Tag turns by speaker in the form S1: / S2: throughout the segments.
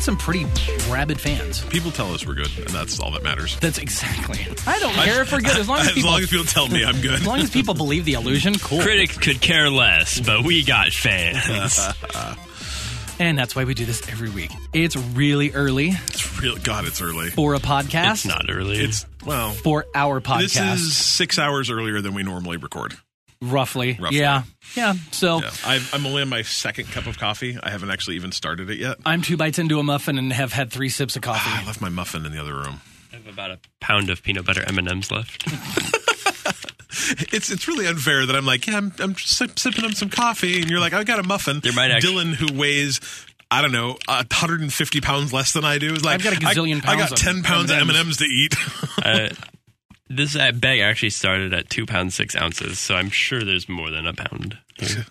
S1: some pretty rabid fans.
S2: People tell us we're good, and that's all that matters.
S1: That's exactly. I don't care if we're good as long as
S2: As
S1: people
S2: long as people tell me I'm good.
S1: as long as people believe the illusion. Cool.
S3: Critics could care less, but we got fans.
S1: And that's why we do this every week. It's really early
S2: It's real. God, it's early.
S1: for a podcast.
S3: it's not early.
S2: It's well.
S1: for our
S2: This
S1: podcast,
S2: is six hours earlier than we normally record.
S1: roughly.
S2: Roughly.
S1: Yeah, yeah. So
S2: Yeah, I've, I'm only on my second cup of coffee. I haven't actually even started it yet. Ah,
S1: I'm two bites into a muffin and have had three sips of
S2: I
S3: Ah.
S1: coffee.
S2: left my muffin in the other room.
S3: I have about a pound of peanut butter M and M's left.
S2: It's it's really unfair that I'm like, yeah, I'm, I'm sip, sipping on some coffee, and you're like, I got a muffin.
S3: There might act-
S2: Dylan, who weighs. I don't know, 150 pounds less than I do. Is
S1: I've
S2: like
S1: got a
S2: I-
S1: gazillion
S2: I
S1: pounds
S2: got
S1: of
S2: 10 pounds of
S1: M&Ms.
S2: M&Ms to eat.
S3: Uh, this uh, bag actually started at two pounds six ounces, so I'm sure there's more than a pound. here.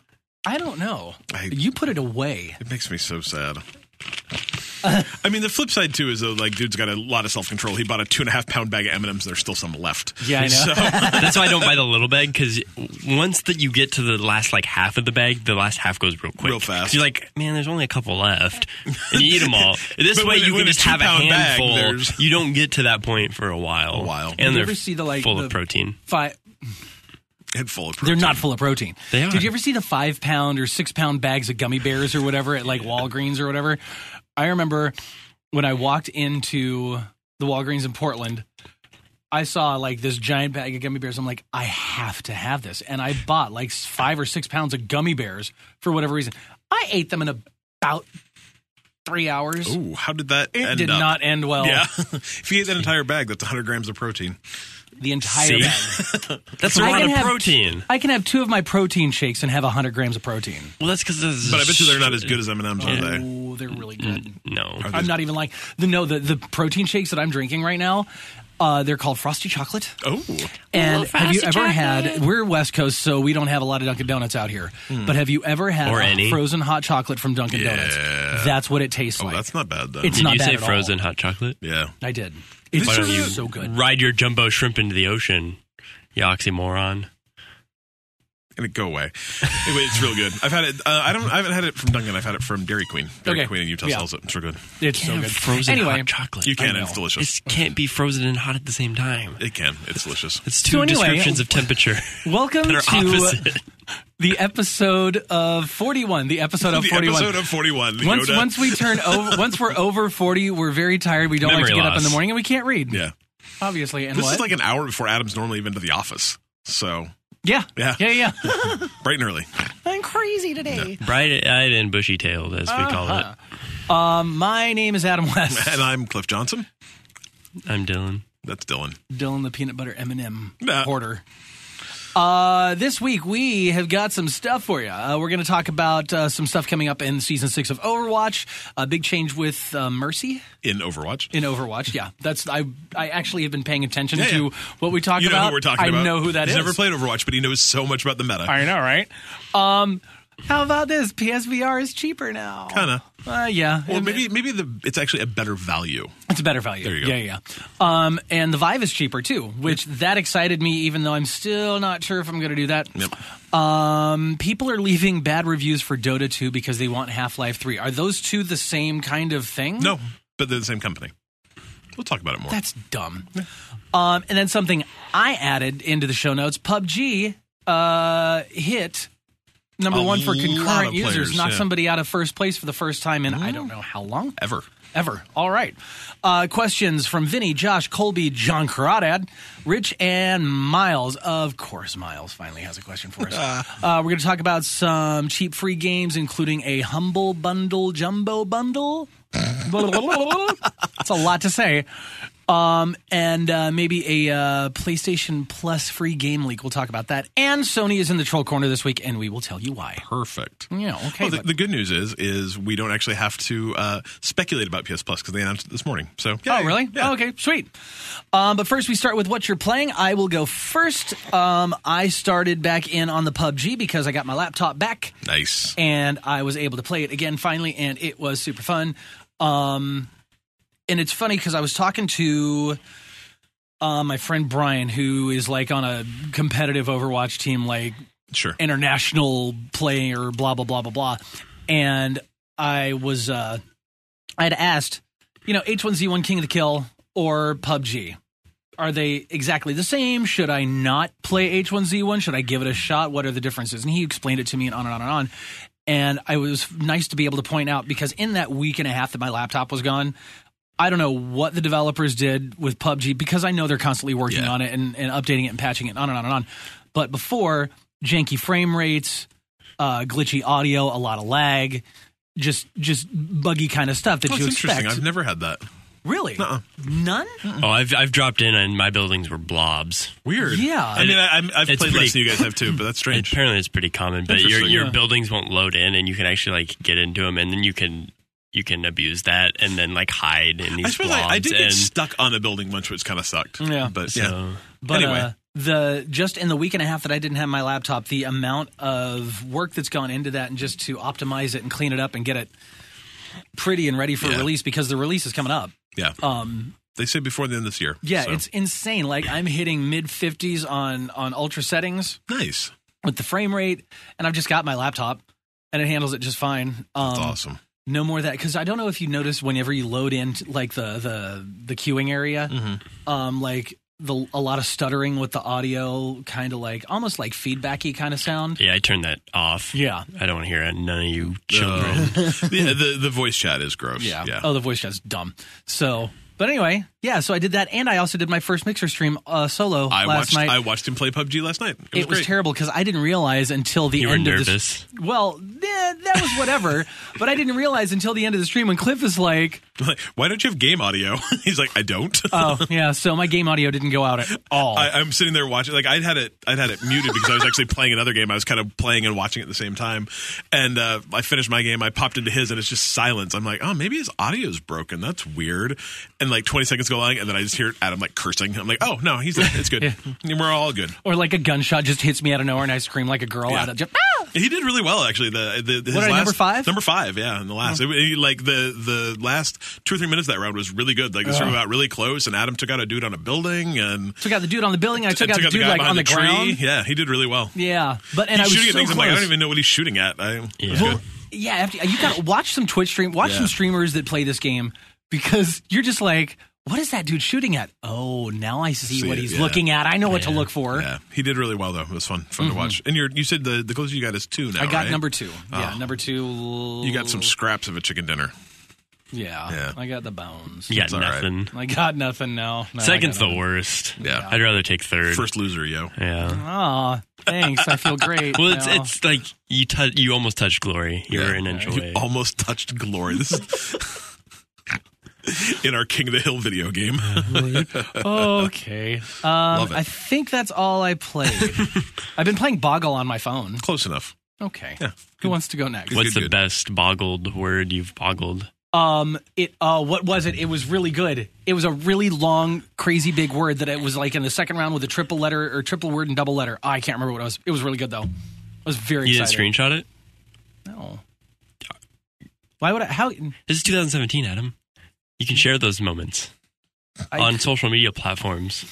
S1: I don't know.
S2: I-
S1: you put it away.
S2: It makes me so sad. I mean, the flip side too is though, like, dude's got a lot of self control. He bought a two and a half pound bag of M and M's. There's still some left.
S1: Yeah, I know.
S2: So,
S3: That's why I don't buy the little bag because once that you get to the last like half of the bag, the last half goes real quick,
S2: Real fast.
S3: 'Cause You're like, man, there's only a couple left, and you eat them all. This
S2: But
S3: way,
S2: when it-
S3: you
S2: when
S3: can
S2: a
S3: just have a
S2: two-pound bag,
S3: handful.
S2: there's-
S3: you don't get to that point for a while.
S2: A while.
S3: and
S1: you
S3: they're
S1: ever see the like
S3: full
S1: the
S3: of protein.
S1: Five.
S2: handful of
S1: They're
S2: protein.
S1: not full of protein.
S3: They are.
S1: Did you ever see the five pound or six pound bags of gummy bears or whatever at like Walgreens or whatever? I remember when I walked into the Walgreens in Portland, I saw like this giant bag of gummy bears. I'm like, I have to have this. And I bought like five or six pounds of gummy bears for whatever reason. I ate them in about three hours.
S2: Ooh, how did that
S1: it
S2: end
S1: did
S2: up?
S1: not end well.
S2: Yeah. if you eat that entire bag, that's 100 grams of protein.
S1: The entire
S3: See?
S1: bag.
S3: That's a
S1: I
S3: lot
S1: can
S3: of
S1: have-
S3: protein.
S1: I can have two of my protein shakes and have 100 grams of protein.
S3: Well, that's because.
S2: But I bet you they're not as good as M&Ms, are they?
S1: Oh, they're really good.
S3: No,
S1: I'm not even like the no the the protein shakes that I'm drinking right now. Uh, they're called frosty chocolate.
S2: Oh,
S1: And have you ever had? We're West Coast, so we don't have a lot of Dunkin' Donuts out here.
S2: Hmm.
S1: But have you ever had
S3: Or
S1: a
S3: any.
S1: frozen hot chocolate from Dunkin' Donuts? That's what it tastes
S2: well,
S1: like.
S2: Oh, that's not bad, though.
S1: Oh, It's
S3: Did
S1: not
S3: you
S1: bad
S3: say
S1: at all.
S3: frozen hot chocolate?
S2: yeah.
S1: I did. It's
S2: Why
S1: so,
S2: don't you-
S1: good.
S3: Ride your jumbo shrimp into the ocean, you oxymoron.
S2: And it go away. Anyway, it's real good. I've had it. Uh, I don't. I haven't had it from Dunkin'. I've had it from Dairy Queen. Dairy
S1: Okay.
S2: Queen in Utah
S1: Yeah.
S2: sells it. It's real good.
S1: It's so good.
S3: Frozen
S1: anyway,
S3: hot chocolate.
S2: You can.
S1: know.
S2: and It's delicious.
S3: It can't be frozen and hot at the same time.
S2: it can. It's delicious.
S3: It's two
S1: So anyway- uh,
S3: descriptions of temperature
S1: welcome
S3: that
S1: to
S3: are opposite.
S1: the episode of 41. The episode of
S2: the
S1: 41.
S2: episode of 41. the
S1: once
S2: Yoda.
S1: once we turn over, once we're over 40, we're very tired. We don't like to
S3: Memory
S1: get up in
S3: loss.
S1: the morning, and we can't read.
S2: yeah.
S1: obviously. And
S2: This
S1: what?
S2: is like an hour before Adam's normally even to the office. So
S1: yeah,
S2: Yeah.
S1: yeah, yeah.
S2: bright and early.
S1: I'm crazy today.
S3: Bright-eyed and bushy-tailed, as we call it.
S1: Um, my name is Adam West.
S2: And I'm Cliff Johnson.
S3: I'm Dylan.
S2: That's Dylan.
S1: Dylan the peanut butter M&M
S2: Nah.
S1: hoarder. Uh, this week we have got some stuff for you. Uh, we're going to talk about uh, some stuff coming up in season six of Overwatch. A big change with uh, Mercy
S2: in Overwatch.
S1: in Overwatch. Yeah, that's I. I actually have been paying attention
S2: Yeah,
S1: to
S2: yeah.
S1: what we talk
S2: you know
S1: about.
S2: who we're talking
S1: I
S2: about.
S1: know who that is.
S2: He's never played Overwatch, but he knows so much about the meta.
S1: I know, right? Um, how about this? PSVR is cheaper now.
S2: Kinda.
S1: Uh, yeah.
S2: Well,
S1: It-
S2: maybe maybe the it's actually a better value.
S1: It's a better value.
S2: There you go.
S1: Yeah, yeah. yeah. Um, and the Vive is cheaper too, which that excited me. Even though I'm still not sure if I'm going to do that.
S2: Yep.
S1: Um, people are leaving bad reviews for Dota 2 because they want Half Life 3. Are those two the same kind of thing?
S2: No, but they're the same company. We'll talk about it more.
S1: That's dumb. Um, and then something I added into the show notes: PUBG uh, hit number
S2: A
S1: one for
S2: lot
S1: concurrent
S2: of
S1: users,
S2: players,
S1: knocked
S2: yeah.
S1: somebody out of first place for the first time in I don't know how long
S2: Ever.
S1: ever. All right. Uh, questions from Vinny, Josh, Colby, John Karadad, Rich, and Miles. Of course, Miles finally has a question for us. uh, we're going to talk about some cheap free games, including a Humble Bundle, Jumbo Bundle. It's a lot to say. Um, and uh, maybe a uh, PlayStation Plus free game leak. We'll talk about that. And Sony is in the troll corner this week, and we will tell you why.
S2: Perfect.
S1: Yeah, okay.
S2: Well, Oh,
S1: Mm,
S2: the,
S1: but-
S2: the good news is, is we don't actually have to uh, speculate about PS Plus because they announced it this morning. So,
S1: Oh,
S2: yay.
S1: really?
S2: Yeah.
S1: Oh, okay, sweet. Um, but first, we start with what you're playing. I will go first. Um, I started back in on the PUBG because I got my laptop back
S2: Nice.
S1: and I was able to play it again finally, and it was super fun. Um, and it's funny because I was talking to uh, my friend Brian, who is like on a competitive Overwatch team, like
S2: Sure.
S1: international player, blah blah blah blah blah. And I was uh I had asked, you know, H1Z1 King of the Kill or PUBG. Are they exactly the same? Should I not play H1Z1? Should I give it a shot? What are the differences? And he explained it to me and on and on and on. And I was nice to be able to point out because in that week and a half that my laptop was gone, I don't know what the developers did with PUBG because I know they're constantly working
S2: Yeah.
S1: on it and, and updating it and patching it and on and on and on. But before, janky frame rates, uh, glitchy audio, a lot of lag, just just buggy kind of stuff that
S2: That's
S1: you expect.
S2: Oh, interesting. I've never had that.
S1: Really? None?
S3: Oh, I've I've dropped in and my buildings were blobs.
S2: Weird.
S1: Yeah.
S2: I mean, I, I'm- I've
S3: It's
S2: played
S3: pretty-
S2: less than you guys have too, but that's strange.
S3: Apparently, it's pretty common, but your
S2: Interesting.
S3: your
S1: Yeah.
S3: buildings won't load in, and you can actually like get into them, and then you can you can abuse that, and then like hide in these
S2: I suppose
S3: blobs.
S2: I, I did get
S3: and,
S2: stuck on a building once, which kind of sucked.
S1: Yeah.
S2: But yeah.
S3: so-
S1: But
S2: Anyway.
S1: uh, the just in the week and a half that I didn't have my laptop, the amount of work that's gone into that and just to optimize it and clean it up and get it pretty and ready for
S2: Yeah.
S1: release because the release is coming up.
S2: Yeah.
S1: Um,
S2: they say before the end of this year.
S1: yeah,
S2: so.
S1: it's insane. Like I'm hitting mid 50s on on ultra settings
S2: nice.
S1: with the frame rate, and I've just got my laptop and it handles it just fine. Um,
S2: That's awesome.
S1: No more of that because I don't know if you notice whenever you load in like the the the queuing area,
S3: Mm-hmm.
S1: um, like the a lot of stuttering with the audio, kind of like almost like feedbacky kind of sound.
S3: yeah, I turned that off.
S1: Yeah.
S3: I don't want to hear it. None of you children.
S2: Um, yeah, the, the voice chat is gross. Yeah.
S1: Oh, the voice chat's dumb. So, but anyway, yeah. So I did that, and I also did my first mixer stream uh, solo
S2: I
S1: last
S2: watched
S1: night.
S2: I watched him play PUBG last night. It was,
S1: it was
S2: great.
S1: terrible because I didn't realize until the
S3: You were
S1: end of the
S3: nervous.
S1: well, eh, that was whatever. but I didn't realize until the end of the stream when Cliff is like,
S2: Like, Why don't you have game audio? He's like, I don't.
S1: "Oh yeah," so my game audio didn't go out at all.
S2: I, I'm sitting there watching. Like I'd had it, I'd had it muted because I was actually playing another game. I was kind of playing and watching at the same time. And uh, I finished my game. I popped into his, and it's just silence. I'm like, oh, maybe his audio's broken. That's weird. And like 20 seconds go along, and then I just hear Adam like cursing. I'm like, oh no, he's there. It's good. And We're all good.
S1: Or like a gunshot just hits me out of nowhere and I scream like a girl
S2: Yeah.
S1: out of just, ah!
S2: He did really well, actually. The, the,
S1: did
S2: his
S1: I,
S2: last,
S1: number five? Oh.
S2: number five, yeah, in the last. It- it- like the the last two or three minutes of that round was really good. Like the
S1: Oh.
S2: stream got really close, and Adam took out a dude on a building, and
S1: took out the dude on the building. And I took,
S2: and
S1: out the dude
S2: guy
S1: like
S2: behind
S1: on the,
S2: tree.
S1: ground.
S2: Yeah, he did really well.
S1: Yeah, but and I
S2: he's
S1: was
S2: shooting
S1: so
S2: at things.
S1: close.
S2: I'm like, I don't even know what he's shooting at. I,
S3: Yeah.
S2: yeah.
S1: yeah, after, you gotta watch some Twitch stream, watch
S2: Yeah.
S1: some streamers that play this game because you're just like, what is that dude shooting at? Oh, now I see,
S2: See
S1: what
S2: it,
S1: he's
S2: yeah.
S1: looking at. I know what to look for.
S2: yeah, he did really well though. It was fun, fun
S3: Mm-hmm.
S2: to watch. And you're, you said the the closest you got is two now.
S1: I got
S2: right?
S1: number two. Yeah, number two.
S2: Oh. You got some scraps of a chicken dinner.
S1: Yeah,
S2: Yeah.
S1: I got the bones.
S3: You got
S2: all right.
S3: nothing.
S1: I got nothing now. No, I
S3: Second's
S1: got
S3: the worst.
S2: Yeah.
S3: I'd rather take third.
S2: First loser, yo.
S3: Yeah.
S1: nothing. Aw, thanks. I feel great.
S3: Well, it's
S1: now.
S3: it's like you tou you almost touched glory. You
S2: Yeah.
S3: were in enjoy.
S2: You almost touched glory. This is in our King of the Hill video game.
S1: okay. Um,
S2: it.
S1: I think that's all I played. I've been playing Boggle on my phone.
S2: Close enough.
S1: Okay.
S2: Yeah.
S1: Who wants to go next?
S3: What's
S2: good,
S3: the
S2: good.
S3: best boggled word you've boggled?
S1: Um, it. Uh, what was it? It was really good. It was a really long, crazy big word that it was like in the second round with a triple letter or triple word and double letter. I can't remember what it was. It was really good though. I was very
S3: You didn't
S1: excited.
S3: screenshot it.
S1: No. Why would I? How?
S3: This is 2017, Adam. You can share those moments
S1: I-
S3: on social media platforms.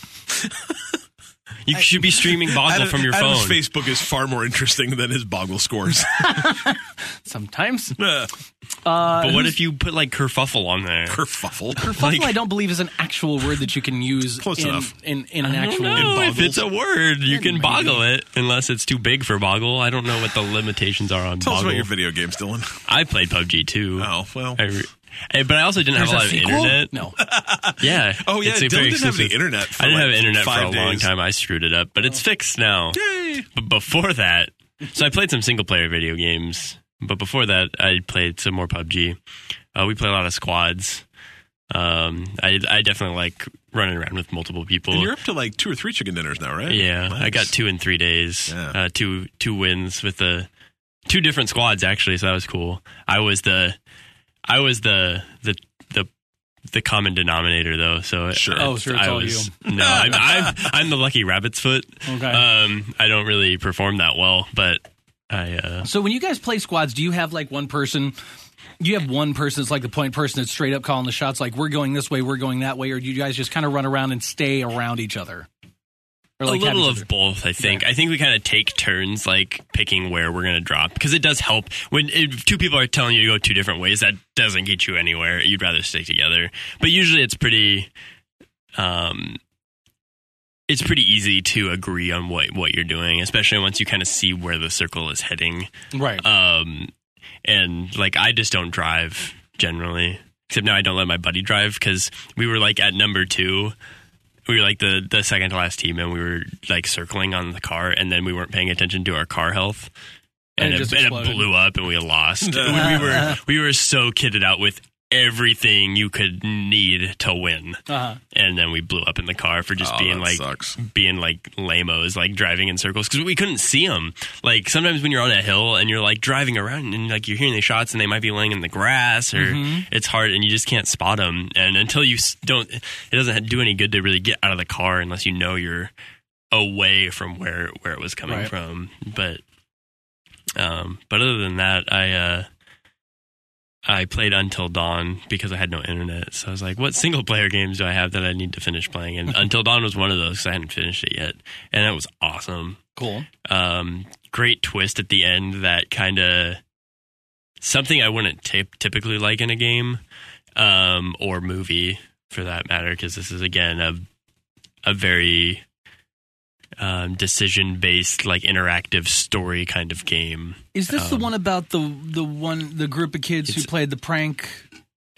S3: you should be streaming boggle
S2: Adam-
S3: from your
S2: Adam's
S3: phone.
S2: Facebook is far more interesting than his boggle scores.
S1: Sometimes.
S2: Kerfuffle.
S3: but what if you put like kerfuffle on there?
S1: Kerfuffle, I don't believe is an actual word that you can use
S2: Close
S1: in,
S2: enough.
S1: in in an
S3: I don't
S1: actual.
S3: know if it's a word, you can
S1: maybe.
S3: boggle it unless it's too big for boggle. I don't know what the limitations are on
S2: Tell us
S3: boggle.
S2: about your video games, Dylan.
S3: I played PUBG too.
S2: Oh, well.
S3: I re- hey, but I also didn't
S1: There's
S3: have a
S1: a
S3: lot of
S1: sequel?
S3: internet.
S1: No.
S3: Yeah.
S2: Oh, yeah,
S3: It's a
S2: Dylan didn't
S3: very
S2: have any
S3: exclusive-
S2: internet for,
S3: I didn't have
S2: like,
S3: internet for
S2: five
S3: a long
S2: days. Oh.
S3: time. I screwed it up, but it's fixed now.
S2: Yay.
S3: But before that, so I played some single player video games. But before that, I played some more PUBG. Uh, we play a lot of squads. Um, I I definitely like running around with multiple people.
S2: And you're up to like two or three chicken dinners now, right?
S3: Yeah, I
S2: Nice.
S3: got two in three days.
S2: Yeah.
S3: Uh, two two wins with the two different squads actually, so that was cool. I was the I was the the the the common denominator though. So
S2: Sure.
S3: I,
S1: Oh, sure, it's
S3: I
S1: all
S3: was no, I'm, I'm I'm the lucky rabbit's foot.
S1: Okay.
S3: Um, I don't really perform that well, but I uh,
S1: So when you guys play squads, do you have like one person? You have one person that's like the point person that's straight up calling the shots, like we're going this way, we're going that way, or do you guys just kind of run around and stay around each other? Or like
S3: a little
S1: have each
S3: of both, I think. I think we kind of take turns like picking where we're going to drop because it does help when if two people are telling you to go two different ways. That doesn't get you anywhere. You'd rather stick together. But usually, it's pretty. Um, it's pretty easy to agree on what what you're doing, especially once you kind of see where the circle is heading.
S1: other. right?
S3: Um, and like I just don't drive generally, except now I don't let my buddy drive because we were like at number two. We were like the the second to last team, and we were like circling on the car, and then we weren't paying attention to our car health.
S1: And
S3: And,
S1: it
S3: it,
S1: just
S3: and it
S1: exploded.
S3: blew up, and we lost. we, we were we were so kitted out with everything you could need to win,
S1: Uh-huh.
S3: and then we blew up in the car for just
S2: Oh,
S3: being
S2: that
S3: like
S2: sucks.
S3: being like lamos, like driving in circles because we couldn't see them. Like sometimes when you're on a hill and you're like driving around and like you're hearing the shots and they might be laying in the grass or
S1: Mm-hmm.
S3: it's hard and you just can't spot them. And until you s- don't, it doesn't do any good to really get out of the car unless you know you're away from where where it was coming
S1: Right.
S3: from. But um, but other than that, I. uh I played Until Dawn because I had no internet. So I was like, what single player games do I have that I need to finish playing? And Until Dawn was one of those because I hadn't finished it yet. And it was awesome.
S1: Cool.
S3: Um, great twist at the end that kind of something I wouldn't ty- typically like in a game um, or movie for that matter, because this is, again, a, a very um, decision based, like interactive story kind of game.
S1: Is this the
S3: Um,
S1: one about the the one the group of kids who
S3: It's-
S1: played the prank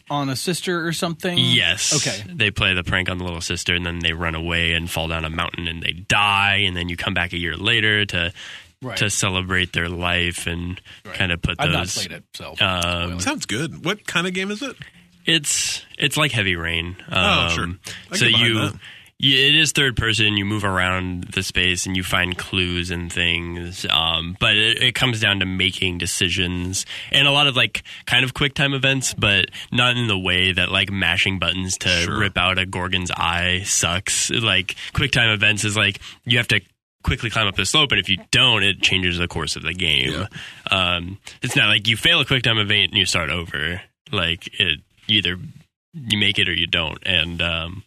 S1: on a sister or something?
S3: Yes.
S1: Okay.
S3: They play the prank on the little sister and then they run away and fall down a mountain and they die and then you come back a year later to
S1: Right.
S3: to celebrate their life and
S1: Right.
S3: kind of put
S1: I've
S3: those
S1: not played it, so
S3: Um,
S2: Sounds good. What kind of game is it?
S3: it's it's like heavy rain. Um,
S2: Oh, sure. I
S3: So
S2: can buy
S3: you,
S2: that.
S3: you it is third person. You move around the space and you find clues and things. Um, but it, it comes down to making decisions and a lot of like kind of quick time events, but not in the way that like mashing buttons to
S2: Sure.
S3: rip out a gorgon's eye sucks. Like quick time events is like you have to quickly climb up the slope, and if you don't, it changes the course of the game. Um, it's not like you fail a quick time event and you start over. Like it, you either you make it or you don't, and um,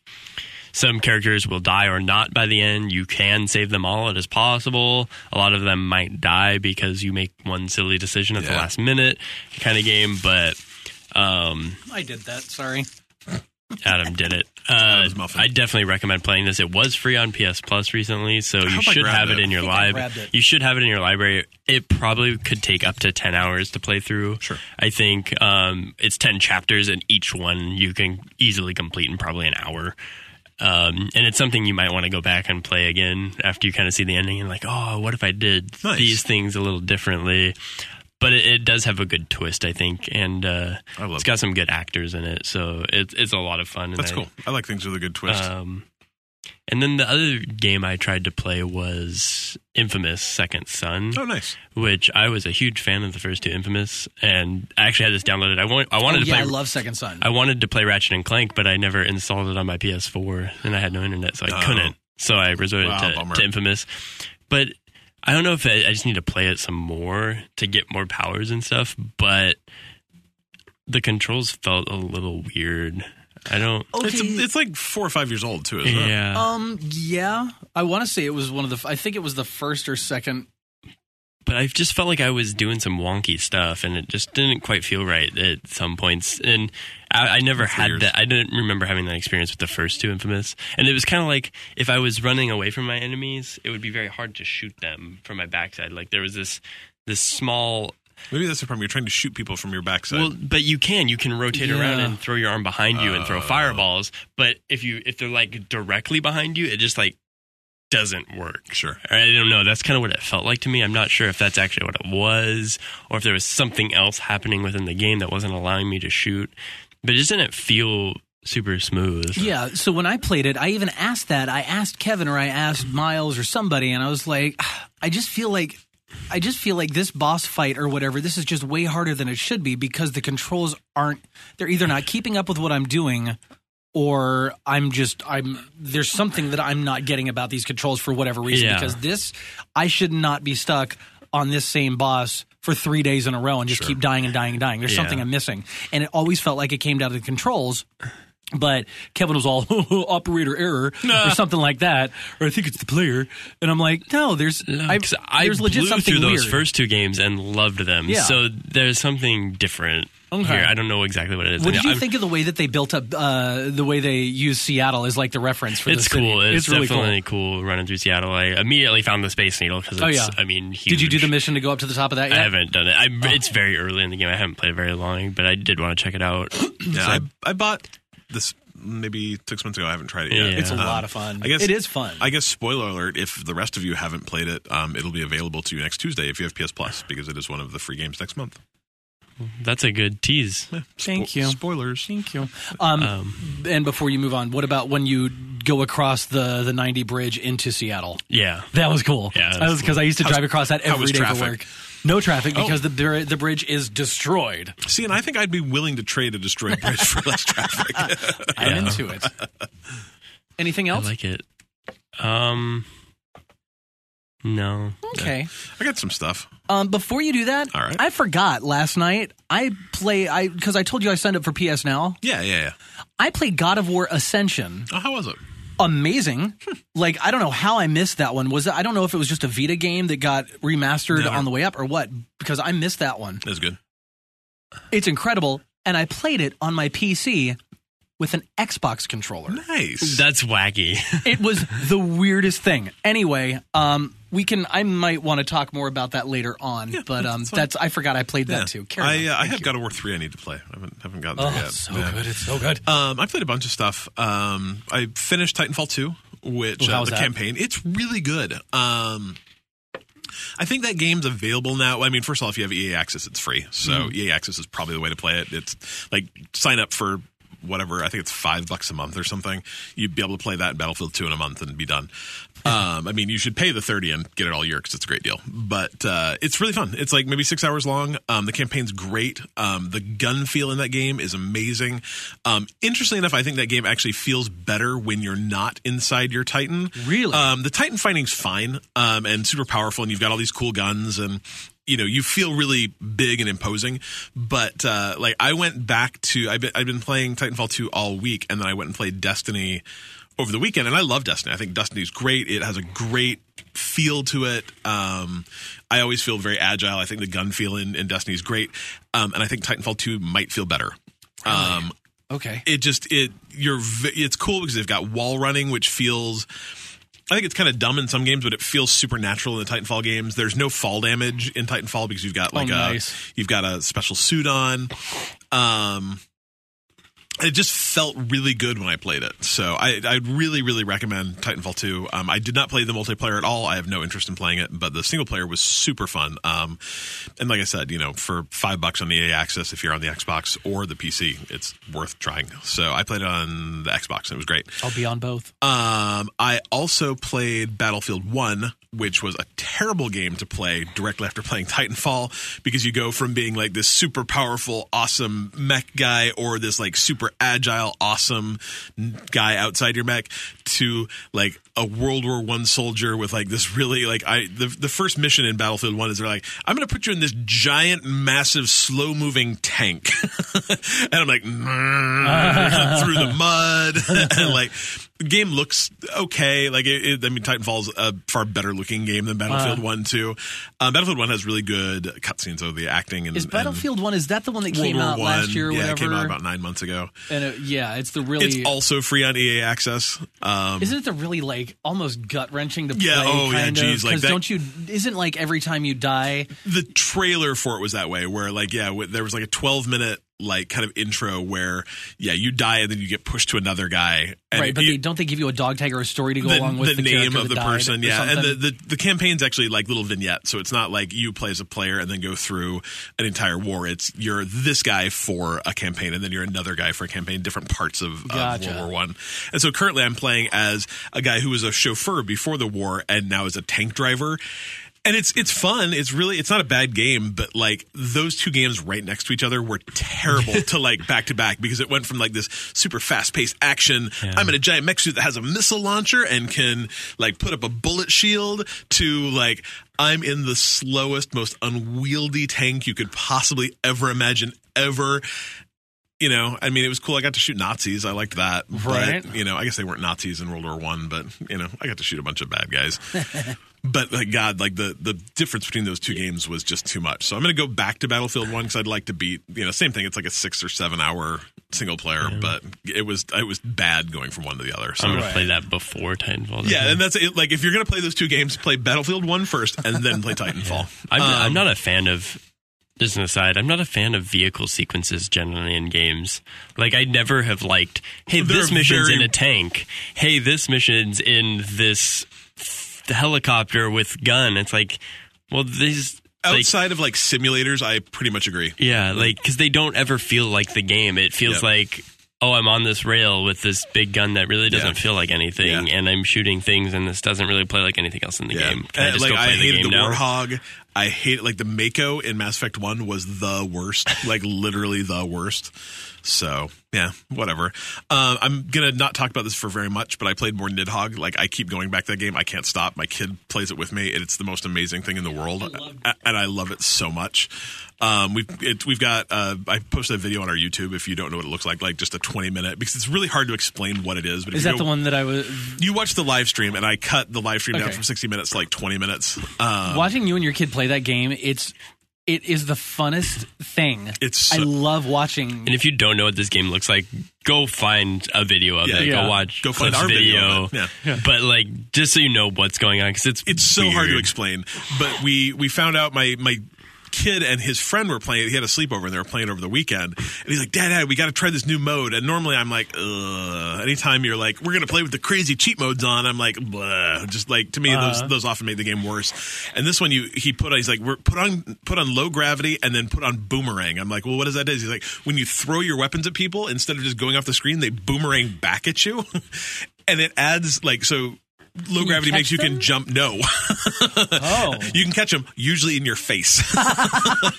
S3: some characters will die or not by the end. You can save them all; it is possible. A lot of them might die because you make one silly decision at the
S2: Yeah.
S3: last minute, kind of game. But um,
S1: I did that. Sorry.
S3: Adam did it. Uh,
S2: was Muffin.
S3: I definitely recommend playing this. It was free on PS Plus recently, so you
S2: hope I
S3: should
S2: grabbed
S3: have it
S2: it.
S3: in your
S1: I think I
S3: library.
S1: grabbed it.
S3: You should have it in your library. It probably could take up to ten hours to play through.
S2: Sure.
S3: I think um, it's ten chapters, and each one you can easily complete in probably an hour. Um, and it's something you might want to go back and play again after you kind of see the ending and like, oh, what if I did
S2: Nice.
S3: these things a little differently? But it, it does have a good twist, I think, and uh,
S2: I love
S3: it's got some good actors in it, so it's it's a lot of fun. and
S2: That's
S3: I-
S2: cool. I like things with a good twist.
S3: um, and then the other game I tried to play was Infamous Second Son,
S2: oh, nice.
S3: which I was a huge fan of the first two Infamous, and I actually had this downloaded. I want, I wanted
S1: Oh,
S3: to
S1: yeah,
S3: play.
S1: I love Second Son.
S3: I wanted to play Ratchet and Clank, but I never installed it on my PS4, and I had no internet, so I
S2: Oh.
S3: couldn't. So I resorted
S2: Wow,
S3: to,
S2: bummer.
S3: to Infamous, but I don't know if I, I just need to play it some more to get more powers and stuff. But the controls felt a little weird. I don't.
S2: It's, it's like four or five years old too. Isn't it?
S3: Yeah.
S1: um, yeah, I want to say it was one of the. f- I think it was the first or second.
S3: but I just felt like I was doing some wonky stuff, and it just didn't quite feel right at some points. And I, I never had
S2: weird.
S3: that. I didn't remember having that experience with the first two Infamous. And it was kind of like if I was running away from my enemies, it would be very hard to shoot them from my backside. Like there was this this small
S2: Maybe that's the problem. You're trying to shoot people from your backside.
S3: well, but you can. You can rotate around
S1: Yeah.
S3: and throw your arm behind you and throw
S2: Oh.
S3: fireballs. But if you if they're like directly behind you, it just like doesn't work.
S2: Sure.
S3: I don't know. That's kind of what it felt like to me. I'm not sure if that's actually what it was, or if there was something else happening within the game that wasn't allowing me to shoot. But it just didn't feel super smooth.
S1: Yeah. So when I played it, I even asked that. I asked Kevin or I asked Miles or somebody, and I was like, I just feel like. I just feel like this boss fight or whatever, this is just way harder than it should be because the controls aren't, they're either not keeping up with what I'm doing or I'm just, I'm, there's something that I'm not getting about these controls for whatever reason
S3: Yeah.
S1: because this, I should not be stuck on this same boss for three days in a row and just keep dying and dying and dying. There's
S3: Yeah.
S1: something I'm missing. And it always felt like it came down to the controls But Kevin was all operator error or something like that, or I think it's the player. And I'm like, no, there's I,
S3: Because I
S1: there's legit
S3: blew
S1: something
S3: through those
S1: weird.
S3: first two games and loved them.
S1: Yeah.
S3: So there's something different
S1: Okay.
S3: here. I don't know exactly what it is.
S1: What did you
S3: I'm-
S1: think of the way that they built up uh, the way they use Seattle as like the reference for
S3: It's
S1: the city?
S3: cool. It's,
S1: really
S3: definitely cool. running through Seattle. I immediately found the Space Needle because it's,
S1: Oh, yeah.
S3: I mean, huge.
S1: cool. Did you do the Oh. mission to go up to the top of that yet?
S3: I haven't done it. I, It's very early in the game. I haven't played it very long, but I did want to check it out.
S2: Yeah, I, I bought this maybe six months ago. I haven't tried it yet.
S3: Yeah.
S1: It's a
S3: Um,
S1: lot of fun.
S2: I guess-
S1: it is fun.
S2: I guess spoiler alert: if the rest of you haven't played it, um, it'll be available to you next Tuesday if you have PS Plus because it is one of the free games next month.
S3: That's a good tease.
S2: Yeah, spo-
S1: Thank you.
S2: Spoilers.
S1: Thank you. Um, and before you move on, what about when you go across the the 90 bridge into Seattle?
S3: Yeah.
S1: That was cool.
S3: Yeah, that
S1: that
S3: was
S1: was because I used to drive across that
S2: how
S1: every
S2: was
S1: day for
S2: traffic? Oh.
S1: work. No traffic because the bri- the bridge is destroyed.
S2: See, and I think I'd be willing to trade a destroyed bridge for less traffic.
S1: I'm into it. Anything
S3: I
S1: else?
S3: like it. Um, no.
S1: okay.
S2: I got some stuff.
S1: Um, before you do that,
S2: All right.
S1: I forgot last night. I play I because I told you I signed up for PS Now.
S2: Yeah, yeah, yeah.
S1: I played God of War Ascension.
S2: Oh, how was it?
S1: amazing.
S2: Hmm.
S1: like I don't know how I missed that one. Was it, I don't know if it was just a Vita game that got remastered
S2: No.
S1: on the way up or what because I missed that one.
S2: It was good.
S1: It's incredible and I played it on my PC with an Xbox controller.
S2: Nice.
S3: That's wacky.
S1: it was the weirdest thing. Anyway, um we can I might want to talk more about that later on, but um
S2: that's
S1: that's,
S2: fine.
S1: I forgot I played that too. Carry
S2: I
S1: on.
S2: uh, I
S1: Thank
S2: have
S1: you.
S2: God of War three. I need to play. I haven't haven't gotten there
S1: Oh,
S2: yet.
S1: it's so
S2: Yeah.
S1: good. It's so good.
S2: Um, I played a bunch of stuff. Um, I finished Titanfall 2, which
S1: Ooh, how
S2: uh,
S1: was
S2: the
S1: that?
S2: campaign. It's really good. Um, I think that game's available now. I mean, first of all, if you have EA Access, it's free. So EA Access is probably the way to play it. It's like sign up for whatever. I think it's five bucks a month or something. You'd be able to play that in Battlefield 2 in a month and be done. Um, I mean, you should pay the 30 and get it all year because it's a great deal. But uh, it's really fun. It's like maybe six hours long. Um, the campaign's great. Um, the gun feel in that game is amazing. Um, interestingly enough, I think that game actually feels better when you're not inside your Titan.
S1: Really?
S2: Um, the Titan fighting's fine um, and super powerful, and you've got all these cool guns and. You know, you feel really big and imposing, but uh, like I went back to I've been, I've been playing Titanfall two all week, and then I went and played Destiny over the weekend, and I love Destiny. I think Destiny's great. It has a great feel to it. Um, I always feel very agile. I think the gun feel in, in Destiny is great, um, and I think Titanfall two might feel better. Um,
S1: Okay.
S2: it just it you're v- it's cool because they've got wall running which feels I think it's kind of dumb in some games, but it feels supernatural in the Titanfall games. There's no fall damage in Titanfall because you've got like
S1: Oh,
S2: a
S1: nice.
S2: you've got a special suit on. Um, it just felt really good when I played it, so I I really really recommend Titanfall two. Um, I did not play the multiplayer at all. I have no interest in playing it, but the single player was super fun. Um, and like I said, you know, for five bucks on the EA Access, if you're on the Xbox or the PC, it's worth trying. So I played it on the Xbox and it was great.
S1: I'll be on both.
S2: Um, I also played Battlefield 1, which was a terrible game to play directly after playing Titanfall because you go from being like this super powerful, awesome mech guy or this like super agile, awesome n- guy outside your mech to like a World War One soldier with like this really like I the, the first mission in Battlefield 1 is they're like, I'm gonna put you in this giant, massive, slow moving tank. and I'm like, "Mm," through the mud. and like, the game looks okay. Like, it, it, I mean, Titanfall's a far better looking game than Battlefield 1, too. Um, Battlefield 1 has really good cutscenes, though, the acting and.
S1: Is
S2: and
S1: Battlefield 1 is that the one that
S2: World
S1: came
S2: War
S1: out last
S2: One.
S1: year or
S2: yeah,
S1: whatever?
S2: it came out about nine months ago.
S1: and it, yeah, it's the really
S2: It's also free on EA Access. Um,
S1: Isn't it the really like almost gut wrenching to play?
S2: Yeah, oh, yeah,
S1: kind
S2: geez, like
S1: because
S2: that-
S1: don't you? Isn't like every time you die?
S2: the trailer for it was that way where like yeah w- there was like a 12 minute like kind of intro where yeah you die and then you get pushed to another guy and
S1: right, but
S2: it-
S1: they, don't they give you a dog tag or a story to go along with the,
S2: name
S1: character
S2: of
S1: that
S2: the
S1: died
S2: person,
S1: or
S2: yeah, and the,
S1: something?
S2: the the campaign's actually like little vignettes, so it's not like you play as a player and then go through an entire war. It's you're this guy for a campaign, and then you're another guy for a campaign, different parts of, of
S1: Gotcha.
S2: World War One. And so currently, I'm playing as a guy who was a chauffeur before the war and now is a tank driver. And it's it's fun. It's really it's not a bad game, but like those two games right next to each other were terrible to like back to back because it went from like this super fast paced action. I'm in a giant mech suit that has a missile launcher and can like put up a bullet shield to like I'm in the slowest, most unwieldy tank you could possibly ever imagine ever. You know, I mean, it was cool. I got to shoot Nazis. I liked that. But,
S1: Right.
S2: you know, I guess they weren't Nazis in World War One, but you know, I got to shoot a bunch of bad guys. but like God, like the the difference between those two games was just too much. So I'm going to go back to Battlefield One because I'd like to beat. You know, same thing. It's like a six or seven hour single player, but it was it was bad going from one to the other. So
S3: I'm gonna
S1: Right.
S3: play that before Titanfall.
S2: yeah, and that's it. Like if you're going to play those two games, play Battlefield One first, and then play Titanfall.
S3: I'm, I'm
S2: Um,
S3: not a fan of. Just an aside, I'm not a fan of vehicle sequences generally in games. Like, I never have liked, hey,
S2: They're
S3: this mission's
S2: very-
S3: in a tank. Hey, this mission's in this th- helicopter with gun. It's like, well, these like,
S2: Um, Outside of like simulators, I pretty much agree.
S3: Yeah, like because they don't ever feel like the game. It feels
S2: Yep.
S3: like oh, I'm on this rail with this big gun that really doesn't
S2: Yeah.
S3: feel like anything,
S2: Yeah.
S3: and I'm shooting things, and this doesn't really play like anything else in the game. Can I
S2: And, Uh,
S3: just
S2: like
S3: go play
S2: I hated
S3: the game
S2: the,
S3: now?
S2: Warthog. I hate like the Mako in Mass Effect One was the worst, like literally the worst. So yeah, whatever. Um, I'm gonna not talk about this for very much, but I played more Nidhogg. Like I keep going back to that game. I can't stop. My kid plays it with me, and it's the most amazing thing in the world, A- and I love it so much. Um, we've it, we've got. Uh, I posted a video on our YouTube. If you don't know what it looks like, like just a 20 minute because it's really hard to explain what it is. But if
S1: Is
S2: you
S1: that
S2: go-
S1: the one that I was
S2: you watch the live stream, and I cut the live stream down
S1: Okay.
S2: from 60 minutes to like 20 minutes. Um,
S1: watching you and your kid play that game? It's it is the funnest thing.
S2: It's
S1: I
S2: so-
S1: love watching.
S3: And if you don't know what this game looks like, go find a video of
S2: Yeah.
S3: it.
S1: Yeah.
S3: Go watch
S2: Go find
S3: Cliff's
S2: our video
S3: video.
S2: of it. Yeah.
S3: But like, just so you know what's going on, because it's
S2: it's so hard to
S3: weird.
S2: explain. But we we found out my my kid and his friend were playing. He had a sleepover, and they were playing over the weekend. And he's like, "Dad, Dad, we got to try this new mode." And normally I'm like, "Ugh." Anytime you're like, "We're gonna play with the crazy cheat modes on," I'm like, Bleh. "Just like to me,
S1: Uh-huh.
S2: those those often make the game worse." And this one, you he put on, he's like, "We're put on put on low gravity and then put on boomerang." I'm like, "Well, what does that is?" He's like, "When you throw your weapons at people, instead of just going off the screen, they boomerang back at you." And it adds like so low gravity
S1: catch
S2: makes you
S1: them?
S2: can jump no
S1: Oh,
S2: you can catch them usually in your face.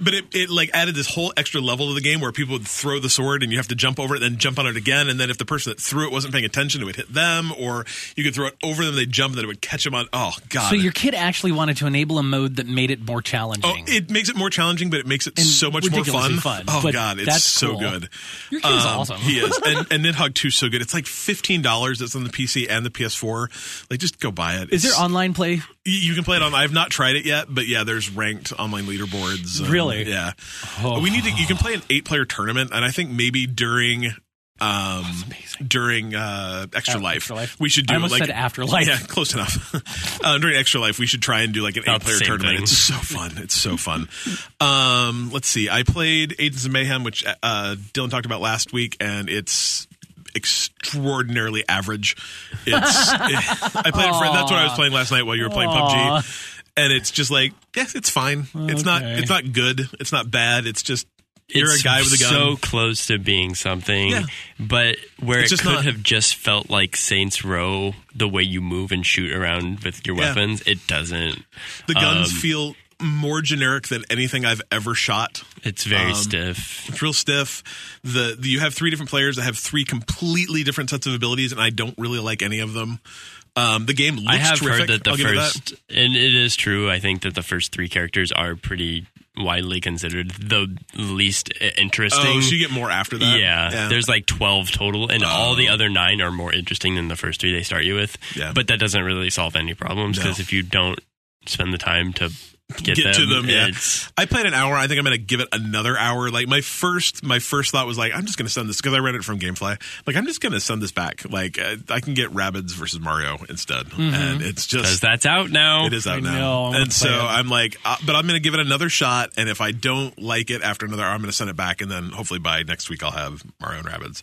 S2: but it, it like added this whole extra level to the game where people would throw the sword and you have to jump over it, then jump on it again, and then if the person that threw it wasn't paying attention, it would hit them, or you could throw it over them, they jump, and then it would catch them on. Oh god!
S1: so your kid actually wanted to enable a mode that made it more challenging.
S2: Oh, it makes it more challenging, but it makes it
S1: And
S2: so much more
S1: ridiculously fun,
S2: fun. Oh
S1: but
S2: god, it's
S1: that's
S2: so
S1: cool.
S2: good. Um,
S1: Your kid's awesome.
S2: he is, and, and Nidhogg 2 is so good. It's like fifteen dollars. It's on the PC and the PS4. Like, just go buy it.
S1: is there
S2: It's-
S1: online play?
S2: Y- You can play it on. I've not tried it yet, but yeah, there's ranked online leaderboards. and-
S1: Really? Oh.
S2: Yeah. We need to. You can play an eight-player tournament, and I think maybe during, um, during uh, extra,
S1: After
S2: life,
S1: Extra Life?
S2: we should do
S1: I almost
S2: like
S1: said Afterlife.
S2: Yeah, close enough. uh, during extra life, we should try and do like an
S3: About the
S2: eight-player
S3: same
S2: tournament.
S3: thing.
S2: It's so fun. It's so fun. um, let's see. I played Agents of Mayhem, which uh, Dylan talked about last week, and it's extraordinarily average. It's. I played it for. That's what I was playing last night while you were playing
S1: Aw.
S2: PUBG. And it's just like, yes, it's fine. It's not.
S1: Okay.
S2: It's not good. It's not bad. It's just you're a
S3: It's
S2: guy with a gun.
S3: So close to being something,
S2: Yeah.
S3: but where
S2: It's
S3: it
S2: just
S3: could
S2: not-
S3: have just felt like Saints Row, the way you move and shoot around with your
S2: Yeah.
S3: weapons, it doesn't.
S2: the guns feel more generic than anything I've ever shot.
S3: It's very
S2: Um,
S3: stiff.
S2: It's real stiff. The, the you have three different players that have three completely different sets of abilities, and I don't really like any of them. Um, the game looks
S3: I have
S2: terrific.
S3: heard that the
S2: I'll give it that.
S3: first, and it is true. I think that the first three characters are pretty widely considered the least i- interesting.
S2: Oh, so you get more after that. Oh.
S3: yeah, there's like 12 total, and all the other nine are more interesting than the first three they start you with.
S2: Yeah.
S3: But that doesn't really solve any problems because
S2: No.
S3: if you don't spend the time to get,
S2: Get to them, yeah.
S3: it's-
S2: I played an hour. I think I'm going to give it another hour. Like my first, my first thought was like, I'm just going to send this because I read it from GameFly. Like I'm just going to send this back. Like uh, I can get Rabbids versus Mario instead, and it's
S3: Because
S2: just
S3: Mm-hmm. that's out now.
S2: it is out
S1: I
S2: now.
S1: know, I'm gonna
S2: and so
S1: play it.
S2: I'm like, uh, but I'm going to give it another shot. And if I don't like it after another hour, I'm going to send it back, and then hopefully by next week I'll have Mario and Rabbids.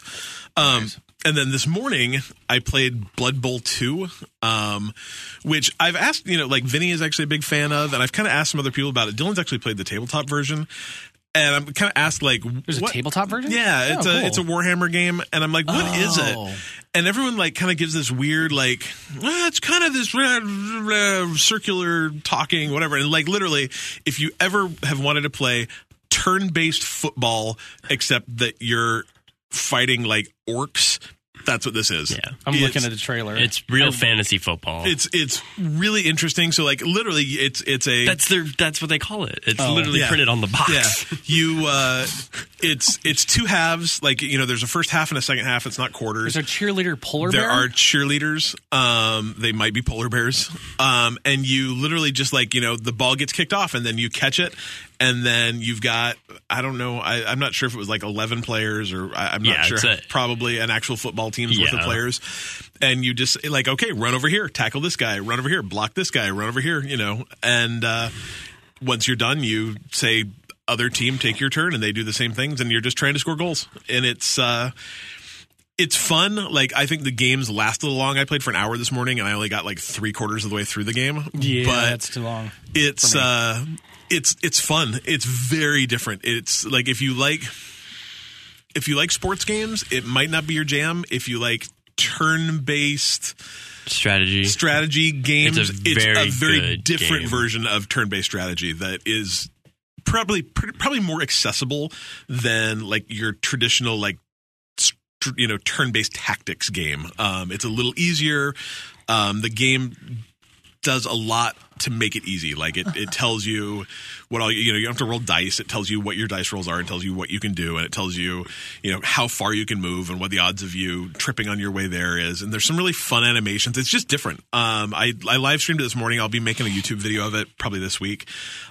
S2: Um, And then this morning I played Blood Bowl two, um, which I've asked, you know, like Vinny is actually a big fan of, and I've kind of asked some other people about it. Dylan's actually played the tabletop version. And I'm kind of asked, like,
S1: There's
S2: what-
S1: a tabletop version.
S2: yeah,
S1: Oh,
S2: it's a
S1: cool.
S2: it's a Warhammer game, and I'm like, what is
S1: Oh.
S2: it? And everyone like kind of gives this weird like "Ah, it's kind of this blah, blah, blah, circular talking whatever, and like literally, if you ever have wanted to play turn based football, except that you're fighting like orcs, that's what this is.
S3: Yeah.
S1: I'm
S2: It's-
S1: looking at a trailer.
S3: It's real fantasy football.
S2: It's it's really interesting. So like literally, it's it's a
S3: that's their. That's what they call it. It's
S1: Oh.
S3: literally
S2: Yeah.
S3: printed on the box.
S2: Yeah, you uh, it's it's two halves. Like you know, there's a first half and a second half. It's not quarters.
S1: Is there cheerleader polar
S2: there
S1: bear?
S2: are cheerleaders. Um, they might be polar bears. Um, and you literally just like you know the ball gets kicked off and then you catch it, and then you've got I don't know I, I'm not sure if it was like 11 players or I, I'm not
S3: Yeah,
S2: sure
S3: it's a-
S2: probably an actual football team's worth of
S3: Yeah.
S2: players, and you just like okay run over here tackle this guy run over here block this guy run over here you know and uh, once you're done you say other team take your turn and they do the same things and you're just trying to score goals and it's. Uh, it's fun. Like I think the games last a little long. I played for an hour this morning, and I only got like three quarters of the way through the game.
S1: yeah,
S2: but
S1: that's too long.
S2: it's uh, it's it's fun. It's very different. It's like if you like if you like sports games, it might not be your jam. If you like turn based
S3: strategy.
S2: strategy games, it's a very,
S3: good
S2: different
S3: game.
S2: version of turn based strategy that is probably pr- probably more accessible than like your traditional like st- you know turn based tactics game. Um, it's a little easier. Um, the game does a lot to make it easy. Like it, it tells you what all you know. You don't have to roll dice. It tells you what your dice rolls are. It tells you what you can do, and it tells you you know how far you can move and what the odds of you tripping on your way there is. And there's some really fun animations. It's just different. Um, I I live streamed it this morning. I'll be making a YouTube video of it probably this week.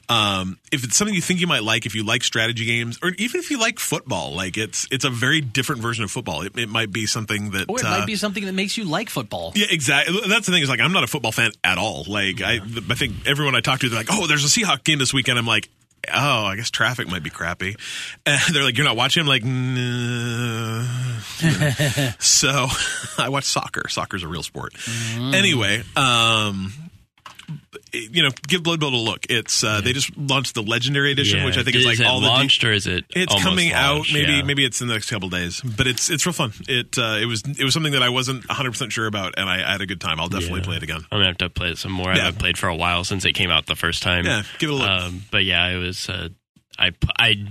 S2: Um, if it's something you think you might like, if you like strategy games, or even if you like football, like it's it's a very different version of football. It, it might be something that
S1: Or Oh, it
S2: uh,
S1: might be something that makes you like football.
S2: yeah, exactly. That's the thing is like I'm not a football fan at all. Like I, th- I think everyone I talk to, they're like, "Oh, there's a Seahawk game this weekend." I'm like, "Oh, I guess traffic might be crappy." And they're like, "You're not watching?" I'm like, "Nah." "So, I watch soccer. Soccer's a real sport."
S3: Mm-hmm.
S2: Anyway, um, you know, give Blood Bowl a look. It's uh, they just launched the Legendary Edition,
S3: Yeah.
S2: which I think is, like
S3: it
S2: all the
S3: launched or is it?
S2: it's
S3: almost
S2: coming out.
S3: launched?
S2: Maybe
S3: Yeah.
S2: maybe it's in the next couple days. But it's it's real fun. It uh, it was it was something that I wasn't 100 percent sure about, and I, I had a good time. I'll definitely
S3: Yeah.
S2: play it again.
S3: I'm gonna have to play it some more.
S2: Yeah.
S3: I haven't played for a while since it came out the first time.
S2: Yeah, give it a look.
S3: Um, but yeah, it was. Uh, I p- I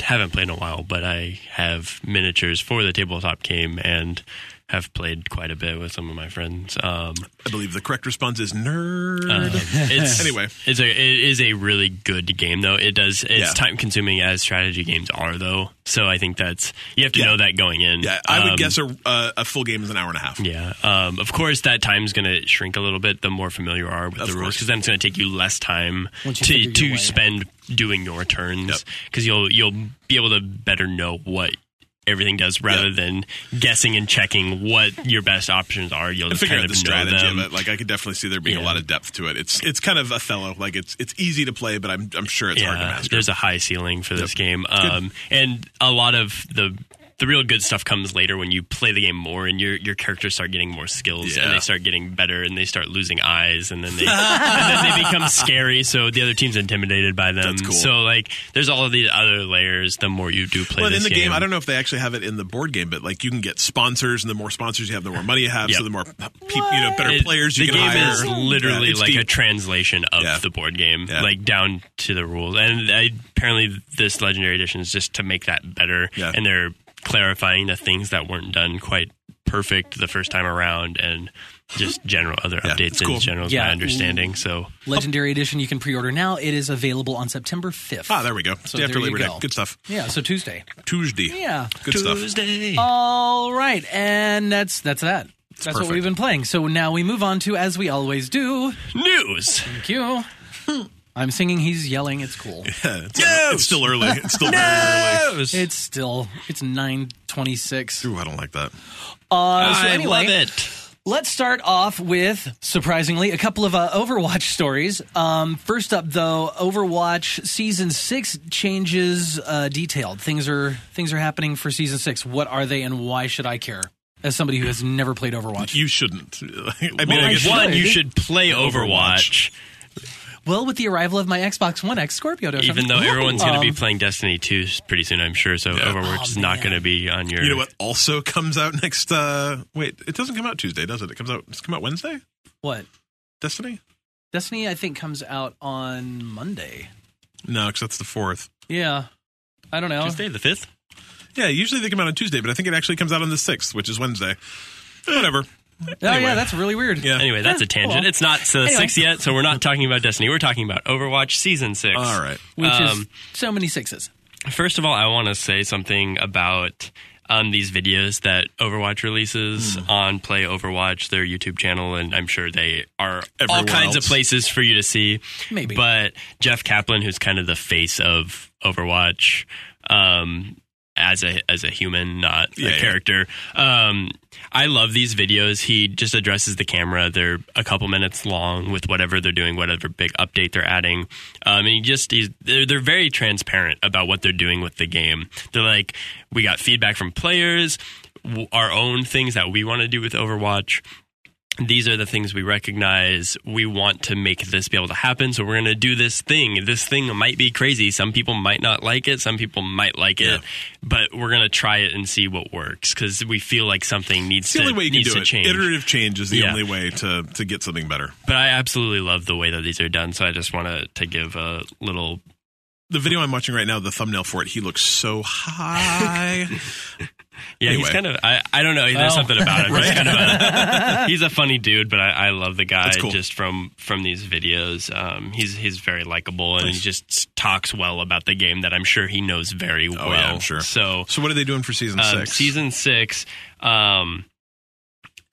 S3: haven't played in a while, but I have miniatures for the tabletop game and have played quite a bit with some of my friends. Um,
S2: I believe the correct response is
S3: um,
S2: nerd.
S3: it's,
S2: Anyway.
S3: it's a it is a really good game though. It does it's
S2: Yeah.
S3: time consuming as strategy games are though. So I think that's you have to
S2: Yeah.
S3: know that going in.
S2: yeah, I would
S3: Um,
S2: guess a, a a full game is an hour and a half.
S3: Yeah. Um, of course, that time's going to shrink a little bit the more familiar you are with
S2: Of
S3: the rules,
S2: course.
S3: because then it's going to take you less time
S1: Once you figure
S3: to
S1: your
S3: to
S1: way.
S3: spend doing your turns, because you'll you'll be able to better know what everything does rather
S2: Yep.
S3: than guessing and checking what your best options are. You'll
S2: And
S3: just
S2: figure
S3: kind
S2: out
S3: of
S2: the
S3: know
S2: strategy of
S3: them.
S2: it. Like I could definitely see there being a
S3: Yeah.
S2: lot of depth to it. It's it's kind of Othello. Like it's it's easy to play, but I'm I'm sure it's hard to master.
S3: There's a high ceiling for this game, um, and a lot of the the real good stuff comes later when you play the game more and your your characters start getting more skills
S2: Yeah.
S3: and they start getting better and they start losing eyes and then they and then they become scary so the other team's intimidated by them.
S2: That's cool.
S3: So like there's all of these other layers the more you do play
S2: Well, and in
S3: this
S2: the game, I don't know if they actually have it in the board game, but like you can get sponsors, and the more sponsors you have, the more money you have.
S3: Yep.
S2: So the more people, you know, better
S3: It-
S2: players you
S3: the
S2: can
S3: game
S2: hire.
S3: is literally
S2: Yeah, it's
S3: like a
S2: deep.
S3: translation of
S2: Yeah.
S3: the board game,
S2: Yeah.
S3: like down to the rules. And I, apparently, this legendary edition is just to make that better,
S2: Yeah.
S3: and they're clarifying the things that weren't done quite perfect the first time around, and just general other
S2: Yeah, it's
S3: updates
S2: cool.
S3: in general is
S1: Yeah.
S3: my understanding. So
S1: Legendary Edition you can pre-order now. It is available on September 5th.
S2: Ah, there we go.
S1: So
S2: Day
S1: there
S2: after
S1: you
S2: Labor Day.
S1: go.
S2: Good stuff.
S1: yeah, so Tuesday.
S2: Tuesday.
S1: Yeah.
S2: Good stuff.
S3: Tuesday.
S1: Oh. All right, and that's that's that. That's what
S2: perfect.
S1: we've been playing. So now we move on to as we always do.
S3: News.
S1: Thank you. I'm singing, he's yelling, it's cool.
S2: Yeah, it's, early- it's still early. It's still very early.
S3: News.
S1: It's still it's 926.
S2: Ooh, I don't like that.
S1: Uh, so
S3: I
S1: anyway,
S3: love it.
S1: Let's start off with, surprisingly, a couple of uh, Overwatch stories. Um, first up, though, Overwatch Season 6 changes uh, detailed. Things are, things are happening for Season 6. What are they and why should I care? As somebody who has never played Overwatch.
S2: You shouldn't. I mean,
S3: Well,
S2: I guess
S3: one, you
S1: should.
S3: should play
S2: Overwatch.
S3: Overwatch.
S1: Well, with the arrival of my Xbox One X Scorpio, to
S3: Even though everyone's going to be
S1: Um,
S3: playing Destiny 2 pretty soon, I'm sure. So Overwatch
S1: Oh,
S3: is not
S1: man.
S3: going to be on your.
S2: you know what also comes out next? Uh, wait, it doesn't come out Tuesday, does it? It comes out. It's come out Wednesday.
S1: What?
S2: Destiny?
S1: Destiny, I think, comes out on Monday.
S2: No, because that's the fourth.
S1: Yeah. I don't know.
S3: Tuesday the fifth.
S2: Yeah, usually they come out on Tuesday, but I think it actually comes out on the sixth, which is Wednesday.
S3: Eh,
S2: Whatever.
S1: Oh,
S2: Anyway.
S1: yeah, that's really weird.
S2: Yeah.
S3: Anyway, that's a tangent.
S1: well.
S3: It's not to the
S1: Anyway.
S3: sixth yet, so we're not talking about Destiny. We're talking about Overwatch season six.
S2: All right.
S1: Which is
S3: Um,
S1: so many sixes.
S3: First of all, I want to say something about um, these videos that Overwatch releases on Play Overwatch, their YouTube channel, and I'm sure they are all
S2: Everywhere
S3: kinds of
S2: else.
S3: places for you to see.
S1: Maybe.
S3: But Jeff Kaplan, who's kind of the face of Overwatch, um, as a as a human, not
S2: Yeah,
S3: a
S2: yeah.
S3: character. Um, I love these videos. He just addresses the camera. They're a couple minutes long with whatever they're doing, whatever big update they're adding. Um, and he just he's, they're, they're very transparent about what they're doing with the game. They're like, we got feedback from players, w- our own things that we want to do with Overwatch these are the things we recognize. We want to make this be able to happen. So we're going to do this thing. This thing might be crazy. Some people might not like it. Some people might like it. But we're going to try it and see what works because we feel like something needs
S2: It's the
S3: to,
S2: only way you can
S3: needs
S2: do
S3: to
S2: it.
S3: change.
S2: Iterative change is the
S3: Yeah.
S2: only way to to get something better.
S3: But I absolutely love the way that these are done. So I just want to give a little.
S2: The video I'm watching right now, the thumbnail for it, he looks so high.
S3: Yeah, he's
S2: Anyway.
S3: kind of. I, I don't know. There's
S1: Oh.
S3: something about him. He's, kind of a, he's a funny dude, but I, I love the guy
S2: That's cool.
S3: just from from these videos. Um, he's he's very likable and he just talks well about the game that I'm sure he knows very well.
S2: Oh, yeah, I'm sure.
S3: So
S2: so what are they doing for season
S3: um,
S2: six?
S3: season six, um,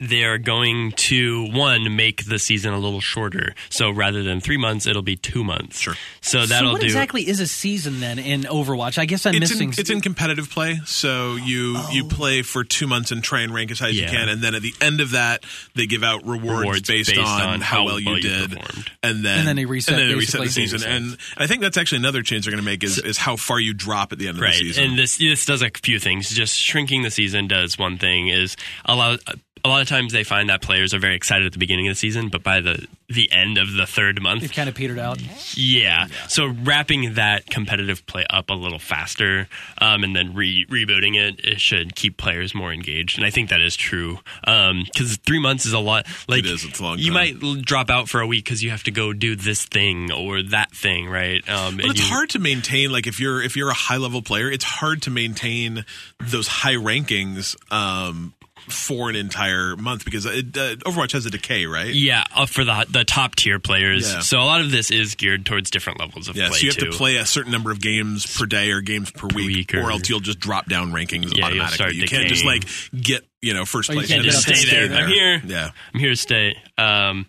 S3: they're going to one make the season a little shorter. So rather than three months, it'll be two months.
S2: Sure.
S3: So
S1: so
S3: that'll
S1: what
S3: do.
S1: exactly is a season then in Overwatch? I guess I'm
S2: it's
S1: missing.
S2: in, it's in competitive play, so you you play for two months and try and rank as high as
S3: Oh. Yeah.
S2: you can, and then at the end of that, they give out rewards,
S3: Rewards
S2: based,
S3: based
S2: on,
S3: on
S2: how
S3: how
S2: well you
S3: well you
S2: did,
S3: performed.
S2: and then
S1: And then they reset
S2: and then they reset
S1: basically.
S2: the season. And I think that's actually another change they're going to make is, is how far you drop at the end of
S3: Right,
S2: the season.
S3: and this this does a few things. Just shrinking the season does one thing is a lot. A lot of times they find that players are very excited at the beginning of the season, but by the the end of the third
S1: They've
S3: month,
S1: kind of petered out.
S3: yeah. So wrapping that competitive play up a little faster, um, and then re- rebooting it, it should keep players more engaged. And I think that is true because three months is a lot. Like
S2: is, it's a long
S3: You
S2: time.
S3: might l- drop out for a week because you have to go do this thing or that thing, right? Um,
S2: But
S3: and
S2: it's
S3: you-
S2: hard to maintain. Like if you're if you're a high level player, it's hard to maintain those high rankings um, for an entire month because it, uh, Overwatch has a decay, right?
S3: Yeah, uh, for the the top tier players.
S2: Yeah.
S3: So a lot of this is geared towards different levels of
S2: Yeah,
S3: play.
S2: so you have to
S3: too.
S2: play a certain number of games per day or games per, week,
S3: week
S2: or,
S3: or-
S2: else you'll just drop down rankings
S3: Yeah, you'll start
S2: automatically. You can't just like
S3: decaying.
S2: get you know first
S1: Oh, you
S2: place
S1: can't
S2: and
S1: just
S2: then
S1: stay there.
S3: I'm here.
S2: Yeah,
S3: I'm here to stay. Um,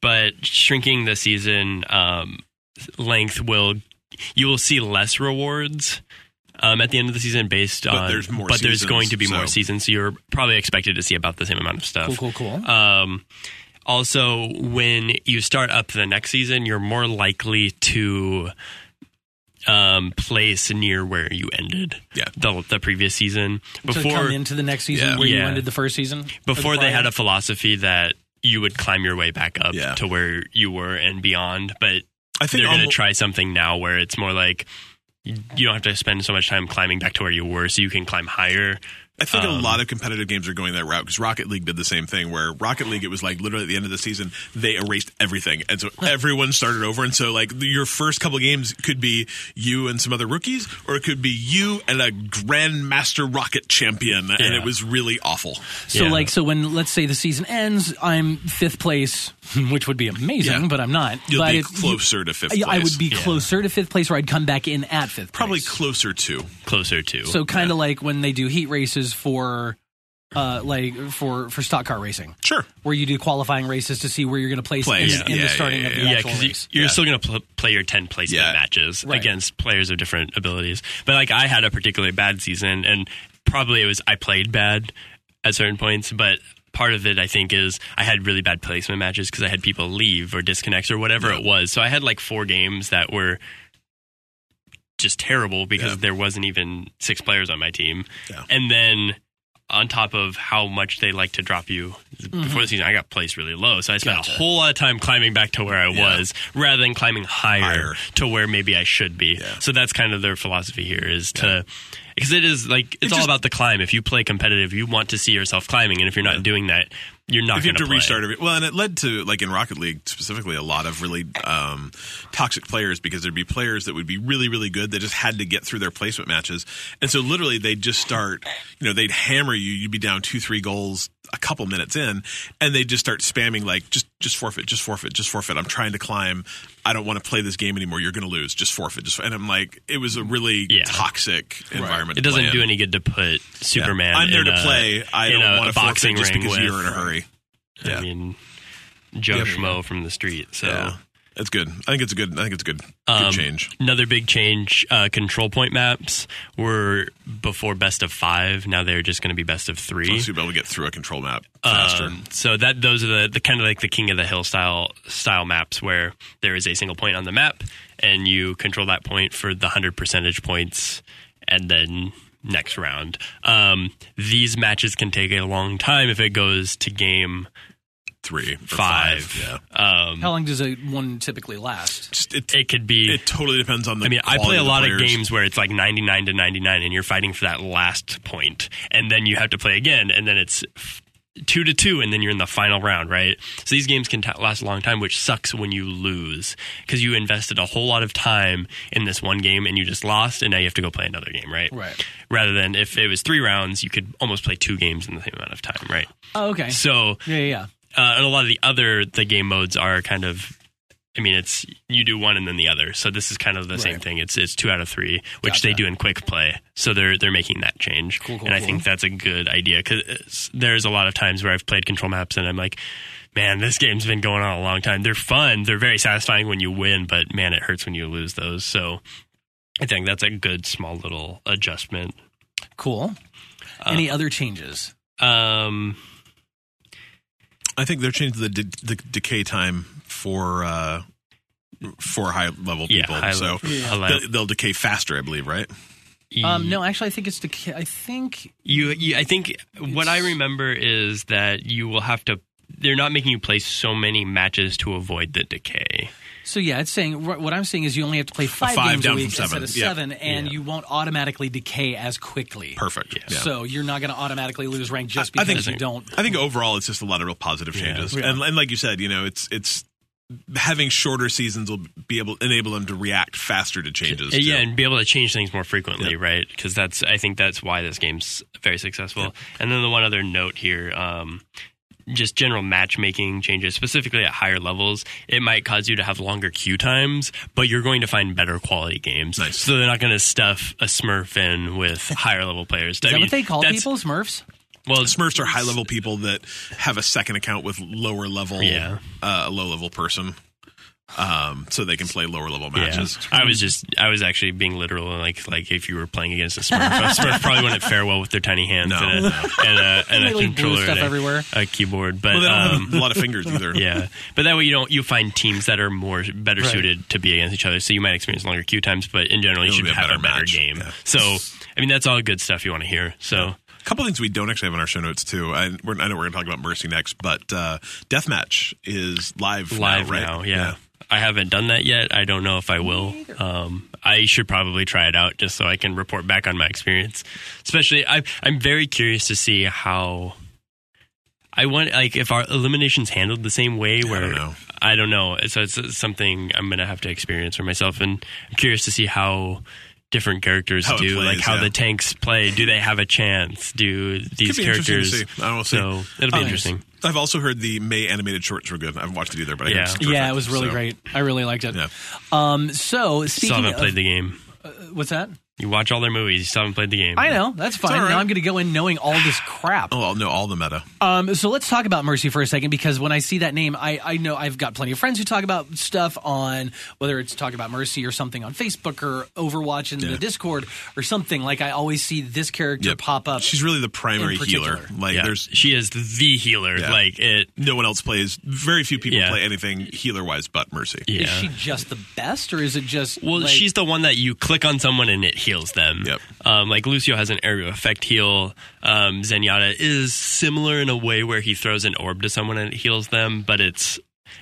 S3: but shrinking the season um, length will you will see less rewards um, at the end of the season based
S2: But
S3: on.
S2: there's more
S3: but there's
S2: seasons,
S3: going to be more
S2: so-
S3: seasons, so you're probably expected to see about the same amount of stuff.
S1: Cool, cool,
S2: Uh,
S1: cool.
S3: Um, also, when you start up the next season, you're more likely to um, place near where you ended
S2: Yeah.
S3: the, the previous season.
S1: So
S3: Before,
S1: come into the next season
S2: Yeah.
S1: where you
S3: Yeah.
S1: ended the first season.
S3: before they had
S1: a.
S3: a philosophy that you would climb your way back up
S2: Yeah.
S3: to where you were and beyond, but
S2: I think
S3: they're going to
S2: almo-
S3: try something now where it's more like you you don't have to spend so much time climbing back to where you were, so you can climb higher.
S2: I think
S1: Um,
S2: a lot of competitive games are going that route because Rocket League did the same thing. Where Rocket League, it was like literally at the end of the season, they erased everything, and so everyone started over. And so, like your first couple games could be you and some other rookies, or it could be you and a Grandmaster Rocket champion, and
S3: Yeah.
S2: it was really awful.
S1: So
S3: Yeah.
S1: like so when let's say the season ends, I'm fifth place, which would be amazing,
S2: Yeah.
S1: but I'm not.
S2: You'll
S1: but
S2: be
S1: if-
S2: closer to fifth.
S1: I- I
S2: place.
S1: would be closer to fifth place, or I'd come back in at fifth.
S2: probably
S1: place.
S2: closer to.
S3: Closer to
S1: so kind of like when they do heat races for, uh, like for for stock car racing,
S2: Sure.
S1: where you do qualifying races to see where you're going to place
S2: Play,
S1: in,
S2: yeah.
S1: in
S2: Yeah,
S1: the starting
S2: yeah,
S1: of the
S2: yeah,
S3: yeah,
S1: actual
S3: because
S1: race.
S3: you're
S2: Yeah.
S3: still going to pl- play your 10 placement
S2: Yeah.
S3: matches
S1: Right.
S3: against players of different abilities. But like I had a particularly bad season, and probably it was I played bad at certain points, but. Part of it, I think, is I had really bad placement matches because I had people leave or disconnect or whatever it was. So I had like four games that were just terrible because
S2: Yeah.
S3: there wasn't even six players on my team.
S2: Yeah.
S3: And then on top of how much they like to drop you before the season, I got placed really low. So I spent a whole lot of time climbing back to where I
S2: Yeah.
S3: was rather than climbing higher,
S2: Higher.
S3: to where maybe I should be. So that's kind of their philosophy here is to. Because it is like it's all
S2: just-
S3: about the climb. If you play competitive, you want to see yourself climbing, and if you're not doing that, you're not
S2: If you
S3: going
S2: have to
S3: play.
S2: restart every well, and it led to like in Rocket League specifically a lot of really um, toxic players because there'd be players that would be really really good that just had to get through their placement matches, and so literally they'd just start, you know, they'd hammer you. You'd be down two three goals a couple minutes in, and they just start spamming like just just forfeit, just forfeit, just forfeit. I'm trying to climb. I don't want to play this game anymore. You're going to lose. Just forfeit. Just and I'm like, it was a really
S3: Yeah.
S2: toxic environment.
S3: It
S2: to
S3: doesn't
S2: play
S3: do
S2: in.
S3: any good to put
S2: Yeah.
S3: Superman.
S2: I'm there
S3: in
S2: to
S3: a-
S2: play. I
S3: in
S2: don't
S3: a
S2: want to
S3: boxing
S2: forfeit just
S3: ring
S2: because
S3: with-
S2: you're in a hurry. Yeah.
S3: I mean, Joe
S2: Yeah.
S3: Schmo from the street. So
S2: Yeah. That's good. I think it's a good. I think it's a good. Good
S3: Um,
S2: change.
S3: Another big change: uh, control point maps were before best of five. Now they're just going to be best of
S2: So
S3: three.
S2: you'll be able to get through a control map faster.
S3: Um, so that those are the, the kind of like the king of the hill style style maps where there is a single point on the map and you control that point for the hundred percentage points and then next round. Um, these matches can take a long time if it goes to game
S2: Three, or
S3: five.
S2: Yeah.
S3: Um,
S1: How long does a one typically last?
S2: Just it.
S3: it could be
S2: It totally depends on the.
S3: I mean, I
S2: quality
S3: play a
S2: the
S3: lot of
S2: players.
S3: games where it's like 99 to 99 and you're fighting for that last point and then you have to play again and then it's f- 2 to 2 and then you're in the final round, right? So these games can t- last a long time, which sucks when you lose cuz you invested a whole lot of time in this one game and you just lost and now you have to go play another game, right?
S1: Right.
S3: Rather than if it was 3 rounds, you could almost play 2 games in the same amount of time, right?
S1: Oh, okay.
S3: So
S1: Yeah, yeah, yeah.
S3: uh, and a lot of the other the game modes are kind of I mean it's you do one and then the other. So this is kind of the same
S1: Right.
S3: thing. It's it's two out of three, which they
S1: Gotcha.
S3: do in quick play. So they're they're making that change.
S1: Cool, cool,
S3: and I
S1: cool.
S3: think that's a good idea because there's a lot of times where I've played control maps and I'm like, man, this game's been going on a long time. They're fun. They're very satisfying when you win, but man, it hurts when you lose those. So I think that's a good small little adjustment.
S1: Cool. Any
S2: Uh,
S1: other changes?
S3: Um,
S2: I think they're changing the de- the decay time for uh, for high level
S3: yeah,
S2: people.
S3: high
S2: so
S3: level- high
S2: they'll, they'll decay faster, I believe. Right?
S3: level-
S1: Um, no, actually, I think it's the. I think
S3: You, you I think what I
S1: It's-
S3: remember is that you will have to. They're not making you play so many matches to avoid the decay.
S1: so. Yeah, it's saying wh- what I'm saying is you only have to play five,
S2: five
S1: games
S2: down
S1: a week
S2: from seven.
S1: instead of
S2: Yeah.
S1: seven, and
S3: Yeah.
S1: you won't automatically decay as quickly.
S2: Perfect. Yeah.
S1: So you're not going to automatically lose rank just
S2: I- I
S1: because
S2: think-
S1: you don't.
S2: I think overall, it's just a lot of real positive
S3: Yeah.
S2: changes,
S1: Yeah.
S2: and, and like you said, you know, it's it's having shorter seasons will be able enable them to react faster to changes.
S3: Uh, yeah,
S2: too.
S3: and be able to change things more frequently, right? Because that's I think that's why this game's very successful. And then the one other note here. Um, just general matchmaking changes, specifically at higher levels, it might cause you to have longer queue times, but you're going to find better quality games.
S2: Nice.
S3: So they're not going to stuff a Smurf in with higher level players.
S1: Is that what they call people? Smurfs?
S3: Well,
S2: Smurfs are high level people that have a second account with lower level,
S3: Yeah.
S2: uh, low level person, um, so they can play lower level matches.
S3: I was just I was actually being literal and like like if you were playing against a Smurf, a Smurf probably wouldn't fare well with their tiny hands
S2: No.
S3: and a and a, and
S1: They
S3: a
S1: leave blue
S3: controller
S1: stuff
S3: and a,
S1: everywhere.
S3: a keyboard. But
S2: Well, they don't
S3: um,
S2: have a lot of fingers either.
S3: yeah, but that way you don't you find teams that are more better
S1: Right.
S3: suited to be against each other. So you might experience longer queue times, but in general you
S2: It'll
S3: should
S2: be a
S3: have
S2: better
S3: a better
S2: match.
S3: game.
S2: Yeah.
S3: So I mean that's all good stuff you want to hear. So
S2: A couple things we don't actually have in our show notes too. I, we're, I know we're going to talk about Mercy next, but uh, Deathmatch is live,
S3: live
S2: now, right?
S3: now, yeah. I haven't done that yet. I don't know if I will. Um, I should probably try it out just so I can report back on my experience. Especially, I, I'm very curious to see how. I want like if our eliminations handled the same way. Where
S2: don't know.
S3: I don't know. So it's, it's something I'm gonna have to experience for myself, and I'm curious to see how different characters
S2: How it
S3: do,
S2: plays,
S3: like how
S2: yeah.
S3: the tanks play. Do they have a chance? Do these
S2: be interesting to
S3: characters?
S2: see. I will see.
S3: so it'll be
S2: Um,
S3: interesting.
S2: I've also heard the May animated shorts were good. I haven't watched it either, but I
S3: Yeah.
S2: heard it's terrific,
S1: Yeah, it was really
S2: so-
S1: great. I really liked it.
S2: Yeah.
S1: Um, so
S3: Still
S1: speaking
S3: haven't
S1: of,
S3: played the game.
S1: what's that?
S3: You watch all their movies. You still haven't played the game.
S1: I know that's fine.
S2: all right.
S1: Now I'm going to go in knowing all this crap.
S2: Oh, I'll know all the meta.
S1: Um, so let's talk about Mercy for a second because when I see that name, I, I know I've got plenty of friends who talk about stuff on whether it's talk about Mercy or something on Facebook or Overwatch in the Discord or something. Like I always see this character
S2: Yep.
S1: pop up.
S2: She's really the primary
S1: In
S2: healer.
S1: particular.
S2: Like
S3: Yeah.
S2: there's
S3: she is the healer.
S2: Yeah.
S3: Like it.
S2: no one else plays. Very few people
S3: Yeah.
S2: play anything healer wise but Mercy.
S3: Yeah.
S1: Is she just the best, or is it just
S3: well,
S1: like-
S3: she's the one that you click on someone and it heals them.
S2: Yep.
S3: Um, like Lucio has an area of effect heal. Um, Zenyatta is similar in a way where he throws an orb to someone and it heals them, but it's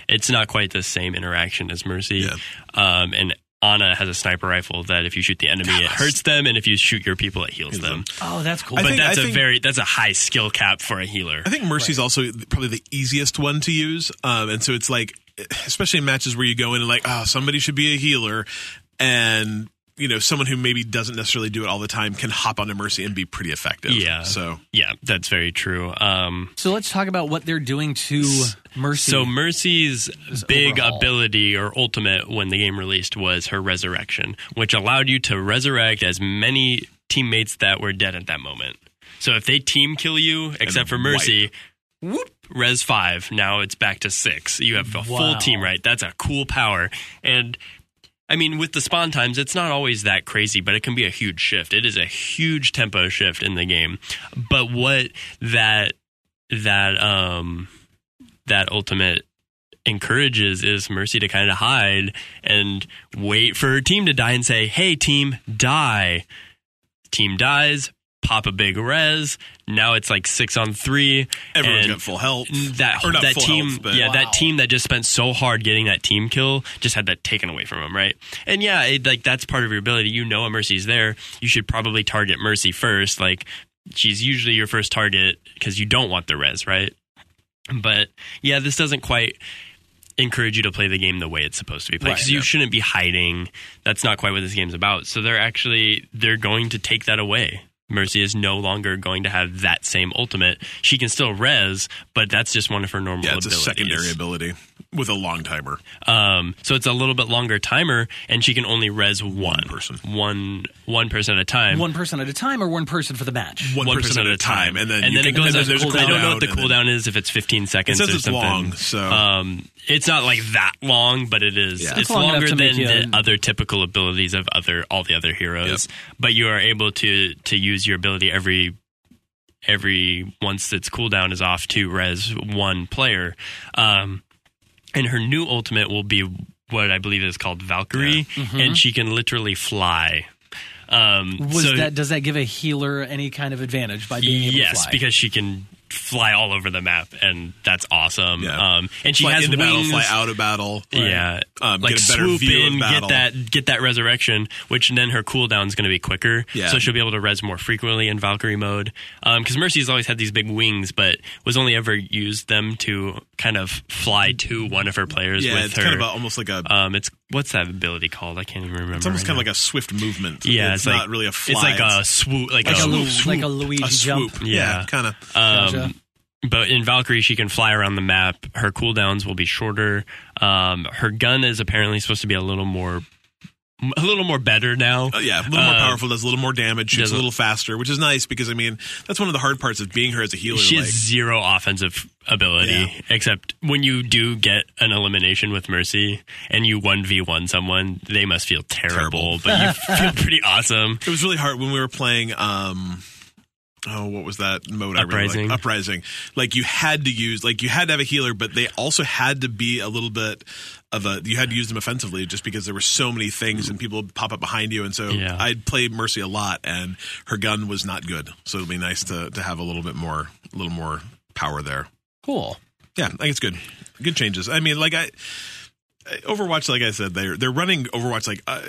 S3: it's not quite the same interaction as Mercy.
S2: Yeah.
S3: Um, and Ana has a sniper rifle that if you shoot the enemy, it hurts them, and if you shoot your people, it heals them.
S1: oh that's cool.
S2: I
S3: But
S2: think-
S3: that's a
S2: think-
S3: very that's a high skill cap for a healer.
S2: I think Mercy's also probably the easiest one to use. Um, and so it's like, especially in matches where you go in and like, oh, somebody should be a healer. And you know someone who maybe doesn't necessarily do it all the time can hop onto Mercy and be pretty effective.
S3: Yeah.
S2: So
S3: Yeah, that's very true. Um,
S1: So let's talk about what they're doing to Mercy.
S3: so Mercy's big
S1: overhaul.
S3: ability or ultimate when the game released was her resurrection, which allowed you to resurrect as many teammates that were dead at that moment. So if they team kill you, except for
S2: wipe.
S3: Mercy, whoop, res five. Now it's back to six. You have a full
S1: Wow.
S3: team, right? That's a cool power. And I mean, with the spawn times, it's not always that crazy, but it can be a huge shift. It is a huge tempo shift in the game. But what that that um that ultimate encourages is Mercy to kind of hide and wait for her team to die and say, "Hey, team, die." Team dies. Pop a big res. Now it's like six on three.
S2: everyone's
S3: and
S2: got full health.
S3: that
S2: Or not
S3: that
S2: full
S3: team,
S2: health, but-
S3: yeah,
S1: Wow.
S3: that team that just spent so hard getting that team kill just had that taken away from them, right? And yeah, it, like that's part of your ability. You know, a Mercy's there. You should probably target Mercy first. Like she's usually your first target because you don't want the res, right? But yeah, this doesn't quite encourage you to play the game the way it's supposed to be played
S1: Right,
S3: because you shouldn't be hiding. That's not quite what this game's about. So they're actually they're going to take that away. Mercy is no longer going to have that same ultimate. She can still res, but that's just one of her normal
S2: yeah, it's a
S3: abilities.
S2: secondary ability with a long timer.
S3: Um, so it's a little bit longer timer, and she can only res one,
S2: person.
S3: one one person at a time.
S1: one person at a time or one person for the match?
S2: One, person, at a time, and then
S3: and
S2: you
S3: then it
S2: can-
S3: goes.
S2: and
S3: up to
S2: there's a
S3: cooldown. I don't know
S2: cooldown,
S3: what the
S2: and then-
S3: cooldown is. If it's 15 seconds
S2: It says
S3: or
S2: it's
S3: something.
S2: long, so-
S3: um, it's not like that long, but it is.
S2: Yeah.
S3: It's,
S1: It's long enough
S3: longer
S1: to
S3: than
S1: make you-
S3: the other typical abilities of other all the other heroes. But you are able to to use your ability every every once its cooldown is off to res one player. Um, and her new ultimate will be what I believe is called Valkyrie,
S2: Mm-hmm.
S3: and she can literally fly. Um,
S1: Was
S3: so-
S1: that does that give a healer any kind of advantage by being able
S3: yes,
S1: to fly?
S3: because she can fly all over the map, and that's awesome.
S2: Yeah.
S3: Um, and she
S2: fly
S3: has
S2: into
S3: wings.
S2: battle, fly out of battle.
S3: Yeah,
S2: Um,
S3: like
S2: get a better
S3: swoop
S2: view of
S3: in,
S2: battle.
S3: get that, get that resurrection, which then her cooldown's going to be quicker.
S2: Yeah.
S3: so she'll be able to res more frequently in Valkyrie mode. Because Mercy's always had these big wings, but was only ever used them to kind of fly to one of her players
S2: Yeah,
S3: with
S2: it's
S3: her.
S2: kind of a, almost like a.
S3: um, it's what's that ability called? I can't even remember.
S2: it's almost
S3: right
S2: kind of
S3: now.
S2: like a swift movement.
S3: yeah,
S2: it's,
S3: like,
S2: not really a fly.
S3: It's like
S2: it's-
S3: a swoop, like,
S1: like
S3: a
S1: a, Lu-
S2: swoop,
S1: like a
S2: a
S1: Luigi
S2: swoop.
S1: jump.
S2: Yeah,
S3: Yeah.
S2: kind of.
S3: Um,
S1: Gotcha.
S3: But in Valkyrie, she can fly around the map. Her cooldowns will be shorter. Um, her gun is apparently supposed to be a little more, a little more better now.
S2: Oh, yeah, a little more
S3: Uh,
S2: powerful, does a little more damage, shoots
S3: does
S2: a
S3: a-
S2: little faster, which is nice because I mean that's one of the hard parts of being her as a healer.
S3: She
S2: like,
S3: has zero offensive ability,
S2: Yeah.
S3: except when you do get an elimination with Mercy and you one v one someone, they must feel terrible, but you feel pretty awesome.
S2: it was really hard when we were playing. um Oh, what was that mode? I really
S3: Uprising.
S2: liked? Uprising. Like you had to use, like you had to have a healer, but they also had to be a little bit of a. You had to use them offensively, just because there were so many things and people would pop up behind you. And so
S3: Yeah.
S2: I'd play Mercy a lot, and her gun was not good. So it'd be nice to to have a little bit more, a little more power there.
S1: Cool.
S2: Yeah, I think it's good. Good changes. I mean, like I Overwatch, like I said, they're they're running Overwatch like uh,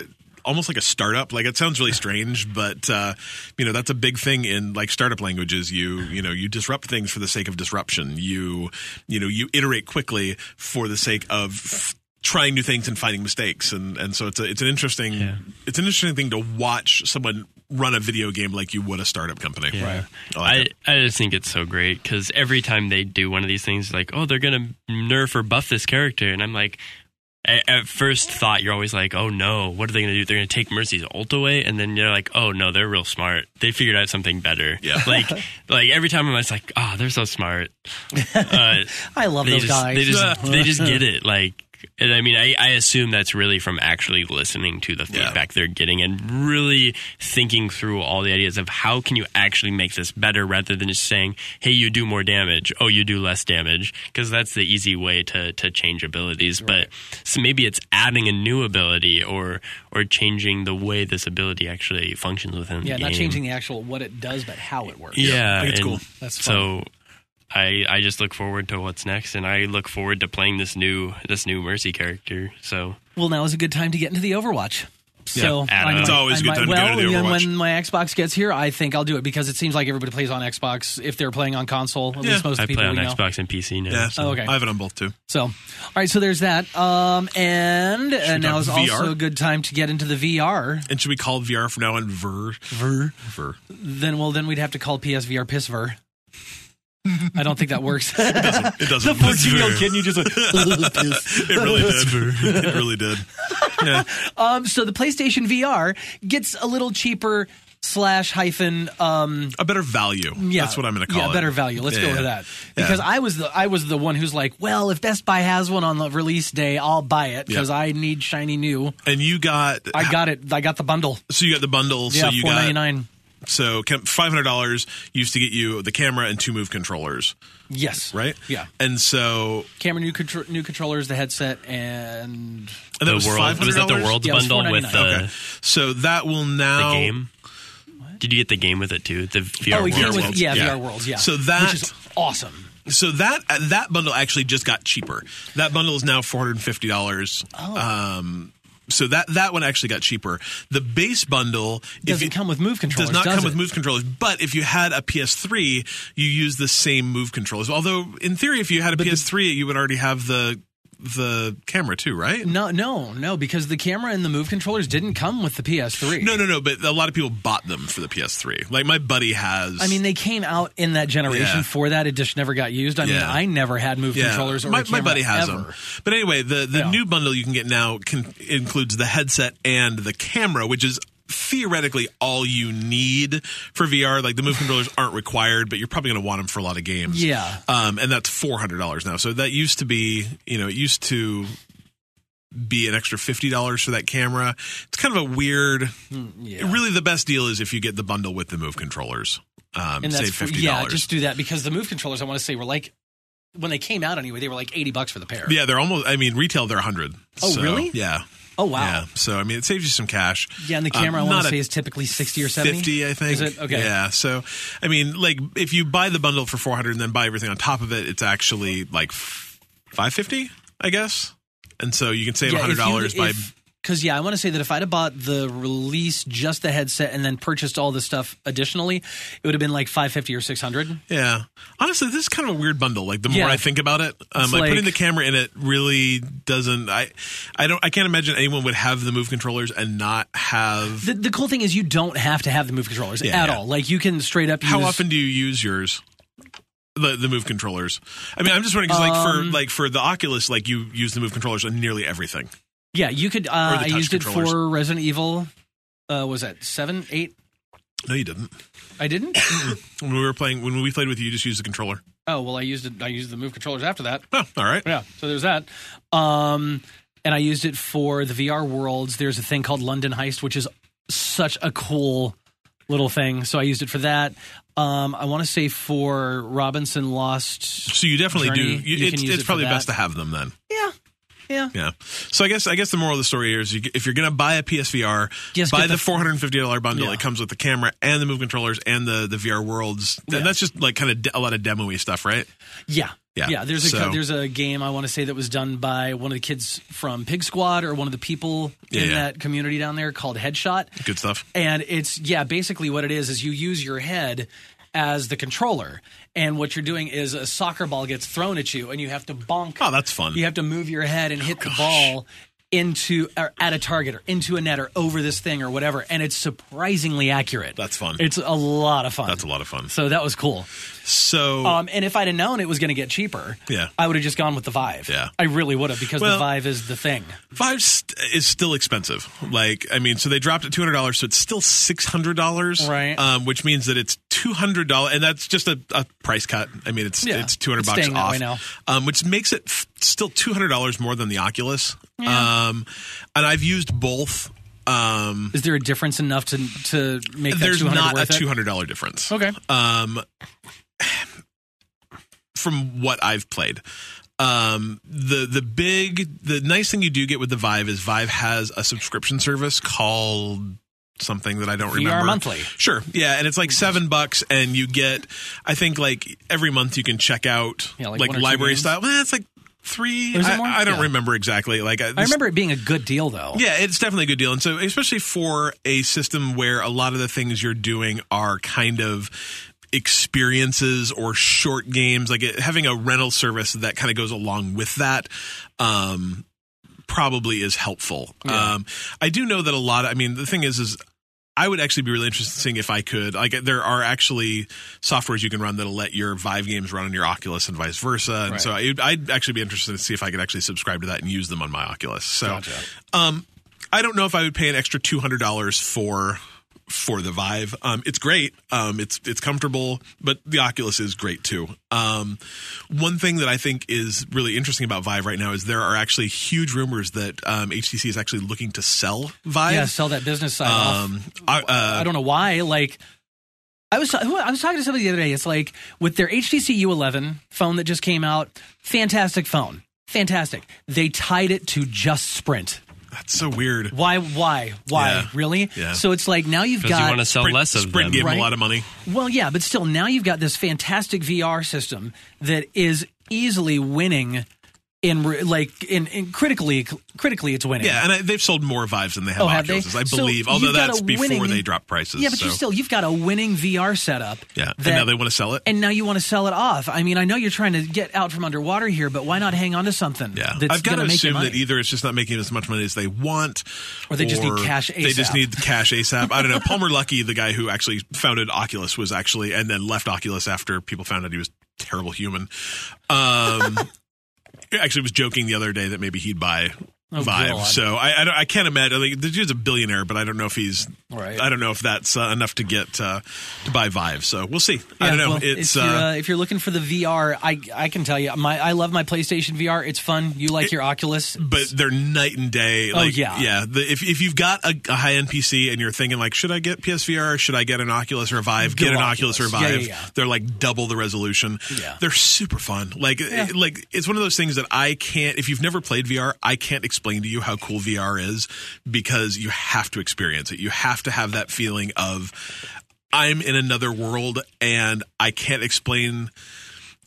S2: almost like a startup. Like it sounds really strange, but uh, you know that's a big thing in like startup languages. You you know you disrupt things for the sake of disruption. You you know you iterate quickly for the sake of. F- trying new things and finding mistakes and and so it's a, it's an interesting it's an interesting thing to watch someone run a video game like you would a startup company
S3: Yeah.
S2: I like
S3: I,
S2: it.
S3: I just think it's so great because every time they do one of these things, like, oh, they're going to nerf or buff this character. And I'm like, at, at first thought, you're always like, oh no, what are they going to do? They're going to take Mercy's ult away. And then you're like, oh no, they're real smart. They figured out something better.
S2: Yeah.
S3: Like, like every time I'm just like, oh, they're so smart. Uh,
S1: I love
S3: they
S1: those
S3: just,
S1: guys.
S3: They just, they just get it. Like, and I mean, I, I assume that's really from actually listening to the
S2: Yeah.
S3: feedback they're getting and really thinking through all the ideas of how can you actually make this better rather than just saying, hey, you do more damage. Oh, you do less damage. Because that's the easy way to, to change abilities. But so maybe it's adding a new ability or or changing the way this ability actually functions within
S1: yeah,
S3: the game.
S1: not changing the actual what it does, but how it works.
S3: Yeah,
S2: I think it's
S3: and
S2: cool.
S1: That's
S3: so. I I just look forward to what's next, and I look forward to playing this new this new Mercy character. So
S1: Well, now is a good time to get into the Overwatch. So
S3: add
S1: I
S3: up. It's
S2: always a good
S1: might-
S2: time to go
S1: well,
S2: to the
S1: when-
S2: Overwatch.
S1: when my Xbox gets here, I think I'll do it because it seems like everybody plays on Xbox if they're playing on console. At
S2: Yeah.
S1: least most
S3: I
S1: people
S3: play on
S1: we know.
S3: Xbox and PC now.
S2: Yeah, so
S1: Oh, okay.
S2: I have it on both too.
S1: So, all right, so there's that. Um, and and now
S2: talk
S1: is
S2: VR?
S1: also a good time to get into the VR.
S2: And should we call VR from now on Ver?
S1: Ver.
S2: Ver.
S1: Then, well, then we'd have to call PSVR Pissver. I don't think that works.
S2: It doesn't.
S1: the 14 year old
S2: Ver.
S1: kid, you just went, piss.
S2: It really did. It really did. Yeah.
S1: Um, so the PlayStation VR gets a little cheaper slash hyphen. Um,
S2: A better value.
S1: yeah,
S2: That's what I'm going to call
S1: yeah,
S2: it.
S1: better value. Let's go
S2: Yeah.
S1: with that
S2: Yeah.
S1: because I was the I was the one who's like, well, if Best Buy has one on the release day, I'll buy it because
S2: Yeah.
S1: I need shiny new.
S2: And you got
S1: I got it. I got the bundle.
S2: so you got the bundle.
S1: Yeah,
S2: so you
S1: four ninety
S2: got
S1: nine.
S2: so five hundred dollars used to get you the camera and two move controllers,
S1: Yes,
S2: right?
S1: Yeah,
S2: And so
S1: camera, new contro- new controllers, the headset, and
S2: and that
S3: The
S2: was
S3: world was that the
S2: $500?
S3: world's
S1: Yeah, it was
S3: bundle with the,
S1: $4.99.
S2: Okay. So that will
S3: the
S2: now
S3: game. Did you get the game with it too? The VR
S1: oh, it came
S3: World.
S1: with-
S2: Worlds.
S1: yeah,
S2: Yeah.
S1: VR Worlds. Yeah,
S2: So that-
S1: which is awesome.
S2: so that uh, that bundle actually just got cheaper. That bundle is now four hundred and fifty dollars.
S1: Oh.
S2: Um, so that that one actually got cheaper. The base bundle if
S1: Doesn't
S2: you-
S1: come with move controllers.
S2: does not
S1: does
S2: come
S1: it?
S2: with move controllers. But if you had a PS3, you use the same move controllers. Although in theory, if you had a PS3, you would already have the the camera too, right?
S1: No, no, no, because the camera and the move controllers didn't come with the PS3.
S2: No, no, no. But a lot of people bought them for the PS3. Like my buddy has.
S1: I mean, they came out in that generation
S2: Yeah.
S1: for that. It just never got used. I mean,
S2: Yeah.
S1: I never had move controllers or
S2: my,
S1: a
S2: my
S1: camera
S2: buddy has
S1: ever.
S2: them. But anyway, the the
S1: Yeah.
S2: new bundle you can get now can, includes the headset and the camera, which is theoretically all you need for VR. Like the move controllers aren't required, but you're probably going to want them for a lot of games.
S1: Yeah.
S2: um, and that's four hundred dollars now. So that used to be, you know, it used to be an extra fifty dollars for that camera. It's kind of a weird.
S1: Mm, Yeah.
S2: Really, the best deal is if you get the bundle with the move controllers. Um,
S1: And
S2: save
S1: that's
S2: fifty
S1: yeah,
S2: dollars.
S1: just do that because the move controllers I want to say were like when they came out anyway, they were like 80 bucks for the pair.
S2: Yeah, they're almost. I mean, retail they're hundred.
S1: Oh, really?
S2: Yeah.
S1: Oh wow.
S2: Yeah.
S1: Yeah.
S2: So I mean, it saves you some cash.
S1: and the
S2: Um,
S1: camera I want
S2: not
S1: to
S2: a
S1: say is typically 60 or 70.
S2: Fifty, I think.
S1: Is it? Okay.
S2: Yeah. So, I mean, like, if you buy the bundle for four hundred and then buy everything on top of it, it's actually like five fifty, I guess. And so you can save hundred dollars by.
S1: because yeah, I want to say that if I'd have bought the release just the headset and then purchased all the stuff additionally, it would have been like 550 or 600.
S2: yeah. Honestly, this is kind of a weird bundle. Like the more
S1: Yeah.
S2: I think about it, um,
S1: It's
S2: like, putting
S1: like-
S2: the camera in it really doesn't. I, I don't. I can't imagine anyone would have the move controllers and not have.
S1: The, the cool thing is you don't have to have the move controllers
S2: Yeah,
S1: at
S2: yeah.
S1: all. Like you can straight up.
S2: How
S1: use,
S2: often do you use yours? The, the move controllers. I mean, I'm just wondering 'cause, like for
S1: Um,
S2: like for the Oculus, like you use the move controllers on nearly everything.
S1: Yeah, you could. Uh, I
S2: touch
S1: used it for
S2: controllers.
S1: Resident Evil. Uh, was that seven, eight?
S2: No, you didn't.
S1: I didn't.
S2: When we were playing, when we played with you, you just used the controller.
S1: oh well, I used it. I used the move controllers after that.
S2: Oh, all right.
S1: Yeah, so there's that. Um, and I used it for the VR worlds. There's a thing called London Heist, which is such a cool little thing. So I used it for that. Um, I want to say for Robinson Lost.
S2: So you definitely
S1: Journey,
S2: do. You,
S1: you
S2: it's
S1: can use
S2: it's
S1: it for
S2: probably
S1: that.
S2: best to have them then.
S1: Yeah, yeah.
S2: Yeah. So I guess I guess the moral of the story here is you, if you're going to buy a PSVR,
S1: Just
S2: buy
S1: get
S2: the,
S1: the-
S2: $450 bundle.
S1: Yeah.
S2: It comes with the camera and the move controllers and the the VR worlds.
S1: Yeah.
S2: And that's just like kind of de- a lot of demo-y stuff, right?
S1: Yeah.
S2: Yeah.
S1: there's a
S2: So-
S1: there's a game I want to say that was done by one of the kids from Pig Squad or one of the people
S2: Yeah,
S1: in
S2: yeah.
S1: that community down there called Headshot.
S2: Good stuff.
S1: And it's yeah, basically what it is is you use your head as the controller and what you're doing is a soccer ball gets thrown at you and you have to bonk
S2: Oh, that's fun.
S1: you have to move your head and hit the ball into or at a target or into a net or over this thing or whatever and it's surprisingly accurate.
S2: That's fun.
S1: It's a lot of fun.
S2: That's a lot of fun.
S1: So that was cool.
S2: So
S1: Um, and if I'd have known it was going to get cheaper,
S2: Yeah.
S1: I would have just gone with the Vive.
S2: Yeah.
S1: I really would have because
S2: Well-
S1: the Vive is the thing.
S2: Five st- is still expensive. Like, I mean, so they dropped it two hundred dollars, so it's still six hundred dollars,
S1: Right.
S2: Um, which means that it's two hundred dollars, and that's just a, a price cut. I mean, it's
S1: Yeah,
S2: it's two hundred
S1: it's
S2: bucks
S1: staying that
S2: off,
S1: way now.
S2: Um, which makes it f- still two hundred dollars more than the Oculus. Um, and I've used both. Um,
S1: Is there a difference enough to to make that
S2: there's
S1: 200
S2: not a
S1: worth
S2: two
S1: it?
S2: hundred dollar difference.
S1: Okay.
S2: Um, from what I've played. Um, the the big the nice thing you do get with the Vive is Vive has a subscription service called something that I don't remember.
S1: monthly.
S2: Sure. Yeah, and it's like 7 bucks and you get I think like every month you can check out
S1: Yeah,
S2: like,
S1: like one or two
S2: library
S1: games.
S2: style. Eh, it's like three.
S1: Was it
S2: I,
S1: more?
S2: I don't
S1: Yeah.
S2: remember exactly. Like uh,
S1: I
S2: this-
S1: remember it being a good deal though.
S2: Yeah, it's definitely a good deal. And so, especially for a system where a lot of the things you're doing are kind of experiences or short games, like it, having a rental service that kind of goes along with that. Um, probably is helpful.
S1: Yeah.
S2: Um, I do know that a lot. I mean, the thing is, is I would actually be really interested in seeing if I could. Like, there are actually softwares you can run that'll let your Vive games run on your Oculus and vice versa. And so I, I'd actually be interested to see if I could actually subscribe to that and use them on my Oculus. So,
S1: Gotcha.
S2: um, I don't know if I would pay an extra two hundred dollars for for the Vive. Um, it's great. Um, it's it's comfortable, but the Oculus is great too. Um, one thing that I think is really interesting about Vive right now is there are actually huge rumors that um, HTC is actually looking to sell Vive.
S1: yeah, sell that business side off.
S2: Um, I,
S1: I
S2: uh,
S1: don't know why. Like, I was who- I was talking to somebody the other day. It's like with their HTC U11 phone that just came out, fantastic phone, fantastic. They tied it to just Sprint.
S2: that's so weird.
S1: Why? Why? Why?
S2: Yeah.
S1: Really?
S2: Yeah.
S1: So it's like now you've
S3: Because you
S1: got
S3: want to sell
S2: Sprint,
S3: less of
S2: Sprint
S3: them.
S2: gave them
S1: Right?
S2: a lot of money.
S1: well, yeah, but still now you've got this fantastic VR system that is easily winning in re- like in, in critically critically it's winning.
S2: Yeah, and I, they've sold more Vives than they have
S1: Oh, have they?
S2: Oculuses, I
S1: So
S2: believe.
S1: you've
S2: although
S1: got
S2: that's
S1: a
S2: before
S1: winning-
S2: they dropped prices.
S1: Yeah, but you
S2: so-
S1: still you've got a winning VR setup.
S2: Yeah, and
S1: that-
S2: now they want to sell it.
S1: and now you want to sell it off. I mean, I know you're trying to get out from underwater here, but why not hang on to something?
S2: Yeah,
S1: that's
S2: I've got
S1: gonna
S2: to
S1: make you
S2: assume
S1: money?
S2: that either it's just not making as much money as they want,
S1: Or they just need cash
S2: They just
S1: ASAP.
S2: need the cash ASAP. I don't know. Palmer Lucky, the guy who actually founded Oculus, was actually and then left Oculus after people found out he was a terrible human. Um, actually, was joking the other day that maybe he'd buy.
S1: Oh,
S2: Vive.
S1: God.
S2: So I I, don't, I can't imagine. Like, the dude's a billionaire, but I don't know if he's.
S1: Right.
S2: I don't know if that's uh, enough to get uh, to buy Vive. So we'll see. I
S1: Yeah,
S2: don't know.
S1: well,
S2: it's
S1: if you're,
S2: uh,
S1: uh, if you're looking for the VR, I I can tell you, my I love my PlayStation VR. It's fun. You like your Oculus,
S2: but they're night and day. Like,
S1: Oh, yeah.
S2: yeah. The, if if you've got a, a high end PC and you're thinking like, should I get PSVR? Should I get an Oculus Revive?
S1: Go
S2: Get, an
S1: Oculus.
S2: Oculus,
S1: Yeah,
S2: Revive.
S1: yeah, yeah.
S2: They're like double the resolution.
S1: Yeah.
S2: They're super fun. Like it- like it's one of those things that I can't. If you've never played VR, I can't explain to you how cool VR is because you have to experience it. You have to have that feeling of. I'm in another world and I can't explain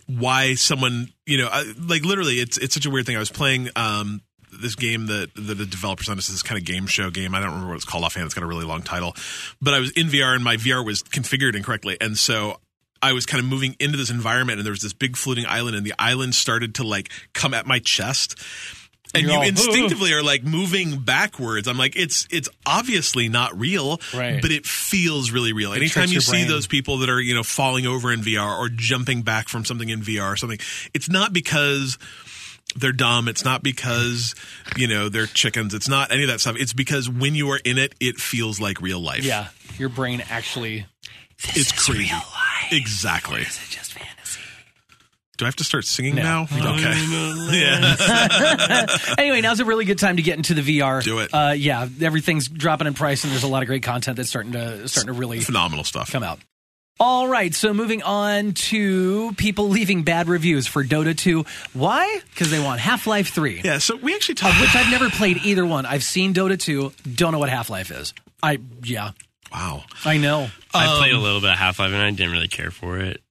S2: why someone you know I, like literally it's it's such a weird thing i was playing um this game that, that the developers on this is this kind of game show game. I don't remember what it's called offhand. It's got a really long title, but I was in VR and my VR was configured incorrectly, and so I was kind of moving into this environment, and there was this big floating island, and the island started to like come at my chest, and
S1: You're
S2: you
S1: all, "Ooh."
S2: instinctively are like moving backwards. I'm like, it's it's obviously not real,
S1: Right.
S2: but it feels really real. Anytime
S1: tricks
S2: you
S1: your
S2: see
S1: brain.
S2: those people that are you know falling over in VR or jumping back from something in VR or something, it's not because they're dumb. It's not because you know they're chickens. It's not any of that stuff. It's because when you are in it, it feels like real life.
S1: yeah, your brain actually.
S2: it's crazy. Exactly.
S1: It's just fantasy.
S2: Do I have to start singing
S1: No.
S2: now? Okay. yeah.
S1: Anyway, now's a really good time to get into the VR.
S2: Do it.
S1: Uh, yeah, everything's dropping in price, and there's a lot of great content that's starting to starting to really
S2: Phenomenal stuff.
S1: come out. All right, so moving on to people leaving bad reviews for Dota 2. Why? Because they want Half Life 3,
S2: Yeah. So we actually
S1: of
S2: talked.
S1: which I've never played either one. I've seen Dota 2, don't know what Half Life is. I, yeah,
S2: Wow.
S1: I know.
S3: I played a
S2: um,
S3: little bit of Half Life and I didn't really care for it.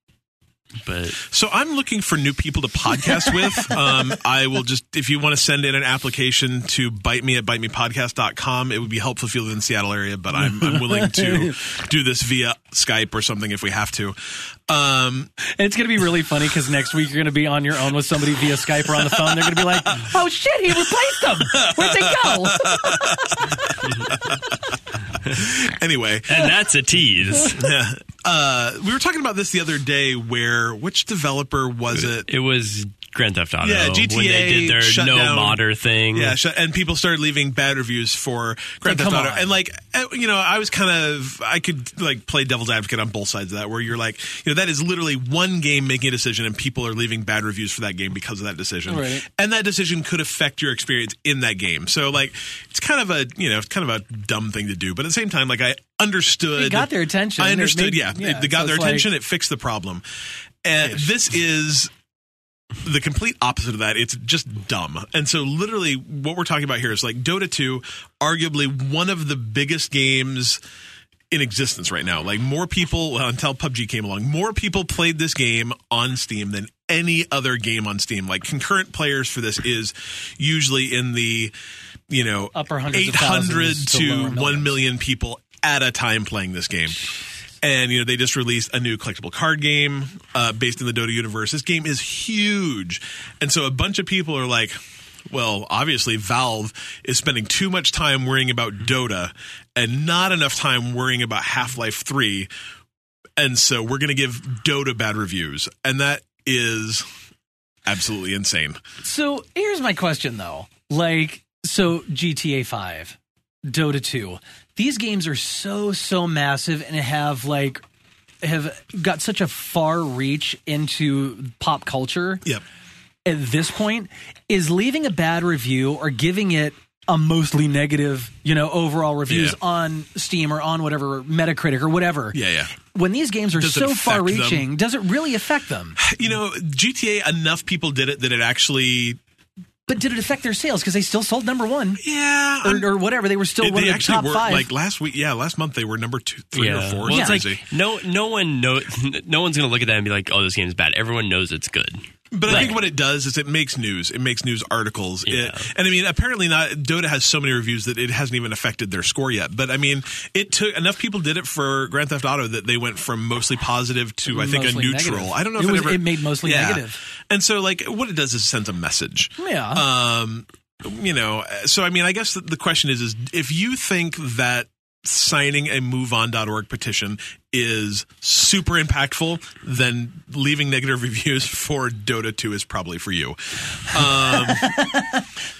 S3: But
S2: So I'm looking for new people to podcast with. Um, I will just, if you want to send in an application to bite me at bitemepodcast.com, it would be helpful if you live in the Seattle area, but I'm, I'm willing to do this via Skype or something if we have to. Um,
S1: And it's going to be really funny because next week you're going to be on your own with somebody via Skype or on the phone. They're going to be like, oh shit, he replaced them. Where'd they go?
S2: anyway,
S3: and that's a tease.
S2: uh, we were talking about this the other day where, which developer was it?
S3: it was Grand Theft Auto.
S2: Yeah,
S3: when
S2: GTA
S3: they did their
S2: shut
S3: no
S2: down-
S3: modder thing.
S2: Yeah, sh- and people started leaving bad reviews for
S1: Like,
S2: Grand Theft
S1: come
S2: Auto,
S1: on.
S2: and like uh, you know, I was kind of I could like play devil's advocate on both sides of that, where you're like, you know, that is literally one game making a decision, and people are leaving bad reviews for that game because of that decision,
S1: Right.
S2: and that decision could affect your experience in that game. So like, it's kind of a you know, it's kind of a dumb thing to do, but at the same time, like I understood,
S1: It got their attention.
S2: I
S1: It
S2: understood,
S1: made-
S2: yeah,
S1: yeah,
S2: it, it got
S1: so
S2: their
S1: it's like-
S2: attention. it fixed the problem, and this is the complete opposite of that. It's just dumb. And so, literally, what we're talking about here is like Dota 2, arguably one of the biggest games in existence right now. Like more people well, until PUBG came along, more people played this game on Steam than any other game on Steam. Like concurrent players for this is usually in the you know
S1: Upper hundreds of
S2: eight hundred
S1: thousands to
S2: to
S1: lower
S2: one
S1: millions.
S2: million people at a time playing this game. And you know they just released a new collectible card game uh, based in the Dota universe. This game is huge, and so a bunch of people are like, "Well, obviously Valve is spending too much time worrying about Dota and not enough time worrying about Half Life Three, and so we're going to give Dota bad reviews." And that is absolutely insane.
S1: So here's my question though. Like, so GTA 5, Dota 2, these games are so, so massive and have like, have got such a far reach into pop culture
S2: Yep.
S1: at this point. Is leaving a bad review or giving it a mostly negative, you know, overall reviews
S2: Yeah.
S1: on Steam or on whatever Metacritic or whatever.
S2: Yeah, yeah.
S1: When these games are
S2: Does it
S1: so
S2: affect them?
S1: far reaching, does it really affect them?
S2: You know, GTA enough people did it that it actually
S1: But did it affect their sales? Because they still sold number one.
S2: yeah. I'm-
S1: or, or whatever. They were still
S2: they,
S1: one
S2: they
S1: of the
S2: actually
S1: top
S2: were
S1: five.
S2: like last week. Yeah, last month they were number two, three, or four.
S3: Well,
S1: Yeah.
S3: it's
S2: something
S3: like
S2: crazy.
S3: no, no one know, no one's gonna look at that and be like, "Oh, this game's bad." Everyone knows it's good.
S2: But I think what it does is it makes news. It makes news articles. It-
S3: Yeah.
S2: and I mean, apparently not. Dota has so many reviews that it hasn't even affected their score yet. But I mean, it took enough people did it for Grand Theft Auto that they went from mostly positive to I think
S1: Mostly
S2: a neutral.
S1: negative.
S2: I don't know
S1: It
S2: if it,
S1: was-
S2: ever,
S1: it made mostly
S2: Yeah.
S1: negative.
S2: And so, like, what it does is it sends a message.
S1: yeah.
S2: um, you know, so I mean, I guess the, the question is, is if you think that signing a moveon.org petition is super impactful, then leaving negative reviews for Dota 2 is probably for you.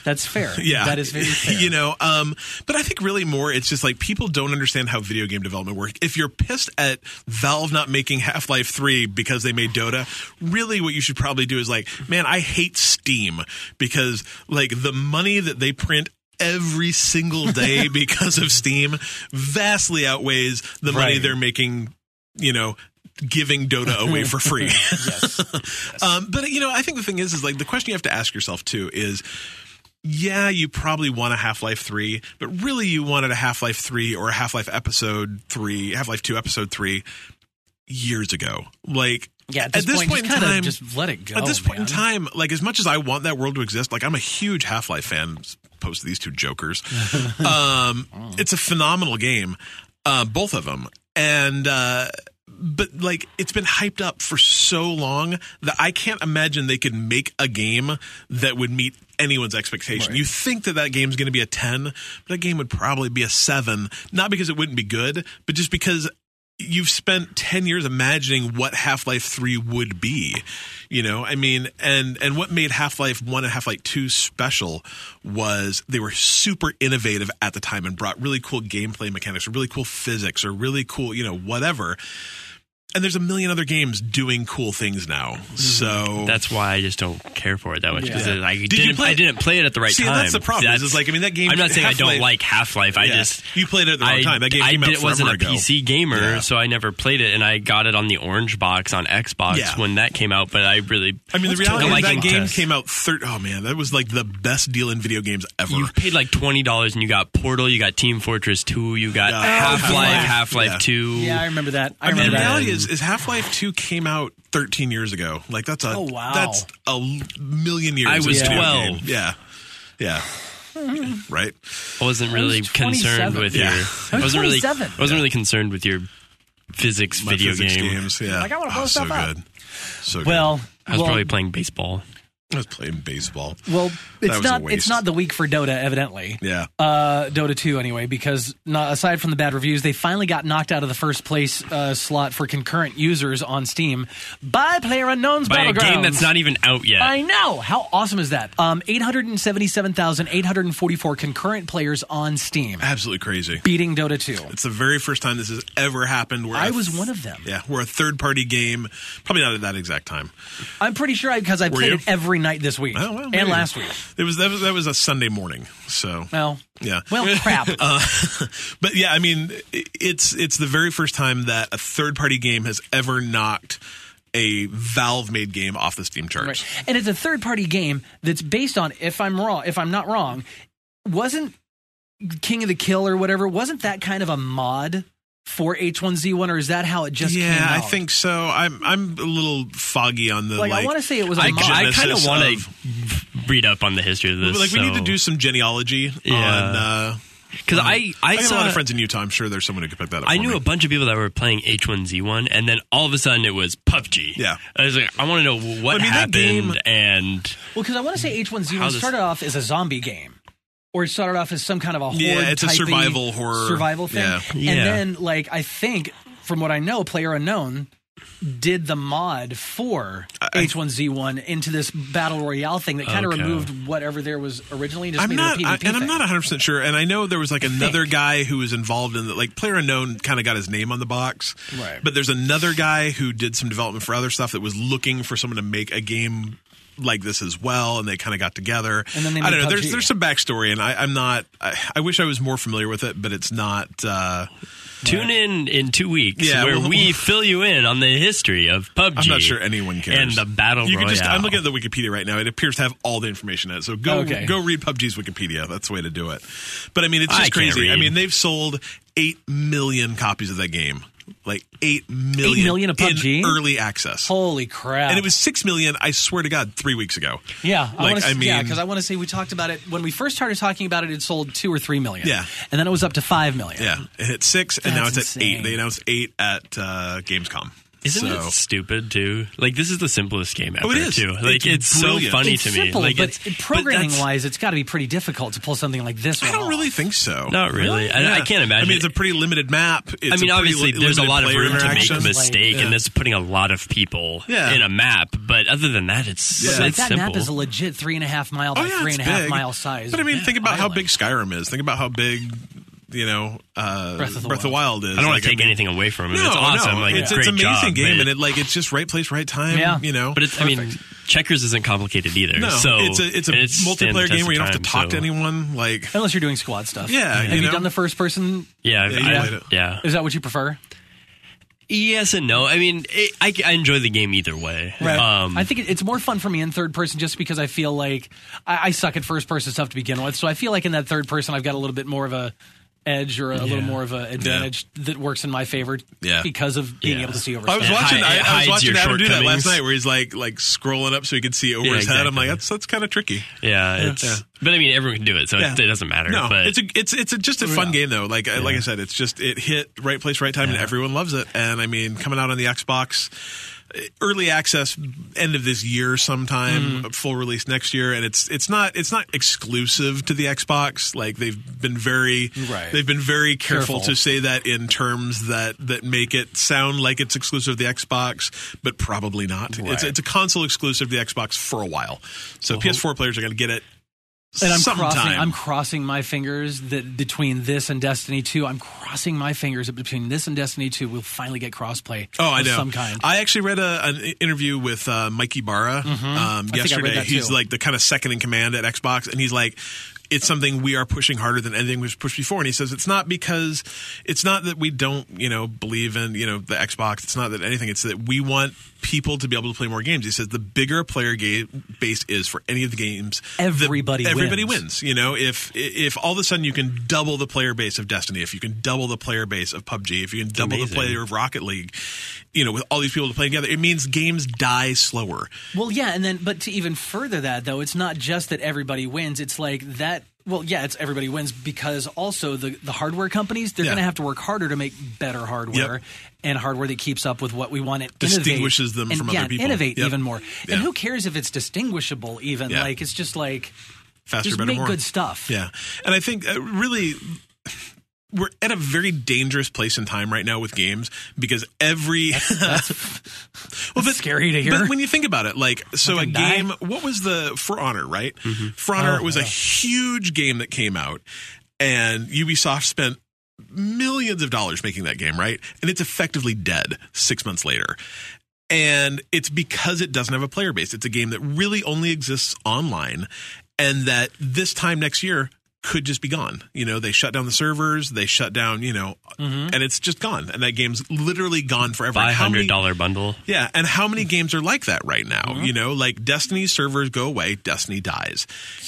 S1: That's fair.
S2: Yeah.
S1: That is very fair.
S2: you know, um, but I think really more it's just like people don't understand how video game development works. If you're pissed at Valve not making Half Life 3 because they made Dota, really what you should probably do is like, man, I hate Steam because like the money that they print every single day because of Steam vastly outweighs the money
S1: Right.
S2: they're making, you know, giving Dota away for free. Um, but you know, I think the thing is, is like the question you have to ask yourself too is, yeah, you probably want a Half Life three, but really you wanted a Half Life three or a Half Life episode three, Half Life two episode three years ago. Like,
S1: yeah. At this, point, just kinda just let it go.
S2: at this point
S1: man.
S2: in time, like as much as I want that world to exist, like I'm a huge Half Life fan. Post these two jokers. um, It's a phenomenal game, uh, both of them, and uh, but like it's been hyped up for so long that I can't imagine they could make a game that would meet anyone's expectation. You think that that game's going to be a ten, but that game would probably be a seven, not because it wouldn't be good, but just because you've spent 10 years imagining what half-life 3 would be you know i mean and and what made half-life 1 and half-life 2 special was they were super innovative at the time and brought really cool gameplay mechanics or really cool physics or really cool you know whatever and there's a million other games doing cool things now so
S3: Mm-hmm. That's why I just don't care for it that much because
S2: Yeah.
S3: I
S2: Did you
S3: didn't.
S2: play-
S3: I didn't play it at the right
S2: See,
S3: time.
S2: and that's the problem, is it's like, I mean, that game-
S3: I'm not saying I don't
S2: Half-Life-
S3: like Half Life. I
S2: yeah.
S3: just
S2: you played it at the wrong time that game
S3: I
S2: came out
S3: did- wasn't
S2: forever
S3: a
S2: ago.
S3: PC gamer,
S2: Yeah.
S3: so I never played it, and I got it on the orange box on Xbox
S2: Yeah.
S3: when that came out. But I really,
S2: I mean, the reality
S3: took a
S2: is that
S3: liking
S2: game
S3: to it.
S2: came out third. Oh man, that was like the best deal in video games ever.
S3: you paid like twenty dollars, and you got Portal, you got Team Fortress Two, you got
S2: Yeah.
S3: Half Life,
S2: Half-Life.
S3: Half Life
S2: Yeah.
S3: Two.
S1: Yeah, I remember that. I,
S2: I mean,
S1: remember
S2: the
S1: that.
S2: reality is, is Half Life Two came out 13 years ago. Like that's a
S1: Oh, wow.
S2: that's a l- million years.
S3: I
S2: of
S3: was
S2: video
S3: 12.
S2: game. Yeah, yeah,
S1: Hmm.
S2: right.
S3: I wasn't really
S1: was 27.
S3: concerned with
S2: Yeah.
S3: your.
S1: I
S3: I
S1: was
S3: wasn't really.
S1: 27.
S3: I wasn't really concerned with your physics
S2: My
S3: video
S2: physics
S3: game.
S2: games. Yeah,
S1: Like, I wanna
S2: Oh,
S1: blow
S2: so
S1: stuff up.
S2: good. So
S1: Well,
S3: I was
S1: well,
S3: probably playing baseball.
S2: good. I was playing baseball.
S1: well,
S2: was
S1: it's
S2: a
S1: not.
S2: waste.
S1: It's not the week for Dota, evidently.
S2: Yeah,
S1: Uh, Dota 2, anyway, because not, aside from the bad reviews, they finally got knocked out of the first place uh, slot for concurrent users on Steam by PlayerUnknown's
S3: By a
S1: Battlegrounds.
S3: game that's not even out yet.
S1: I know. How awesome is that? Um, 877,844 concurrent players on Steam
S2: absolutely crazy.
S1: beating Dota 2.
S2: It's the very first time this has ever happened. Where
S1: I
S2: a
S1: was
S2: th-
S1: one of them.
S2: Yeah, where a third party game, probably not at that exact time.
S1: I'm pretty sure I, because I played
S2: you?
S1: it every night this week
S2: Oh, well, maybe.
S1: and last week.
S2: It was that was that was a Sunday morning. So
S1: Well,
S2: Yeah.
S1: Well, crap.
S2: Uh, but yeah, I mean, i- it's it's the very first time that a third party game has ever knocked a Valve made game off the Steam charts.
S1: Right. And it's a third party game that's based on, if I'm wrong, if I'm not wrong, wasn't King of the Kill or whatever, wasn't that kind of a mod for H1Z1, or is that how it just
S2: yeah,
S1: came out?
S2: I think so. I'm I'm a little foggy on the
S1: Like,
S2: like.
S1: I want to say it was a
S3: I,
S1: mo-
S2: gen-
S3: I kind of
S2: Genesis
S3: want
S2: of-
S3: to read up on the history of this.
S2: like we need to do some genealogy on. Uh,
S3: because I I,
S2: I have
S3: saw
S2: a lot of friends in Utah. I'm sure there's someone who could pick that up.
S3: I
S2: for
S3: knew
S2: me.
S3: a bunch of people that were playing H1Z1, and then all of a sudden it was PUBG.
S2: Yeah.
S3: I was like, I want to know what
S2: I mean, that
S3: happened,
S2: game-
S3: and
S1: Well, because I want to say H1Z1
S3: How this-
S1: started off as a zombie game, or it started off as some kind of a
S2: Yeah,
S1: horde
S2: it's a
S1: type-y
S2: survival horror.
S1: survival thing.
S2: Yeah.
S3: Yeah.
S1: And then, like, I think from what I know, Player Unknown did the mod for H1Z1 into this battle royale thing that kind of
S3: Okay.
S1: removed whatever there was originally and just
S2: I'm
S1: made
S2: not,
S1: it a
S2: I,
S1: PvP
S2: and I'm
S1: thing.
S2: not 100 percent sure. And I know there was like another
S1: think.
S2: guy who was involved in that. Like player unknown kind of got his name on the box,
S1: Right.
S2: But there's another guy who did some development for other stuff that was looking for someone to make a game like this as well, and they kind of got together.
S1: And then they
S2: I don't
S1: made
S2: know.
S1: PUBG.
S2: There's there's some backstory, and I, I'm not. I, I wish I was more familiar with it, but it's not. Uh,
S3: tune in in two weeks
S2: Yeah,
S3: where
S2: we'll-
S3: we fill you in on the history of PUBG.
S2: I'm not sure anyone cares.
S3: And the battle
S2: you
S3: royale.
S2: can just. I'm looking at the Wikipedia right now. It appears to have all the information in it. So go
S1: Okay.
S2: go read PUBG's Wikipedia. That's the way to do it. But I mean, it's
S3: I
S2: just
S3: can't
S2: crazy. I
S3: read.
S2: mean, they've sold eight million copies of that game. Like eight million,
S1: million of PUBG?
S2: in early access,
S1: Holy crap!
S2: and it was six million. I swear to God, three weeks ago.
S1: Yeah, I
S2: like
S1: wanna,
S2: I
S1: s- yeah,
S2: mean-
S1: because I want to say we talked about it when we first started talking about it. It sold two or three million.
S2: Yeah.
S1: and then it was up to five million.
S2: Yeah, it hit six, and now
S1: That's
S2: it's at
S1: insane.
S2: eight. They announced eight at uh, Gamescom.
S3: Isn't
S2: so, Oh,
S3: it stupid too? Like this is the simplest game ever.
S2: it is.
S3: Too. Like it's,
S2: It's
S3: so
S2: brilliant.
S3: funny
S1: it's
S3: to me.
S1: simple,
S3: like
S1: but
S3: it's
S1: it- programming
S3: but that's-
S1: wise, it's got to be pretty difficult to pull something like this.
S2: I
S1: one
S2: don't
S1: off.
S2: really think so.
S3: Not really. I, I
S2: Yeah.
S3: can't imagine.
S2: I mean, it's a pretty limited map. It's
S3: I mean,
S2: a pretty
S3: obviously,
S2: li-
S3: there's a
S2: limited
S3: lot of
S2: player
S3: room to make a
S2: interaction.
S1: interactions.
S3: mistake,
S1: Like,
S3: and that's putting a lot of people
S2: Yeah.
S3: in a map. But other than that, it's,
S2: Yeah.
S1: Like
S3: it's
S1: that
S3: simple.
S1: map is a legit three and a half mile by three
S2: Oh, it's
S1: and a half
S2: big.
S1: mile size.
S2: But I mean, think about how
S1: island.
S2: big Skyrim is. Think about how big, you know, uh,
S1: Breath of the
S2: Wild. is.
S3: I don't want
S2: Like,
S3: to take
S2: mean-
S3: anything away from it.
S2: No,
S3: it's awesome.
S2: no.
S3: Like
S2: it's,
S3: a great
S2: it's an amazing
S3: job,
S2: game,
S3: but-
S2: and it like it's just right place, right time.
S1: Yeah.
S2: You know,
S3: But it's, I mean, checkers isn't complicated either.
S2: no,
S3: so
S2: it's a it's a
S3: and stands the
S2: multiplayer
S3: test
S2: game
S3: of
S2: where you don't have to
S3: time,
S2: talk
S3: so-
S2: to anyone. Like,
S1: unless you're doing squad stuff.
S2: Yeah,
S1: have
S2: you
S1: you,
S2: know.
S1: done the first person?
S3: Yeah,
S2: Yeah,
S3: I've-
S2: you
S3: I've-
S2: played it.
S3: yeah.
S1: Is that what you prefer?
S3: Yes and no. I mean, it, I, I enjoy the game either way. Um,
S1: Uh, I think it, it's more fun for me in third person just because I feel like I, I suck at first person stuff to begin with. So I feel like in that third person, I've got a little bit more of a edge or a little more of an advantage that works in my favor
S2: Yeah.
S1: because of being
S3: Yeah.
S1: able to see over
S2: I was
S1: stuff.
S3: hi-
S2: watching.
S3: it
S2: I, I
S3: hides
S2: was watching
S3: your
S2: Adam do that
S3: shortcomings.
S2: last night, where he's like like scrolling up so he could see over
S3: Yeah,
S2: his head. I'm
S3: exactly.
S2: like, that's that's kind of tricky.
S3: yeah, it's.
S2: Yeah.
S3: But I mean, everyone can do it, so
S2: Yeah.
S3: it, it doesn't matter.
S2: No,
S3: but
S2: it's a it's it's a, just a fun game though. Like I like I said, it's just it hit right place, right time, and everyone loves it. And I mean, coming out on the Xbox, eh, early access, end of this year,
S3: Mm-hmm.
S2: sometime full release next year. And it's it's not it's not exclusive to the Xbox. Like they've been very
S1: Right.
S2: they've been very careful,
S1: Careful.
S2: to say that in terms that that make it sound like it's exclusive to the Xbox, but probably not. It's
S1: Right.
S2: it's a console exclusive to the Xbox for a while. So
S3: Uh-huh.
S2: PS4 players are going to get it.
S1: And I'm
S2: sometime.
S1: crossing. I'm crossing my fingers that between this and Destiny 2, I'm crossing my fingers that between this and Destiny 2, we'll finally get crossplay.
S2: Oh, I
S1: of
S2: know.
S1: Some kind.
S2: I actually read a, an interview with uh, Mikey Barra um,
S1: Mm-hmm. I read
S2: yesterday.
S1: that
S2: he's
S1: too.
S2: like the kind of second in command at Xbox, and he's like. It's something we are pushing harder than anything we've pushed before, and he says it's not because it's not that we don't, you know, believe in you know the Xbox. It's not that anything. It's that we want people to be able to play more games. He says the bigger a player game base is for any of the games, the-
S1: Everybody
S2: everybody
S1: wins.
S2: wins wins. You know, if if all of a sudden you can double the player base of Destiny, if you can double the player base of PUBG, if you can double the
S3: amazing.
S2: player of Rocket League, you know, with all these people to play together, it means games die slower.
S1: Well, yeah, and then but to even further that though, it's not just that everybody wins. It's like that. Well, yeah, it's everybody wins because also the the hardware companies they're
S2: Yeah.
S1: going to have to work harder to make better hardware
S2: Yep.
S1: and hardware that keeps up with what we want. It
S2: Distinguishes them from other people.
S1: Innovate
S2: Yep.
S1: even more.
S2: Yeah.
S1: And who cares if it's distinguishable? Even
S2: Yeah.
S1: like it's just like
S2: Faster,
S1: just
S2: better,
S1: make
S2: more.
S1: good stuff.
S2: Yeah, and I think uh, really. We're at a very dangerous place in time right now with games because every well, but,
S1: scary to hear.
S2: But when you think about it, like so a
S1: Fucking die.
S2: game. What was the For Honor? Right,
S1: Mm-hmm.
S2: For Honor
S1: Oh,
S2: was a huge game that came out, and Ubisoft spent millions of dollars making that game, right? And it's effectively dead six months later. And it's because it doesn't have a player base. It's a game that really only exists online, and that this time next year could just be gone. You know, they shut down the servers, they shut down, you know, and it's just gone. And that game's literally gone forever.
S3: Mm-hmm. buy
S2: And how
S3: hundred
S2: many-
S3: dollar bundle.
S2: yeah, and how many games are like that right now?
S3: Mm-hmm.
S2: You know, like Destiny servers go away, Destiny dies.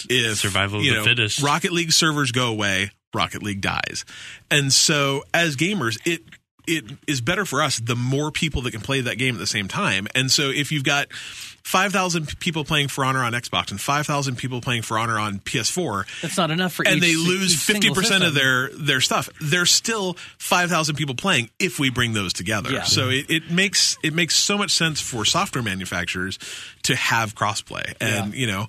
S2: If
S3: Survival of
S2: you
S3: the
S2: know,
S3: fittest.
S2: Rocket League servers go away, Rocket League dies. And so, as gamers, it it is better for us the more people that can play that game at the same time. And so if you've got 5,000 people playing For Honor on Xbox and 5,000 people playing For Honor on PS4,
S1: That's not enough for each,
S2: and they lose
S1: each single
S2: fifty percent of
S1: system.
S2: their their stuff. There's still five thousand people playing if we bring those together.
S1: Yeah.
S2: So it, it makes it makes so much sense for software manufacturers to have crossplay, and you know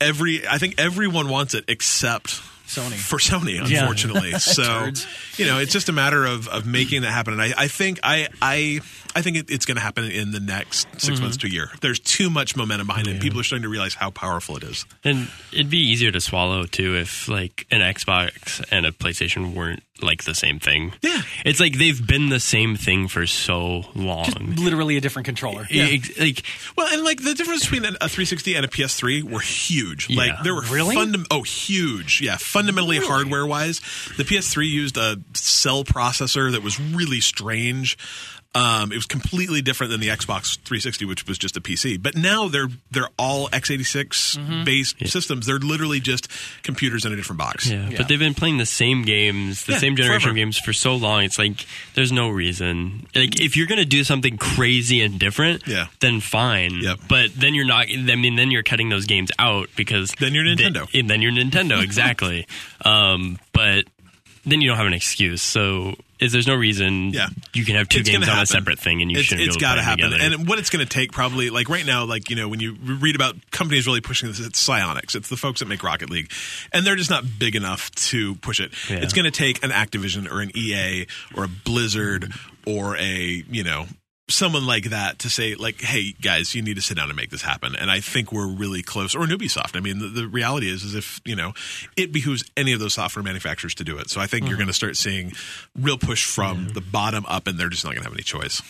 S2: every I think everyone wants it except.
S1: Sony.
S2: For Sony,
S1: Yeah.
S2: unfortunately. So,
S1: Turds.
S2: you know, it's just a matter of, of making that happen. And I, I think I I I think it, it's going to happen in the next 6
S1: Mm-hmm.
S2: months to a year. There's too much momentum behind it. People are starting to realize how powerful it is.
S3: And it'd be easier to swallow too if like an Xbox and a PlayStation weren't like the same thing.
S2: Yeah.
S3: It's like they've been the same thing for so long.
S1: literally a different controller.
S3: Ex- Like
S2: Well, and like the difference between a 360 and a PS3 were huge.
S3: Yeah.
S2: Like there were
S1: Really?
S2: fundam- oh huge, yeah, fundamentally hardware wise. The PS3 used a cell processor that was really strange. Um, it was completely different than the Xbox 360, which was just a PC. But now they're they're all x86 based systems. They're literally just computers in a different box.
S3: yeah,
S1: Yeah.
S3: but they've been playing the same games, the
S2: Yeah,
S3: same generation
S2: forever.
S3: of games for so long. It's like there's no reason. Like if you're gonna do something crazy and different,
S2: Yeah.
S3: then fine.
S2: Yep.
S3: But then you're not. I mean, then you're cutting those games out because
S2: Then you're
S3: the-
S2: Nintendo.
S3: and then you're Nintendo exactly. um, but then you don't have an excuse. So is there's no reason
S2: Yeah.
S3: you can have two
S2: It's
S3: games on
S2: gonna
S3: a
S2: happen.
S3: separate thing and you
S2: it's,
S3: shouldn't
S2: it's
S3: be
S2: got
S3: able to
S2: to
S3: play
S2: happen.
S3: them together.
S2: And what it's going to take probably, like right now, like, you know, when you read about companies really pushing this, it's Psyonix. It's the folks that make Rocket League. And they're just not big enough to push it.
S3: Yeah.
S2: It's going to take an Activision or an EA or a Blizzard or a, you know, someone like that to say like hey guys you need to sit down and make this happen and i think we're really close or an ubisoft i mean the, the reality is is if you know it behooves any of those software manufacturers to do it so i think you're going to start seeing real push from the bottom up and they're just not going to have any choice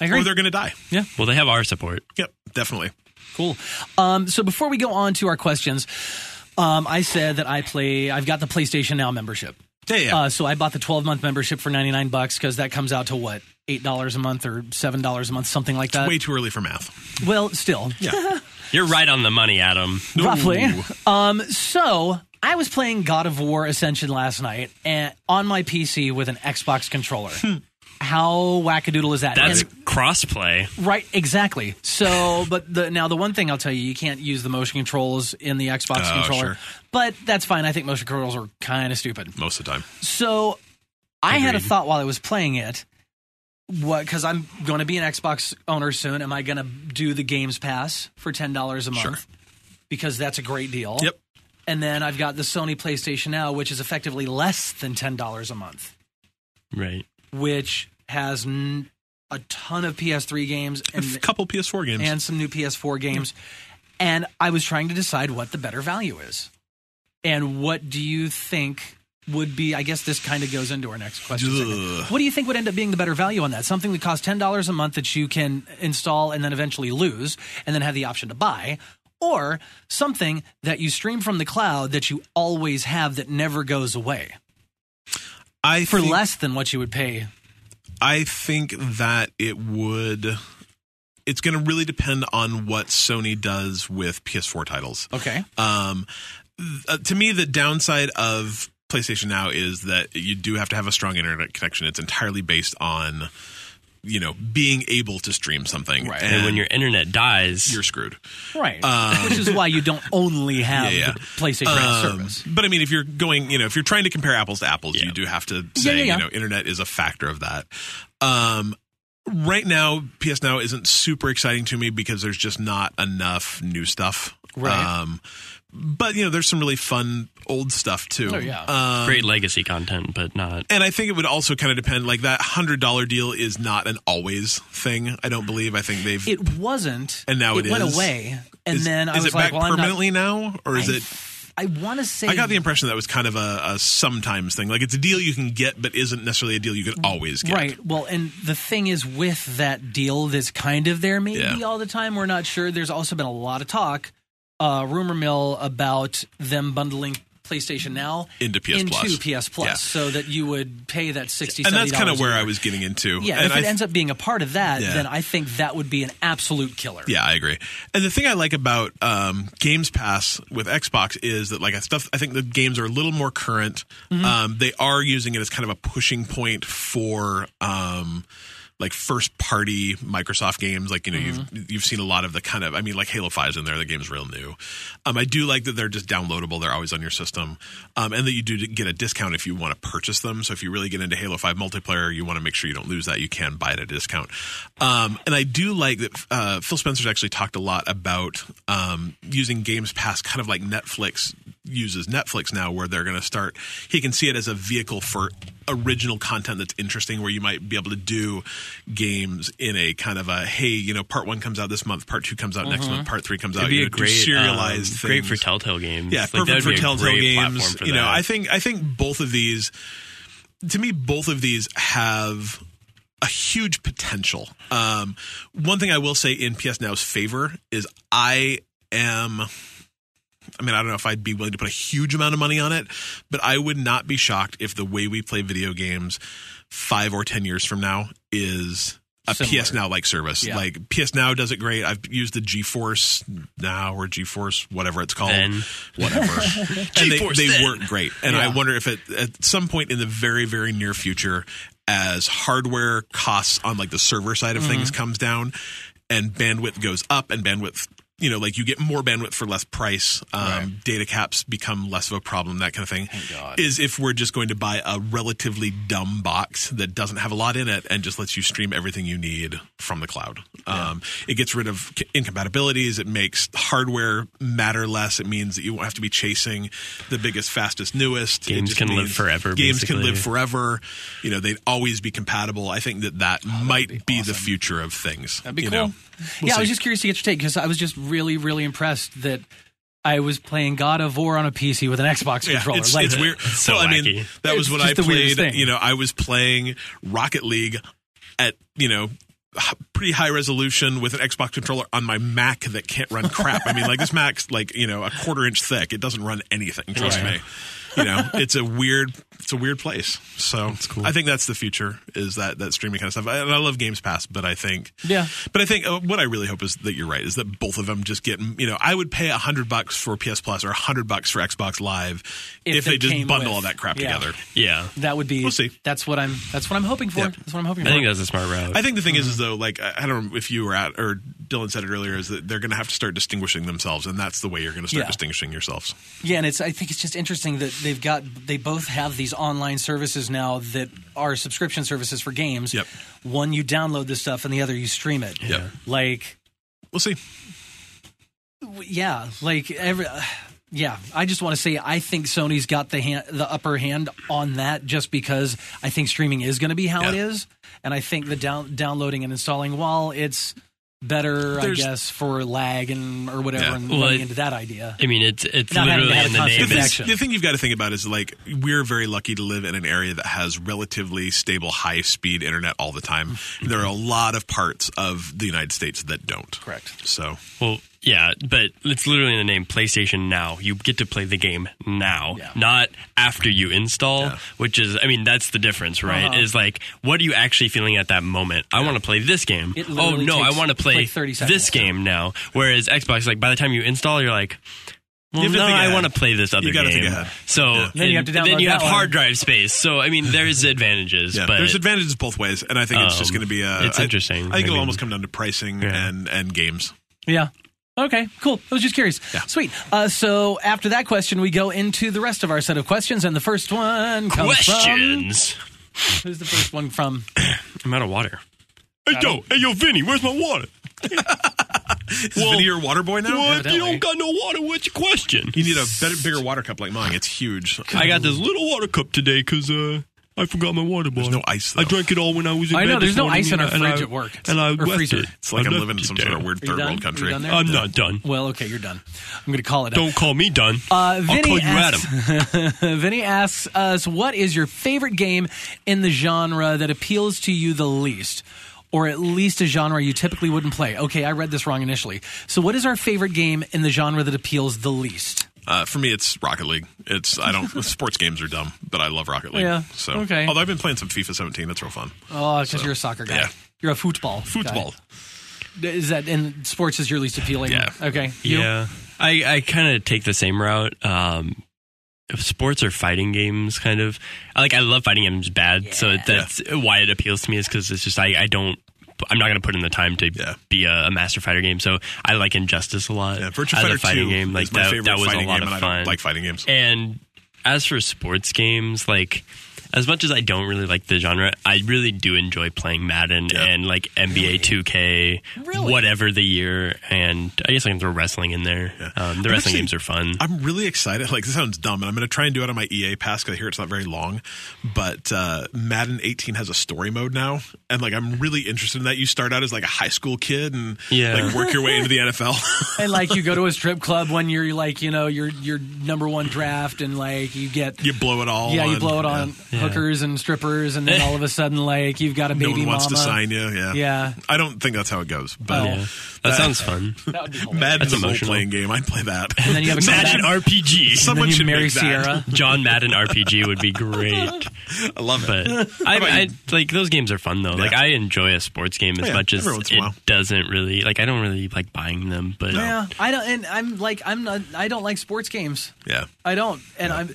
S1: I agree.
S2: or they're going to die.
S3: well, they have our support.
S2: Yep, definitely.
S1: Cool. Um, so before we go on to our questions, um, I said that I play. I've got the PlayStation Now membership.
S2: Yeah, yeah.
S1: Uh, so I bought the 12 month membership for 99 bucks because that comes out to what eight dollars a month or seven dollars a month, something like that.
S2: Way too early for math.
S1: Well, still
S2: Yeah.
S3: You're right on the money, Adam.
S1: roughly. Um, so I was playing God of War Ascension last night and on my PC with an Xbox controller.
S2: Hmm.
S1: How wackadoodle is that?
S3: That's
S1: And-
S3: crossplay.
S1: Right, exactly. So, but the now the one thing I'll tell you, you can't use the motion controls in the Xbox
S2: Oh,
S1: controller.
S2: sure.
S1: But that's fine. I think motion controls are kind of stupid.
S2: Most of the time.
S1: So, I had a
S3: Agreed.
S1: thought while I was playing it. What? Because I'm going to be an Xbox owner soon. Am I going to do the Games Pass for ten dollars a month?
S2: Sure.
S1: Because that's a great deal.
S2: Yep.
S1: And then I've got the Sony PlayStation Now, which is effectively less than ten dollars a month,
S3: Right.
S1: which has n- a ton of PS3 games and
S2: a couple PS4 games.
S1: and some new PS4 games. And I was trying to decide what the better value is. And what do you think would be? I guess this kind of goes into our next question. segment.
S2: Ugh.
S1: What do you think would end up being the better value on that? Something that costs $10 a month that you can install and then eventually lose and then have the option to buy. Or something that you stream from the cloud that you always have that never goes away
S2: I
S1: for
S2: think,
S1: less than what you would pay.
S2: I think that it would. It's going to really depend on what Sony does with PS4 titles.
S1: Okay.
S2: Um, th- uh, to me, the downside of PlayStation Now is that you do have to have a strong internet connection. It's entirely based on, you know, being able to stream something.
S1: Right.
S3: And, when your internet dies,
S2: you're screwed.
S1: Right.
S2: Um,
S1: Which is why you don't only have
S2: Yeah, yeah.
S1: the PlayStation Now
S2: Um,
S1: service.
S2: But I mean, if you're going, you know, if you're trying to compare apples to apples,
S3: Yeah.
S2: you do have to say,
S1: yeah, yeah.
S2: you know, internet is a factor of that. Um, right now, PS Now isn't super exciting to me because there's just not enough new stuff.
S1: Right.
S2: Um, but you know, there's some really fun old stuff too.
S1: Oh, yeah.
S2: Um,
S3: great legacy content, but not.
S2: and I think it would also kind of depend. Like that hundred dollar deal is not an always thing. I don't believe. I think they've.
S1: It wasn't.
S2: And now
S1: it,
S2: it
S1: went
S2: is.
S1: away. And
S2: is,
S1: then I
S2: is
S1: was
S2: it
S1: like,
S2: back
S1: well, I'm not.
S2: permanently now, or is it?
S1: I want to say.
S2: I got the impression that was kind of a, a sometimes thing. Like it's a deal you can get, but isn't necessarily a deal you could always get.
S1: Right. Well, and the thing is, with that deal that's kind of there, maybe
S2: Yeah.
S1: all the time, we're not sure. There's also been a lot of talk, uh, rumor mill about them bundling PlayStation Now
S2: Into PS
S1: into
S2: Plus.
S1: PS Plus,
S2: Yeah.
S1: so that you would pay that sixty.
S2: and that's
S1: kind
S2: kind of where I was getting into.
S1: Yeah,
S2: and
S1: if it
S2: I-
S1: ends up being a part of that,
S2: Yeah.
S1: then I think that would be an absolute killer.
S2: Yeah, I agree. And the thing I like about um, Games Pass with Xbox is that like stuff. I think the games are a little more current. Um, they are using it as kind of a pushing point for. Um, like first party Microsoft games, like you know, you've you've seen a lot of the kind of, I mean, like Halo 5's in there. The game's real new. Um, I do like that they're just downloadable. They're always on your system, um, and that you do get a discount if you want to purchase them. So if you really get into Halo Five multiplayer, you want to make sure you don't lose that. You can buy it at a discount. Um, and I do like that uh, Phil Spencer's actually talked a lot about um, using Games Pass, kind of like Netflix uses Netflix now, where they're going to start. He can see it as a vehicle for original content that's interesting, where you might be able to do games in a kind of a hey, you know, part one comes out this month, part two comes out next month, part three comes out.
S3: Mm-hmm. It'd be
S2: you
S3: a
S2: know, do
S3: great
S2: serialized,
S3: um,
S2: things.
S3: great for Telltale games.
S2: Yeah,
S3: Like, that
S2: perfect
S3: would
S2: for
S3: be a
S2: Telltale
S3: great platform
S2: games.
S3: for
S2: you know,
S3: that.
S2: I think I think both of these, to me, both of these have a huge potential. Um, one thing I will say in PS Now's favor is I am. I mean, I don't know if I'd be willing to put a huge amount of money on it, but I would not be shocked if the way we play video games five or 10 years from now is a
S1: Similar.
S2: PS Now like service.
S1: Yeah.
S2: Like PS Now does it great. I've used the GeForce Now or GeForce, whatever it's called
S3: Then.
S2: whatever. and they,
S3: GeForce
S2: they
S3: then.
S2: work great. And I
S1: Yeah.
S2: wonder if at, at some point in the very, very near future, as hardware costs on like the server side of things comes down and bandwidth goes up and bandwidth you know like you get more bandwidth for less price um, data caps become less of a problem that kind of thing
S1: God.
S2: is if we're just going to buy a relatively dumb box that doesn't have a lot in it and just lets you stream everything you need from the cloud. Um, it gets rid of c- incompatibilities. It makes hardware matter less. It means that you won't have to be chasing the biggest, fastest, newest. It
S3: Games
S2: just
S3: can live
S2: means
S3: forever,
S2: Games can
S3: basically.
S2: live forever. You know, they'd always be compatible. I think that that might be, the future of things.
S1: That'd be
S2: you
S1: cool.
S2: know? We'll
S1: yeah, I was
S2: see.
S1: just curious to get your take because I was just really, really impressed that I was playing God of War on a PC with an Xbox
S2: Yeah,
S1: controller.
S2: It's,
S1: like,
S2: it's weird.
S3: so
S2: well, I mean,
S3: wacky.
S2: that was
S1: It's
S2: when
S1: just
S2: I
S1: the weirdest
S2: played.
S1: thing.
S2: You know, I was playing Rocket League at you know h- pretty high resolution with an Xbox controller on my Mac that can't run crap. I mean, like this Mac's like you know a quarter inch thick. It doesn't run anything. Trust
S3: Yeah.
S2: me. You know, it's a weird, it's a weird place. So I think that's the future is that that streaming kind of stuff. I, and I love Games Pass, but I think
S1: Yeah.
S2: but I think uh, what I really hope is that you're right is that both of them just get you know I would pay a hundred bucks for PS Plus or a hundred bucks for Xbox Live if,
S1: If
S2: they
S1: they
S2: just
S1: came
S2: bundle
S1: with-
S2: all that crap
S1: yeah.
S2: together.
S3: yeah,
S1: that would be.
S2: We'll see.
S1: That's what I'm. That's what I'm hoping for.
S2: Yep.
S1: That's what I'm hoping
S3: I
S1: for.
S3: think that's a smart route.
S2: I think the thing is, is
S1: Mm-hmm.
S2: though, like I I don't know if you were at or Dylan said it earlier, is that they're going to have to start distinguishing themselves, and that's the way you're going to start
S1: Yeah.
S2: distinguishing yourselves.
S1: Yeah, and it's I think it's just interesting that they've got they both have these online services now that are subscription services for games.
S2: Yep.
S1: One you download this stuff and the other you stream it.
S2: Yep.
S1: Like
S2: We'll see.
S1: w- yeah, like every uh, yeah, I just want to say I think Sony's got the hand, the upper hand on that just because I think streaming is going to be how it
S2: Yeah.
S1: is and I think the down, downloading and installing while it's better
S2: There's-
S1: I guess for lag and or whatever
S2: Yeah.
S1: and
S3: Well,
S1: running
S3: it-
S1: into that idea.
S3: I mean, it's it's
S1: Not having to
S3: literally
S1: have a
S3: in the name.
S1: constant
S3: It's-
S1: action.
S2: The thing you've got to think about is like we're very lucky to live in an area that has relatively stable, high speed internet all the time.
S1: Mm-hmm.
S2: There are a lot of parts of the United States that don't.
S1: Correct.
S2: So
S3: Well, yeah, but it's literally in the name PlayStation Now. You get to play the game now,
S1: Yeah.
S3: not after you install,
S2: Yeah.
S3: which is, I mean, that's the difference, right?
S1: Uh-huh.
S3: Is like, what are you actually feeling at that moment? I want to play this game.
S1: It
S3: Oh,
S1: literally
S3: no, I
S1: takes,
S3: want to play
S1: like, 30 seconds.
S3: this game now. Whereas Xbox, like, by the time you install, you're like, well,
S2: have to
S3: no,
S2: think
S3: I
S2: ahead.
S3: want to play this other
S2: gotta
S3: game.
S2: think ahead.
S3: So
S1: Then you
S3: and
S1: have to
S3: then
S1: download
S3: you
S1: that
S3: have
S1: one.
S3: hard drive space. So I mean, there's advantages,
S2: Yeah,
S3: but
S2: there's advantages both ways, and I think it's just
S3: Um,
S2: going to be a.
S3: it's
S2: I-
S3: interesting.
S2: I,
S3: I
S2: think it'll
S3: mean-
S2: almost come down to pricing
S3: Yeah.
S2: and and games.
S1: Yeah. Okay, cool. I was just curious. Sweet. Uh, so after that question, we go into the rest of our set of questions, and the first one comes
S3: questions.
S1: from who's the first one from?
S3: I'm out of water. Hey yo, hey yo, Vinny, where's my water?
S2: Is Vinny your water boy now?
S3: Well, if you
S1: Evidently.
S3: don't got no water, what's your question?
S2: You need a better, bigger water cup like mine. It's huge.
S3: I got this little water cup today because uh, I forgot my water bottle.
S2: no ice, though.
S3: I drank it all when I was in
S1: I
S3: bed
S1: know,
S3: this
S1: there's no
S3: morning,
S1: ice in
S3: and
S1: our
S3: I- and I-
S1: fridge at work.
S3: And I
S1: Or
S3: left
S1: freezer.
S3: it.
S2: It's like
S3: I
S2: I'm
S3: left
S2: living in
S3: it
S2: some
S3: there.
S2: sort of weird
S1: Are you
S2: third
S1: done?
S2: world
S1: Are you
S2: country.
S1: done there?
S3: I'm not done.
S1: Well, okay, you're done. I'm going to call it.
S3: Don't call me done.
S1: Uh,
S3: I'll call
S1: Vinny,
S3: you
S1: asks,
S3: Adam.
S1: Vinny asks us, "What is your favorite game in the genre that appeals to you the least, or at least a genre you typically wouldn't play?" Okay, I read this wrong initially. So, what is our favorite game in the genre that appeals the least?
S2: Uh, for me, it's Rocket League. It's I don't sports games are dumb, but I love Rocket League.
S1: Yeah,
S2: So
S1: okay.
S2: Although I've been playing some FIFA 17. That's real fun.
S1: Oh, because you're a soccer guy.
S2: yeah.
S1: You're a football. guy.
S2: Football.
S1: Is that and sports is your least appealing?
S2: Yeah.
S1: Okay. You?
S3: Yeah, I, I kind of take the same route. Um, sports are fighting games, kind of. I Like I love fighting games bad, so that's why it appeals to me. Is because it's just I, I don't. I'm not going to put in the time to
S2: Yeah.
S3: be a, a master fighter game. So I like Injustice a lot.
S2: Yeah, Virtua
S3: I love
S2: Fighter
S3: fighting
S2: 2
S3: game. Like
S2: is my
S3: that,
S2: favorite
S3: that was
S2: fighting
S3: a lot
S2: game,
S3: of
S2: and
S3: fun.
S2: I don't like fighting games.
S3: And as for sports games, like as much as I don't really like the genre, I really do enjoy playing Madden
S2: Yeah.
S3: and like NBA 2K,
S1: Really?
S3: whatever the year. And I guess I can throw wrestling in there. Um, the
S2: I'm
S3: wrestling
S2: actually-
S3: games are fun.
S2: I'm really excited. Like this sounds dumb, and I'm going to try and do it on my EA pass because I hear it's not very long. But uh, Madden 18 has a story mode now, and like I'm really interested in that. You start out as like a high school kid and
S3: Yeah.
S2: like work your way into the NFL.
S1: And like you go to a strip club one year, you like you know your your number one draft, and like you get
S2: you blow it all.
S1: yeah
S2: on,
S1: you blow it on
S2: yeah.
S1: hookers and strippers, and then all of a sudden like you've got a
S2: No
S1: baby
S2: one wants
S1: mama.
S2: to sign you. Yeah.
S1: Yeah.
S2: I don't think that's how it goes, but.
S1: Oh.
S3: yeah. That sounds fun.
S1: That would be hilarious.
S2: Madden's
S3: That's
S2: a role
S3: emotional.
S2: playing game. I'd play that.
S1: And then you have a
S3: Madden
S1: combat-
S3: RPG.
S1: and
S2: Someone
S1: then you
S2: should
S1: marry
S2: make that.
S1: Sierra.
S3: John Madden RPG would be great,
S2: I love
S3: but
S2: it.
S3: I, I like those games are fun though. Like I enjoy a sports game as
S2: Oh, Yeah,
S3: much as
S2: every once in a
S3: it
S2: while.
S3: doesn't really like. I don't really like buying them, but
S1: Yeah, I don't, and I'm like I'm not. I don't like sports games.
S2: Yeah.
S1: I don't, and I'm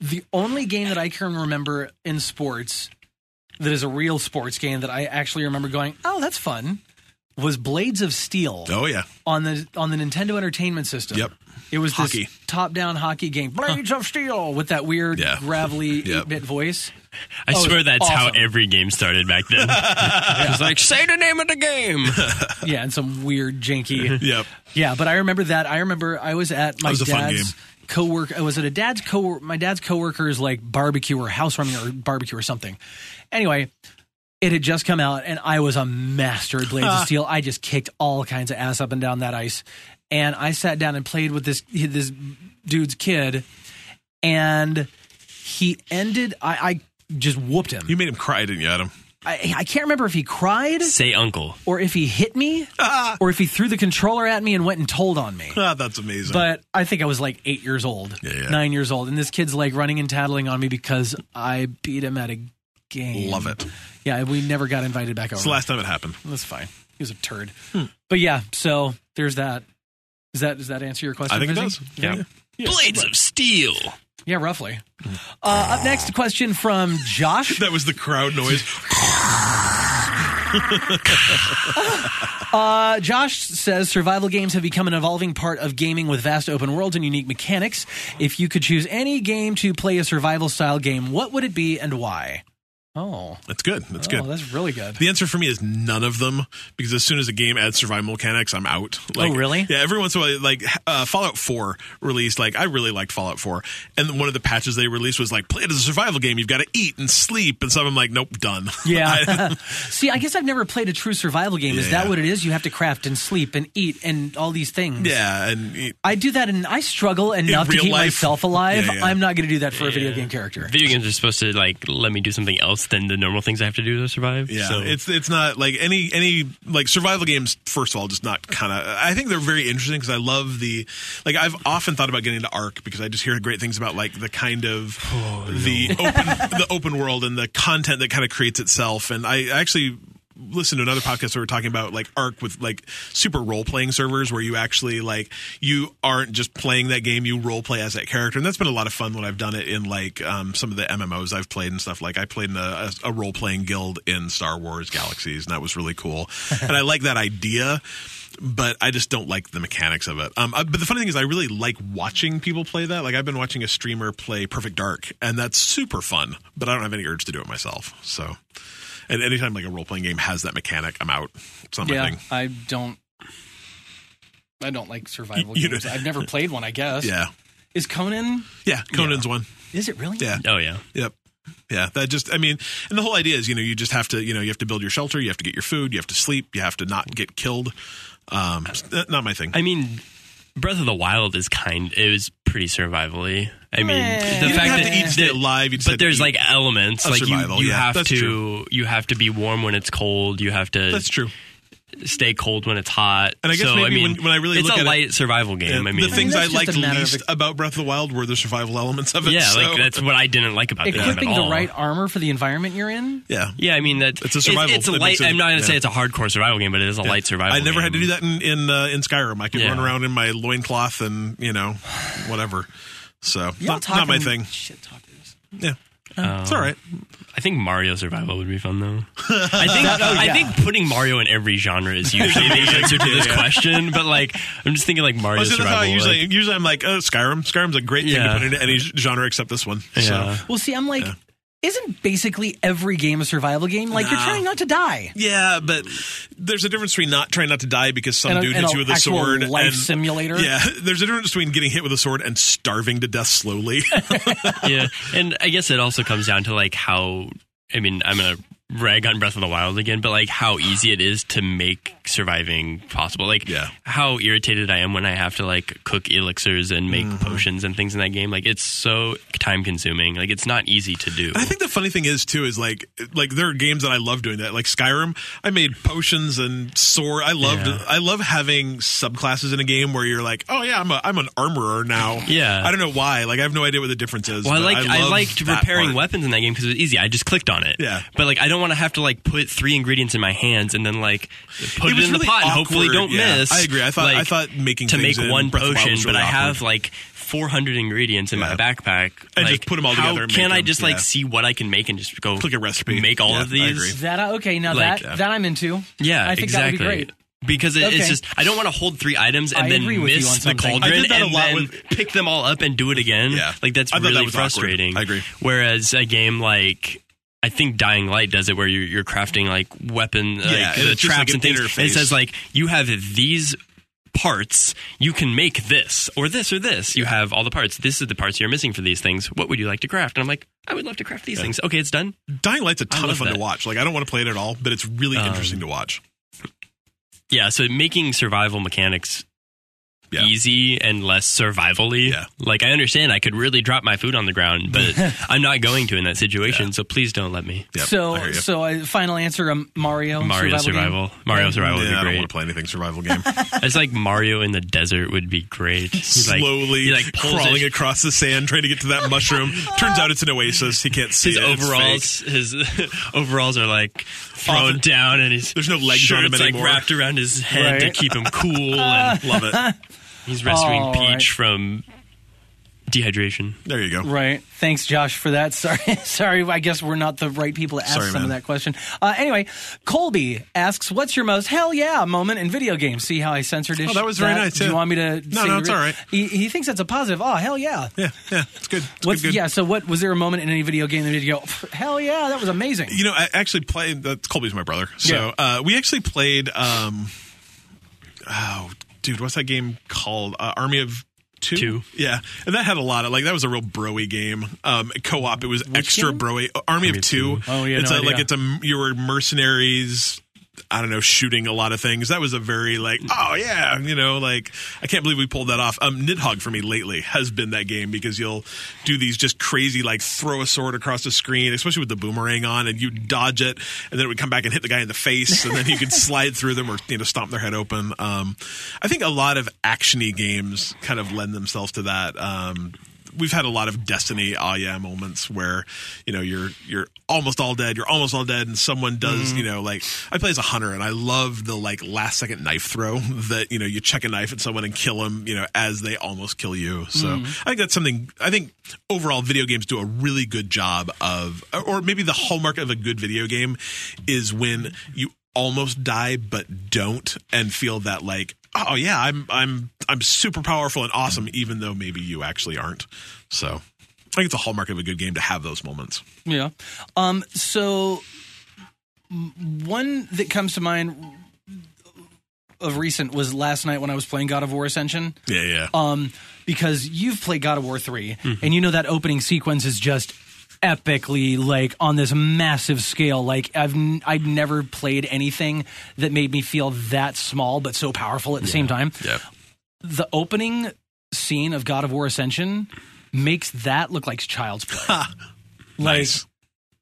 S1: the only game that I can remember in sports that is a real sports game that I actually remember going, oh, that's fun. Was Blades of Steel
S2: Oh, yeah.
S1: on the on the Nintendo Entertainment System?
S2: Yep.
S1: it was
S2: Hockey.
S1: this top-down hockey game, Blades of Steel, with that weird
S2: Yeah.
S1: gravelly
S2: Yep.
S1: eight-bit voice.
S3: I
S1: Oh,
S3: swear that's how
S1: awesome.
S3: every game started back then. It was like, say the name of the game.
S1: Yeah, and some weird janky.
S2: Yep.
S1: Yeah, but I remember that. I remember I was at my
S2: was a fun
S1: dad's
S2: game.
S1: coworker. I was at a dad's co my dad's coworker's like barbecue or housewarming or barbecue or something. Anyway, it had just come out, and I was a master at Blades of Steel. I just kicked all kinds of ass up and down that ice, and I sat down and played with this this dude's kid, and he ended. I, I just whooped him.
S2: You made him cry, didn't you, Adam?
S1: I, I can't remember if he cried
S3: Say uncle.
S1: or if he hit me or if he threw the controller at me and went and told on me.
S2: Ah, that's amazing.
S1: But I think I was like eight years old,
S2: Yeah, yeah.
S1: nine years old, and this kid's like running and tattling on me because I beat him at a game.
S2: love it.
S1: Yeah, we never got invited back over.
S2: It's the last time it happened.
S1: That's fine. He was a turd.
S2: Hmm.
S1: But yeah, so there's that. Is that does that answer your question?
S2: I think it
S1: Vizzy?
S2: does.
S3: Yeah. Blades of Steel.
S1: Yeah, roughly.
S2: Hmm.
S1: Uh, up next, a question from Josh.
S2: That was the crowd noise.
S1: Uh, Josh says survival games have become an evolving part of gaming with vast open worlds and unique mechanics. If you could choose any game to play a survival style game, what would it be and why? Oh,
S2: That's good. That's
S1: oh,
S2: good.
S1: that's really good.
S2: The answer for me is none of them because as soon as a game adds survival mechanics, I'm out. Like,
S1: Oh, really?
S2: Yeah. Every once in a while, like uh, Fallout 4 released, like I really liked Fallout 4, and one of the patches they released was like, play it as a survival game. You've got to eat and sleep, and some I'm like, nope, done. I-
S1: Yeah. See, I guess I've never played a true survival game. Is that
S2: Yeah.
S1: what it is? You have to craft and sleep and eat and all these things.
S2: yeah, and it-
S1: I do that and I struggle enough to
S2: real
S1: keep
S2: life?
S1: myself alive.
S2: Yeah, yeah.
S1: I'm not going to do that for a video game character.
S3: Video games are supposed to like let me do something else than the normal things I have to do to survive.
S2: Yeah,
S3: so
S2: it's it's not like any any like survival games. First of all, just not kind of. I think they're very interesting because I love the like. I've often thought about getting into Ark because I just hear great things about like the kind of the open the open world and the content that kind of creates itself. And I actually listened to another podcast where we are talking about like arc with like super role playing servers where you actually like you aren't just playing that game you role play as that character and that's been a lot of fun when i've done it in like um, some of the mmos i've played and stuff like i played in a, a role playing guild in star wars galaxies and that was really cool and i like that idea but I just don't like the mechanics of it. Um, I- but the funny thing is, I really like watching people play that. Like I've been watching a streamer play Perfect Dark, and that's super fun. But I don't have any urge to do it myself. So, and anytime like a role playing game has that mechanic, I'm out. It's not my
S1: yeah,
S2: thing.
S1: I don't. I don't like survival
S2: You- you
S1: games.
S2: don't-
S1: I've never played one. I guess.
S2: Yeah,
S1: Is Conan?
S2: yeah. Conan's one.
S1: Is it really?
S2: Yeah.
S3: oh yeah.
S2: Yep. Yeah, that just I mean, and the whole idea is, you know, you just have to, you know, you have to build your shelter, you have to get your food, you have to sleep, you have to not get killed. Um s- not my thing.
S3: I mean, Breath of the Wild is kind. It was pretty survivally. I mean,
S1: Meh.
S3: the
S1: You
S2: you didn't
S3: fact
S2: have
S3: that
S2: to eat to stay
S3: that-
S2: alive, you just
S3: but
S2: had to
S3: there's
S2: eat.
S3: like elements
S2: Of
S3: like you,
S2: survival,
S3: you
S2: yeah,
S3: have
S2: that's
S3: to
S2: true.
S3: you have to be warm when it's cold. You have to
S2: That's true.
S3: stay cold when it's hot.
S2: And I guess
S3: so, I
S2: maybe
S3: mean,
S2: when- when I really
S3: it's
S2: look
S3: a
S2: at it-
S3: light survival game. I mean,
S2: the things I,
S1: that's just
S2: liked
S1: a matter of
S2: least
S1: ex-
S2: about Breath of the Wild were the survival elements of it.
S3: yeah,
S2: so-
S3: like that's what I didn't like about the game at
S1: Equipping
S3: all.
S1: the right armor for the environment you're in.
S2: yeah.
S3: yeah, I mean that
S2: It's a survival-
S3: It's, a
S2: it
S3: light.
S2: makes it-
S3: I'm not gonna
S2: yeah.
S3: say it's a hardcore survival game, but it is a light survival.
S2: I never had to
S3: game.
S2: do that in in, uh, in Skyrim. I could
S3: Yeah.
S2: run around in my loincloth and you know whatever. So
S1: Y'all
S2: not, not
S1: talking
S2: my
S1: Oh.
S2: thing.
S1: Shit talkers.
S2: Yeah, it's all right.
S3: I think Mario survival would be fun though. I think
S2: oh,
S1: yeah.
S3: I think putting Mario in every genre is usually the answer to this question. But like, I'm just thinking like Mario
S2: Oh, see, that's
S3: survival.
S2: how I usually
S3: like-
S2: usually I'm like oh, Skyrim. Skyrim's a great thing to
S3: Yeah.
S2: put into any genre except this one.
S3: yeah.
S2: So.
S1: Well, see, I'm like, isn't basically every game a survival game? Like you're
S2: Nah.
S1: trying not to die.
S2: Yeah, but there's a difference between not trying not to die because some
S1: And a-
S2: dude
S1: and a
S2: hits you with a
S1: actual
S2: sword.
S1: life
S2: and,
S1: simulator?
S2: Yeah, there's a difference between getting hit with a sword and starving to death slowly.
S3: yeah, and I guess it also comes down to like how. I mean, I'm gonna rag on Breath of the Wild again, but like how easy it is to make surviving possible. Like
S2: Yeah.
S3: how irritated I am when I have to like cook elixirs and make
S2: Mm-hmm.
S3: potions and things in that game. Like it's so time consuming. Like it's not easy to do.
S2: I think the funny thing is too is like like there are games that I love doing that like Skyrim. I made potions and sword. I loved
S3: Yeah.
S2: I love having subclasses in a game where you're like, oh yeah, I'm a I'm an armorer now.
S3: Yeah.
S2: I don't know why. Like I have no idea what the difference is.
S3: Well, I
S2: but
S3: liked I,
S2: love
S3: liked
S2: that
S3: repairing
S2: part.
S3: weapons in that game because it was easy. I just clicked on it.
S2: Yeah.
S3: But like, I don't want to have to like put three ingredients in my hands and then like put it,
S2: was
S3: in
S2: really
S3: the pot and
S2: awkward,
S3: hopefully don't
S2: yeah.
S3: miss.
S2: I agree. I thought- I
S3: like,
S2: thought making
S3: to
S2: things
S3: make
S2: in
S3: one
S2: Breath of the Wild
S3: potion,
S2: was
S3: but
S2: really
S3: I have
S2: awkward.
S3: like 400 ingredients in
S2: Yeah.
S3: my backpack
S2: And just
S3: Like,
S2: put 'em all
S3: how
S2: together and make
S3: Can I
S2: them,
S3: just like
S2: yeah.
S3: see what I can make and just go
S2: Click a recipe.
S3: Make all
S2: Yeah,
S3: of
S2: I
S3: these.
S2: agree.
S1: Is that uh, okay? Now
S3: Like,
S1: that that I'm into.
S3: Yeah,
S1: I think
S3: exactly.
S1: that would be great.
S3: Because it,
S1: Okay.
S3: it's just I don't want to hold three items and
S1: I
S3: then
S1: agree with you on
S3: miss the
S1: something.
S3: cauldron
S2: I did that a
S3: and
S2: lot
S3: then
S2: with-
S3: pick them all up and do it again.
S2: Yeah.
S3: like that's
S2: I thought that
S3: really
S2: was awkward.
S3: frustrating.
S2: I agree.
S3: Whereas a game like. I think Dying Light does it where you're, you're crafting like weapon
S2: and
S3: like, the
S2: it's just like
S3: traps
S2: an
S3: and things. And
S2: interface.
S3: it says like you have these parts, you can make this or this or this. You have all the parts. This is the parts you're missing for these things. What would you like to craft? And I'm like, I would love to craft these things. Okay, it's done.
S2: Dying Light's a ton of
S3: love
S2: fun to
S3: that.
S2: watch. Like I don't want to play it at all, but it's really
S3: Um,
S2: interesting to watch.
S3: Yeah, so making survival mechanics
S2: Yeah.
S3: easy and less survivally.
S2: Yeah.
S3: Like I understand I could really drop my food on the ground, but I'm not going to in that situation, so please don't let me.
S2: Yep,
S1: so,
S2: I hear you.
S1: so I, final answer: um, Mario.
S3: Mario
S1: survival.
S3: survival. Mario
S2: yeah, I
S3: survival would
S2: don't
S3: be
S2: want
S3: great.
S2: to play anything survival game.
S3: It's like Mario in the desert would be great. He's like-
S2: Slowly
S3: he like pulls
S2: crawling
S3: his,
S2: across the sand, trying to get to that mushroom. Turns out it's an oasis. He can't see
S3: his
S2: it. It's fake.
S3: overalls his overalls are like thrown
S2: Often-
S3: down and he's
S2: There's no legs on him
S3: shirts
S2: anymore.
S3: like wrapped around his head to
S1: Right.
S3: keep him cool and
S2: Love it.
S3: he's rescuing
S1: All
S3: Peach
S1: right.
S3: from dehydration.
S2: There you go.
S1: Right. Thanks, Josh, for that. Sorry, sorry. I guess we're not the right people to ask
S2: Sorry,
S1: some of
S2: man.
S1: that question. Uh, anyway, Colby asks, "What's your most hell yeah moment in video games?" See how I censored it.
S2: Oh, that was very nice,
S1: Do you
S2: yeah.
S1: want me to?
S2: No,
S1: say
S2: no,
S1: the
S2: it's
S1: re-
S2: all right.
S1: He, he thinks that's a positive. Oh, hell yeah.
S2: Yeah, yeah, it's good. It's
S1: What's,
S2: good, good.
S1: yeah. So, what was there a moment in any video game that made you go, "Pff, "Hell yeah, that was amazing"?
S2: You know, I actually played. That's Colby's my brother. So uh, we actually played. Um, oh, dude, what's that game called? Uh, Army of. Two?
S3: Two.
S2: yeah, and that had a lot of like that was a real broy game, um, co-op. It was extra
S1: game?
S2: broy. Army, of Two.
S1: Oh, yeah,
S2: it's
S1: no
S2: a, like
S1: idea.
S2: it's a you were mercenaries. I don't know, shooting a lot of things. That was a very like,
S1: Mm-hmm.
S2: oh yeah, you know, like I can't believe we pulled that off. Um, Nidhogg for me lately has been that game because you'll do these just crazy like throw a sword across the screen, especially with the boomerang on, and you dodge it, and then it would come back and hit the guy in the face, and then you could slide through them or you know stomp their head open. Um, I think a lot of actiony games kind of lend themselves to that. Um, we've had a lot of destiny ah yeah moments where you know you're you're almost all dead you're almost all dead and someone does you know like i play as a hunter and i love the like last second knife throw that you know you check a knife at someone and kill them you know as they almost kill you so i think that's something i think overall video games do a really good job of or maybe the hallmark of a good video game is when you almost die but don't and feel that like oh yeah i'm i'm i'm super powerful and awesome even though maybe you actually aren't so i think it's a hallmark of a good game to have those moments
S1: Yeah. Um. So m- one that comes to mind of recent was last night when I was playing God of War Ascension.
S2: yeah yeah
S1: um, because you've played God of War 3
S2: Mm-hmm.
S1: and you know that opening sequence is just epically like on this massive scale like I've n- I'd never played anything that made me feel that small but so powerful at the same time.
S2: yeah
S1: The opening scene of God of War Ascension makes that look like child's play. like
S2: nice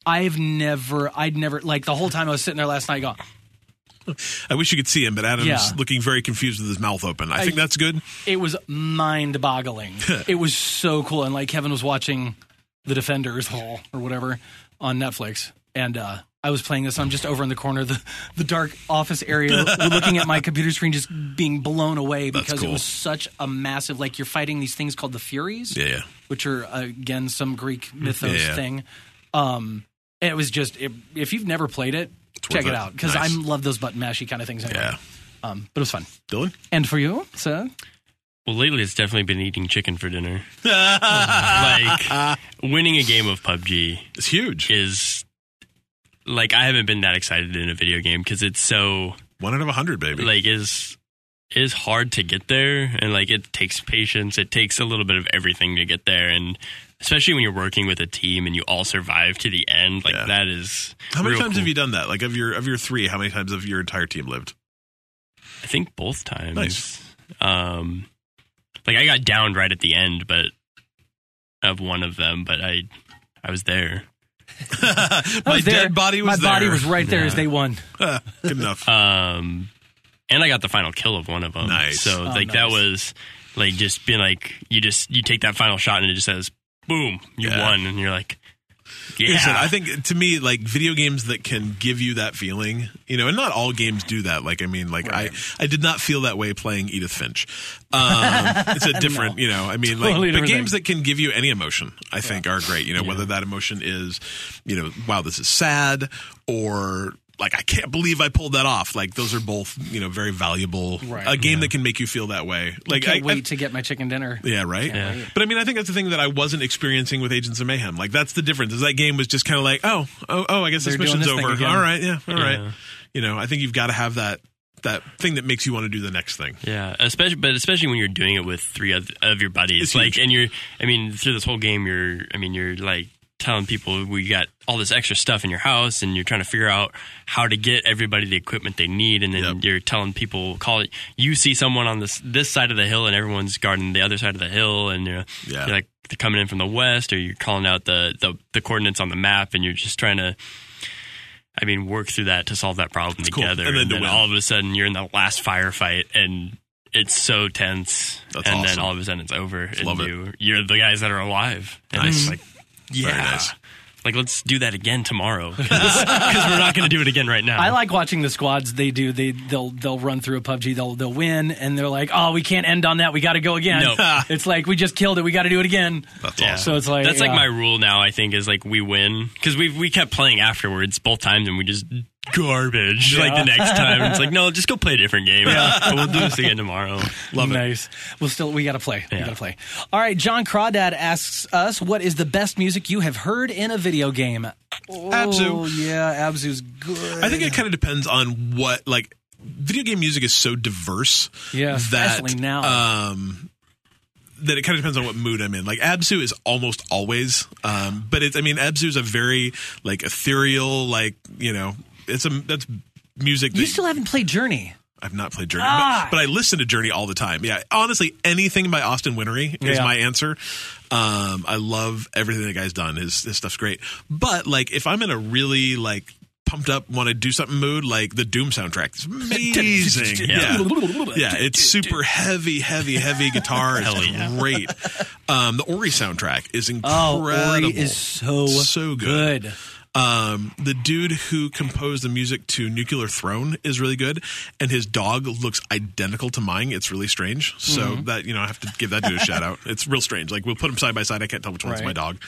S1: I've never I'd never like the whole time I was sitting there last night going
S2: I wish you could see him, but Adam's
S1: Yeah.
S2: looking very confused with his mouth open. I, think that's good.
S1: It was mind boggling. it was so cool. And like Kevin was watching The Defenders Hall or whatever on Netflix. And uh, I was playing this. I'm just over in the corner, of the, the dark office area, looking at my computer screen, just being blown away because
S2: cool.
S1: it was such a massive, like you're fighting these things called the Furies.
S2: Yeah. Mm-hmm.
S1: which are again some Greek mythos
S2: Yeah.
S1: thing. Um, it was just it, if you've never played it, check
S2: worth
S1: it
S2: it.
S1: out because
S2: Nice.
S1: I love those button mashy kind of things. Anyway.
S2: Yeah.
S1: um, but it was fun.
S2: Dylan?
S1: And for you, sir,
S3: Well, lately it's definitely been eating chicken for dinner. like winning a game of PUBG
S2: It's huge.
S3: is like I haven't been that excited in a video game because it's so
S2: One out of a hundred, baby.
S3: like is is hard to get there and like it takes patience it takes a little bit of everything to get there and especially when you're working with a team and you all survive to the end like
S2: Yeah.
S3: that is
S2: how many
S3: real
S2: times
S3: cool.
S2: have you done that? Like of your of your three, how many times have your entire team lived?
S3: I think both times
S2: Nice.
S3: um like I got downed right at the end but of one of them but I I was there
S1: I
S2: My
S1: was there.
S2: dead body
S1: my
S2: was there.
S1: body was right there as they won.
S2: Ah, good enough.
S3: um and I got the final kill of one of them
S2: Nice.
S3: so
S1: Oh,
S3: like that
S1: nice.
S3: was like just being like you just you take that final shot and it just says boom you
S2: Yeah.
S3: won and you're like yeah
S2: Listen, I think to me, like video games that can give you that feeling, you know, and not all games do that. Like, I mean, like I, I did not feel that way playing Edith Finch. Um, it's a different, you know, I mean,
S1: Totally
S2: like, but
S1: different
S2: games that can give you any emotion, I think, are great. You know, whether that emotion is, you know, wow, this is sad, or like I can't believe I pulled that off. Like, those are both, you know, very valuable.
S1: Right.
S2: A game that can make you feel that way. Like,
S1: Can't
S2: I,
S1: wait
S2: I,
S1: to get my chicken dinner.
S2: yeah, right.
S3: Yeah. wait.
S2: But I mean, I think that's the thing that I wasn't experiencing with Agents of Mayhem. Like that's the difference. Is that game was just kind of like, oh, oh, oh, I guess this
S1: They're doing
S2: mission's
S1: this thing
S2: over.
S1: again.
S2: All right, yeah, all right.
S3: Yeah.
S2: You know, I think you've got to have that that thing that makes you want to do the next thing.
S3: Yeah, especially but especially when you're doing it with three of, of your buddies,
S2: It's
S3: like,
S2: huge.
S3: and you're, I mean, through this whole game, you're, I mean, you're like telling people we got all this extra stuff in your house, and you're trying to figure out how to get everybody the equipment they need, and then
S2: Yep.
S3: you're telling people call it. You see someone on this this side of the hill, and everyone's guarding the other side of the hill, and uh, you're,
S2: Yeah.
S3: you're like they're coming in from the west, or you're calling out the, the the coordinates on the map, and you're just trying to. I mean, work through that to solve that problem
S2: cool.
S3: together,
S2: And then to win.
S3: all of a sudden you're in the last firefight, and it's so tense.
S2: That's
S3: and
S2: awesome.
S3: then all of a sudden it's over.
S2: Love it.
S3: and you, are the guys that are alive. And
S2: Nice.
S3: it's like, yeah.
S2: nice.
S3: Like, let's do that again tomorrow. Because we're not going to do it again right now.
S1: I like watching the squads. They do. They they'll they'll run through a PUBG. They'll they'll win, and they're like, "Oh, we can't end on that. We got to go again."
S3: Nope.
S1: it's like we just killed it. We got to do it again.
S2: That's
S3: Yeah.
S2: awesome.
S1: So it's like
S3: That's like
S1: yeah.
S3: my rule now, I think, is like we win. Because we we kept playing afterwards both times and we just garbage like the next time. It's like, no, just go play a different game. Yeah. we'll do this again tomorrow.
S2: Love it.
S1: nice. Well, still, we got to play. We
S3: Yeah.
S1: got to play. All right. John Crawdad asks us, "What is the best music you have heard in a video game?" Oh,
S2: Abzu.
S1: yeah, Abzu's good.
S2: I think it kind of depends on what like video game music is so diverse.
S1: Yeah,
S2: that
S1: especially now.
S2: Um, that it kind of depends on what mood I'm in. Like Absu is almost always, um, but it's I mean Absu is a very like ethereal, like you know, it's a that's music.
S1: you
S2: that-
S1: still haven't played Journey.
S2: I've not played Journey,
S1: Ah!
S2: but, but I listen to Journey all the time. Yeah, honestly, anything by Austin Winery is
S1: Yeah.
S2: my answer. Um, I love everything the guy's done. His his stuff's great. But like, if I'm in a really like pumped up, want to do something mood, like the Doom soundtrack, it's amazing. yeah. Yeah, it's super heavy, heavy, heavy guitar. It's great. Um, the Ori soundtrack is
S1: Oh,
S2: incredible.
S1: Ori is so
S2: So good. Um, the dude who composed the music to Nuclear Throne is really good, and his dog looks identical to mine. It's really strange. So
S1: Mm-hmm.
S2: that you know, I have to give that dude a shout out. It's real strange. Like we'll put them side by side. I can't tell which one's
S1: Right.
S2: my dog.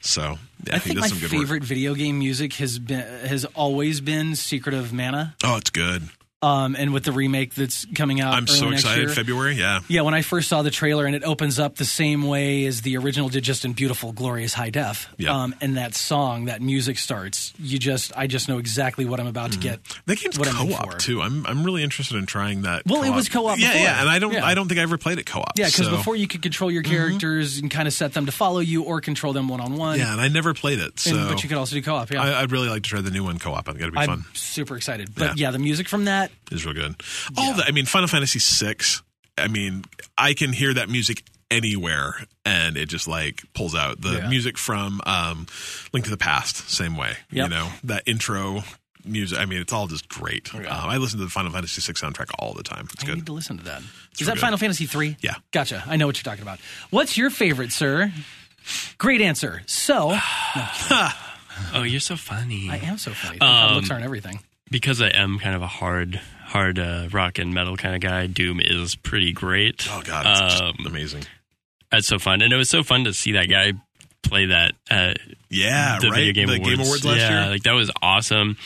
S2: So
S1: I
S2: yeah, he
S1: think
S2: does
S1: my
S2: some good
S1: favorite
S2: work.
S1: video game music has been has always been Secret of Mana,
S2: Oh, it's good.
S1: um, and with the remake that's coming out,
S2: I'm
S1: early
S2: so
S1: next
S2: excited.
S1: year.
S2: February, yeah.
S1: Yeah, when I first saw the trailer and it opens up the same way as the original did, just in beautiful, glorious high def.
S2: Yeah.
S1: Um, and that song, that music starts. You just, I just know exactly what I'm about
S2: Mm-hmm.
S1: to get.
S2: That game's
S1: What I'm in
S2: co-op
S1: for.
S2: too. I'm I'm really interested in trying that.
S1: Well, it was co-op
S2: Yeah,
S1: before.
S2: yeah. And I don't
S1: Yeah.
S2: I don't think I ever played it co-op.
S1: Yeah, because
S2: so- Mm-hmm.
S1: before you could control your characters and kind of set them to follow you or control them one on one.
S2: Yeah, and I never played it. So
S1: But you could also do co-op. Yeah.
S2: I, I'd really like to try the new one co-op. I think it'd be
S1: am
S2: fun.
S1: super excited. But
S2: Yeah.
S1: yeah. the music from that,
S2: is real good. All the, I mean, Final Fantasy VI. I mean, I can hear that music anywhere, and it just like pulls out the
S1: Yeah.
S2: music from um, Link to the Past. Same way, you
S1: Yep.
S2: know, that intro music. I mean, it's all just great. Um, I listen to the Final Fantasy VI soundtrack all the time. It's
S1: I
S2: good.
S1: need to listen to that. Is
S2: real
S1: that
S2: good.
S1: Final Fantasy three?
S2: Yeah.
S1: Gotcha. I know what you're talking about. What's your favorite, sir? Great answer. So
S3: Oh, you're so funny.
S1: I am so funny. Um, looks aren't everything.
S3: because I am kind of a hard, hard uh, rock and metal kind of guy. Doom is pretty great.
S2: Oh god, it's
S3: Um,
S2: just amazing.
S3: that's so fun, and it was so fun to see that guy play that uh,
S2: Yeah,
S3: the
S2: right.
S3: video game
S2: the
S3: awards.
S2: Game Awards last
S3: yeah,
S2: year.
S3: like that was awesome.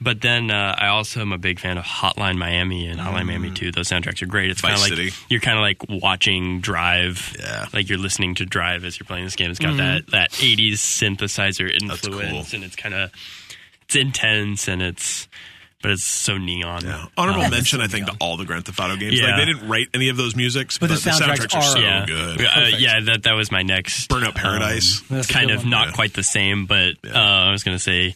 S3: But then uh, I also am a big fan of Hotline Miami and Hotline Miami 2. Those soundtracks are great. It's kind
S2: Mm. Vice
S3: of like
S2: City.
S3: you're kind of like watching Drive.
S2: Yeah. Mm-hmm.
S3: like you're listening to Drive as you're playing this game. It's got that that 80s synthesizer influence,
S2: cool.
S3: and it's kind of it's intense and it's but it's so neon.
S2: Yeah. Honorable mention, I think, to all the Grand Theft Auto games.
S3: Yeah.
S2: Like, they didn't write any of those musics, but,
S1: the
S2: the
S1: soundtracks
S2: soundtracks, are, so
S1: are-
S3: yeah,
S2: good.
S3: Uh, yeah. That that was my next um,
S2: Burnout Paradise.
S1: That's a
S3: kind
S1: good
S3: of
S1: one.
S3: not
S2: Yeah.
S3: quite the same, but uh, I was gonna say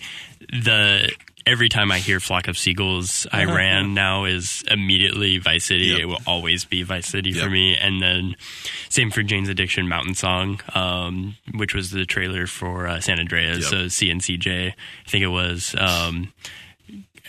S3: the every time I hear "Flock of Seagulls," I
S1: Uh-huh.
S3: ran now is immediately Vice City.
S2: Yep.
S3: It will always be Vice City
S2: Yep.
S3: for me, and then same for Jane's Addiction, "Mountain Song," um, which was the trailer for uh, San Andreas.
S2: Yep.
S3: So CNCJ, I think it was. Um,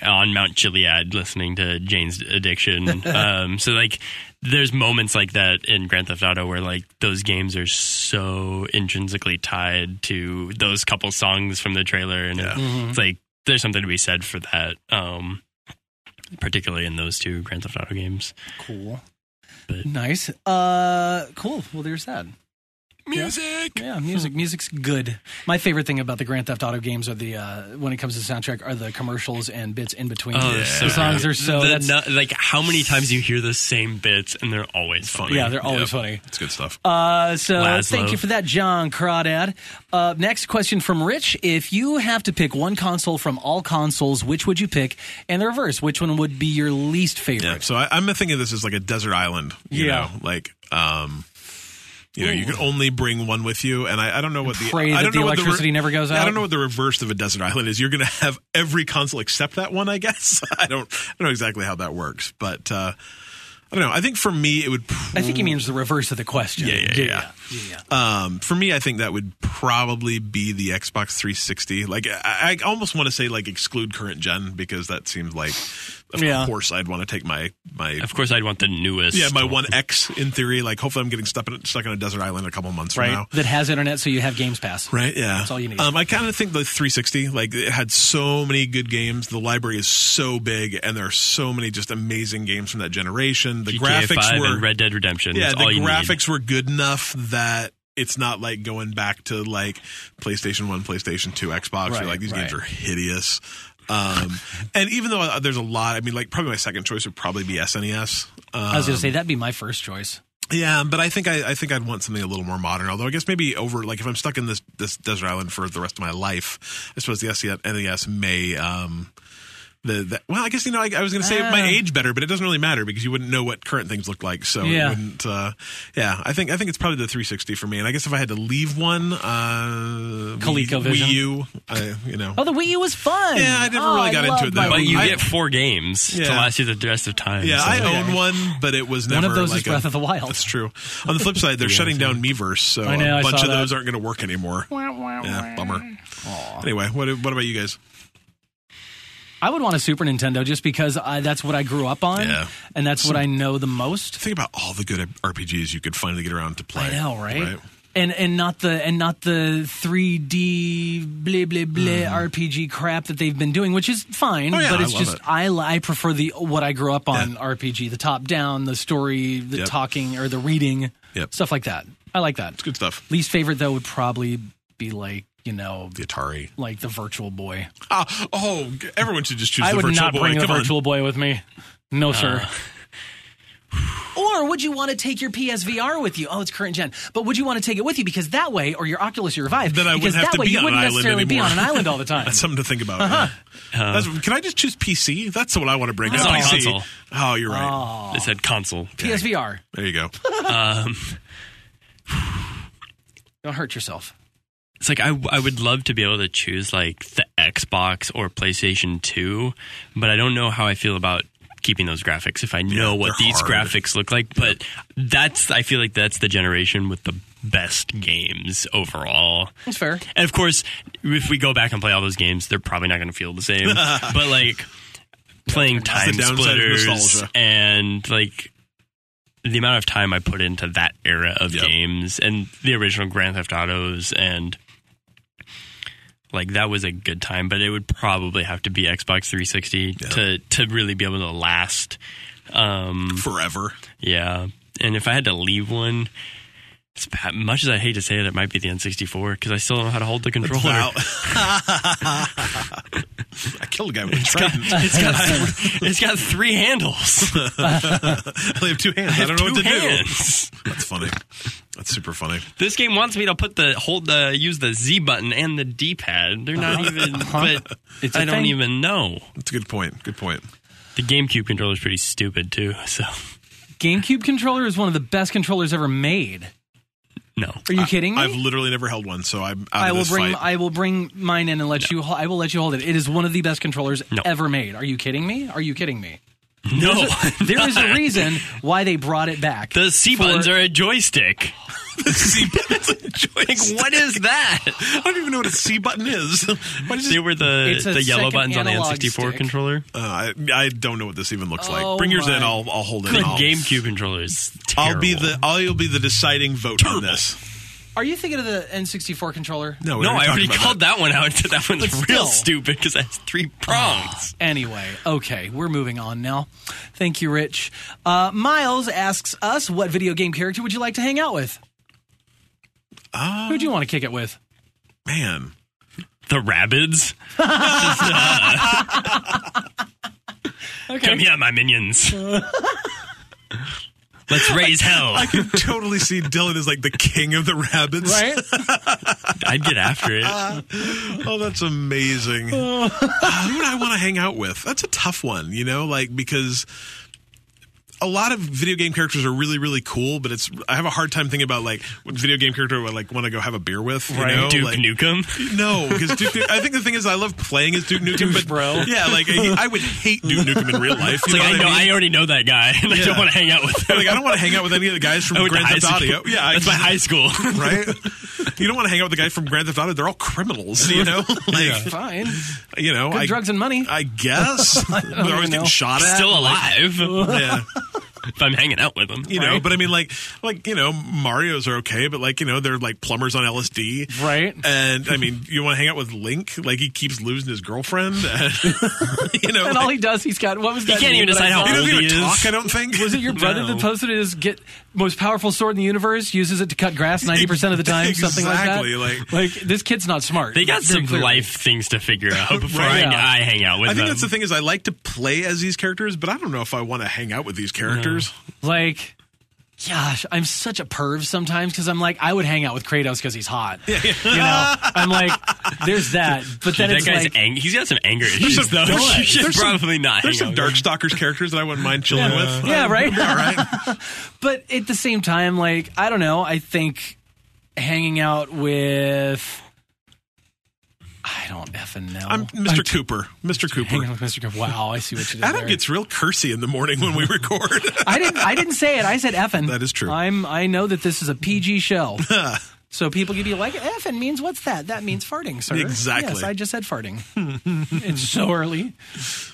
S3: on Mount Chiliad listening to Jane's Addiction. um, so like there's moments like that in Grand Theft Auto where like those games are so intrinsically tied to those couple songs from the trailer and
S2: Yeah.
S3: it's like there's something to be said for that. Um particularly in those two Grand Theft Auto games.
S1: Cool.
S3: But-
S1: Nice. Uh, cool. Well, there's that.
S2: Music.
S1: Yeah, music. Music's good. My favorite thing about the Grand Theft Auto games are the uh, when it comes to soundtrack are the commercials and bits in between.
S3: Oh, so
S1: the songs
S3: good.
S1: are so.
S3: The
S1: that's-
S3: nu- like how many times you hear the same bits and they're always funny.
S2: Funny.
S1: yeah, they're always
S2: Yep.
S1: funny.
S2: It's good stuff.
S1: Uh, so
S3: Laszlo.
S1: thank you for that, John Crawdad. Uh, next question from Rich: If you have to pick one console from all consoles, which would you pick? And the reverse, which one would be your least
S2: Yeah.
S1: favorite?
S2: So I, I'm thinking of this as like a desert island. You
S1: Yeah.
S2: Know? Like, um, you know, you can only bring one with you, and I, I don't know what the
S1: Pray
S2: I
S1: that
S2: don't
S1: the
S2: know what
S1: electricity never goes
S2: I
S1: out.
S2: don't know what the reverse of a desert island is. You're going to have every console except that one, I guess. I don't I don't know exactly how that works, but uh, I don't know. I think for me, it would.
S1: I think he means the reverse of the question.
S2: Yeah, yeah, yeah.
S1: yeah, yeah.
S2: Um, for me, I think that would probably be the Xbox 360. Like, I, I almost want to say like exclude current gen because that seems like, of
S1: Yeah.
S2: course, I'd want to take my my
S3: Of course I'd want the newest.
S2: yeah my one X in theory. Like, hopefully, I'm getting stuck in, stuck on a desert island a couple months
S1: Right.
S2: from now.
S1: That has internet, so you have Games Pass.
S2: Right, yeah.
S1: That's all you need.
S2: Um, I kind of think the 360, like, it had so many good games. The library is so big, and there are so many just amazing games from that generation. The
S3: GTA
S2: graphics
S3: 5
S2: were
S3: and Red Dead Redemption.
S2: yeah,
S3: That's
S2: the
S3: all you need.
S2: graphics were good enough that it's not like going back to like PlayStation One, PlayStation Two, Xbox.
S1: Right,
S2: You're like these games
S1: right.
S2: are hideous. Um, and even though uh, there's a lot, I mean, like probably my second choice would probably be SNES. Um,
S1: I was going to say that'd be my first choice.
S2: yeah, but I think I, I think I'd want something a little more modern. Although I guess maybe over like if I'm stuck in this this desert island for the rest of my life, I suppose the E, SNES may. Um, the, the well, I guess you know I, I was going to say
S1: Ah.
S2: my age better, but it doesn't really matter because you wouldn't know what current things look like. So
S1: Yeah.
S2: it wouldn't. Uh, yeah, I think I think it's probably the 360 for me. And I guess if I had to leave one, uh, Wii,
S1: ColecoVision.
S2: Wii U, I, you know,
S1: Oh, the Wii U was fun.
S2: Yeah, I never
S1: Oh,
S2: really got into
S1: loved
S2: it,
S1: my
S2: though.
S3: But
S1: Wii
S3: you
S1: U.
S2: I-
S3: get four games to
S2: Yeah.
S3: last you the rest of time.
S2: Yeah,
S3: so-
S2: I own one, but it was
S1: One
S2: never
S1: of those is
S2: like a-
S1: Breath of the Wild.
S2: That's true. On the flip side, they're shutting down Miiverse, so
S1: I know, I
S2: a bunch
S1: saw
S2: of
S1: that.
S2: those aren't going to work anymore. Yeah, bummer. Anyway, what what about you guys?
S1: I would want a Super Nintendo just because I, that's what I grew up on,
S2: Yeah.
S1: and that's what I know the most.
S2: Think about all the good RPGs you could finally get around to play.
S1: I know, right? And and not the and not the 3D blah blah blah RPG crap that they've been doing, which is fine.
S2: Mm-hmm. Oh, yeah,
S1: but
S2: I
S1: it's
S2: love
S1: just
S2: it.
S1: I li- I prefer the what I grew up on
S2: Yeah.
S1: RPG, the top down, the story, the
S2: Yep.
S1: talking or the reading,
S2: Yep.
S1: stuff like that. I like that.
S2: It's good stuff.
S1: Least favorite though would probably be like you know
S2: The Atari.
S1: like the Virtual Boy.
S2: Ah, oh, g- everyone should just choose
S1: I
S2: the
S1: would
S2: Virtual
S1: not
S2: Boy.
S1: bring the
S2: Come on. Uh.
S1: Virtual Boy with me. No, sir. Or would you want to take your PSVR with you? Oh, it's current gen. But would you want to take it with you because that way, or your Oculus, your Vive,
S2: Then I
S1: because
S2: wouldn't have
S1: that
S2: to
S1: way
S2: be
S1: you
S2: on an
S1: wouldn't
S2: island
S1: necessarily be on
S2: anymore.
S1: an island all the time.
S2: That's something to think
S1: Uh-huh.
S2: about. yeah. That's- can I just choose PC? That's what I want to bring
S3: It's
S2: up.
S3: on
S2: PC.
S3: console.
S2: Oh, you're right.
S3: They said console.
S1: PSVR.
S2: There you go.
S1: Don't hurt yourself.
S3: It's like I, I would love to be able to choose like the Xbox or PlayStation 2, but I don't know how I feel about keeping those graphics if I know what
S2: they're
S3: these
S2: hard.
S3: graphics look like. But that's I feel like that's the generation with the best games overall.
S1: That's fair.
S3: And of course, if we go back and play all those games, they're probably not going to feel the same. but like playing
S2: the
S3: Time
S2: downside of
S3: Splitters
S2: nostalgia.
S3: and like the amount of time I put into that era of
S2: Yep.
S3: games and the original Grand Theft Autos and like that was a good time, but it would probably have to be Xbox 360 to to really be able to last. Um,
S2: forever.
S3: yeah, and if I had to leave one, as pa- much as I hate to say it, it might be the N64 because I still don't know how to hold the controller.
S2: Wow. I killed a guy with a trident.
S3: It's got it's got three handles.
S2: I only have two hands. I, don't know
S3: Two
S2: what to
S3: hands.
S2: do. That's funny. That's super funny.
S3: This game wants me to put the hold the use the Z button and the D pad. They're not even. But
S1: It's a
S3: I don't
S1: thing.
S3: even know.
S2: That's a good point. Good point.
S3: The GameCube controller is pretty stupid too. So
S1: GameCube controller is one of the best controllers ever made.
S3: no.
S1: Are you kidding me?
S2: I've literally never held one, so I'm out
S1: I
S2: of
S1: will
S2: this
S1: bring
S2: fight.
S1: I will bring mine in and let you hol- I will let you hold it. It is one of the best controllers
S3: No.
S1: ever made. Are you kidding me? Are you kidding me?
S3: No,
S1: There is a reason why they brought it back.
S3: the C
S1: For-
S3: buttons are a joystick.
S2: C button's a joystick.
S3: What is that?
S2: I don't even know what a C button is. Why does it-
S3: They were the
S1: It's a
S3: the yellow
S1: second
S3: buttons on the
S1: analog
S3: N64
S1: stick.
S3: controller.
S2: Uh, I, I don't know what this even looks
S1: Oh
S2: like. Bring yours
S1: my
S2: in. I'll I'll hold it.
S3: The
S2: I'll,
S3: GameCube controller is terrible.
S2: I'll be the I'll you'll be the deciding vote on this.
S1: Are you thinking of the N64 controller?
S2: No, we
S3: No, I already
S2: talked about
S3: called that. one out. That one's
S1: But still.
S3: real stupid because it has three prongs.
S1: Anyway, okay, we're moving on now. Thank you, Rich. Uh, Miles asks us, what video game character would you like to hang out with?
S3: Um,
S1: Who do you want to kick it with?
S2: that. Man,
S3: The Rabbids.
S1: Okay.
S3: Come here, uh, my minions. Let's raise hell.
S2: I can totally see Dylan as like the king of the rabbits.
S1: Right?
S3: I'd get after it.
S2: Oh, that's amazing. Uh, Who would I want to hang out with? That's a tough one, you know, like because a lot of video game characters are really, really cool, but it's I have a hard time thinking about like what video game character would like want to go have a beer with. You know?
S3: Duke
S2: like,
S3: Nukem.
S2: No, because Duke, Nu- I think the thing is I love playing as Duke Nukem, but
S1: bro.
S2: yeah, like I, I would hate Duke Nukem in real life.
S3: It's
S2: You
S3: like, I,
S2: know
S3: know,
S2: what I,
S3: I,
S2: mean?
S3: already know that guy, and I
S2: Yeah.
S3: don't want to hang out with him.
S2: like I don't want to hang out with any of the guys from
S3: I went to
S2: Grand
S3: high
S2: Theft
S3: school.
S2: Audio. Yeah, I-
S3: That's my high school.
S2: right. You don't want to hang out with the guy from Grand Theft Auto. They're all criminals, you know. Like
S1: Fine.
S2: you know,
S1: Good
S2: I,
S1: drugs and money.
S2: I guess they're always
S1: even know.
S2: getting shot at.
S3: Still alive
S2: yeah,
S3: if I'm hanging out with him.
S2: you know. But I mean, like, like you know, Mario's are okay, but like you know, they're like plumbers on LSD,
S1: Right.
S2: And I mean, you want to hang out with Link? Like he keeps losing his girlfriend. And, you know,
S1: and all
S2: like,
S1: he does, he's got what was that?
S3: can't
S1: meme
S3: even
S1: that I
S3: decide how
S1: saw?
S2: he doesn't
S3: old he
S2: even
S3: is.
S2: talk. I don't think.
S1: Was it your brother
S3: No.
S1: that posted it as get most powerful sword in the universe, uses it to cut grass 90% of the time, something like that?
S2: Exactly, like-
S1: this kid's not smart.
S3: They got
S1: Very
S3: some
S1: clearly.
S3: life things to figure out before
S2: Right.
S3: I,
S1: Yeah.
S3: I hang out with
S2: I
S3: them.
S2: think that's the thing is I like to play as these characters, but I don't know if I want to hang out with these characters.
S1: Like, gosh, I'm such a perv sometimes because I'm like, I would hang out with Kratos because he's hot. You know? I'm like, there's that. But then
S3: that
S1: it's
S3: guy's
S1: like,
S3: ang- he's got some anger issues
S2: some-
S3: though.
S2: there's-
S3: You should
S2: there's some-
S3: probably not.
S2: There's
S3: hang
S2: some
S3: out with
S2: Darkstalkers characters that I wouldn't mind chilling with.
S1: yeah, right?
S2: All right.
S1: but at the same time, like I don't know. I think hanging out with I don't effing know.
S2: I'm Mr. Cooper. Mr. Cooper.
S1: hanging out with Mr. Cooper. Wow, I see what you did
S2: Adam
S1: there.
S2: gets real cursy in the morning when we record.
S1: I didn't. I didn't say it. I said effing.
S2: That is true.
S1: I'm. I know that this is a PG show. So people give you like effing means what's that? That means farting, sir.
S2: Exactly.
S1: Yes, I just said farting. it's so early.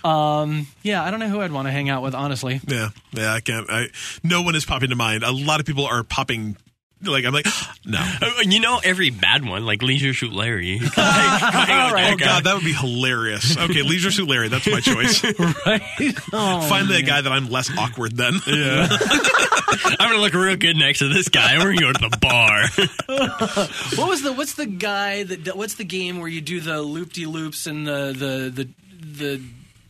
S1: Um. Yeah, I don't know who I'd want to hang out with. Honestly,
S2: yeah, yeah, I can't. I, no one is popping to mind. A lot of people are popping. Like I'm like, no.
S3: Oh, You know every bad one, like Leisure Shoot Larry. Like,
S1: All right.
S2: Oh God, that would be hilarious. Okay, Leisure Suit Larry, that's my choice.
S1: right? Oh,
S2: Find the guy that I'm less awkward than.
S3: I'm gonna look real good next to this guy. We're gonna go to the bar.
S1: What was the what's the guy that what's the game where you do the loop de loops and the the the the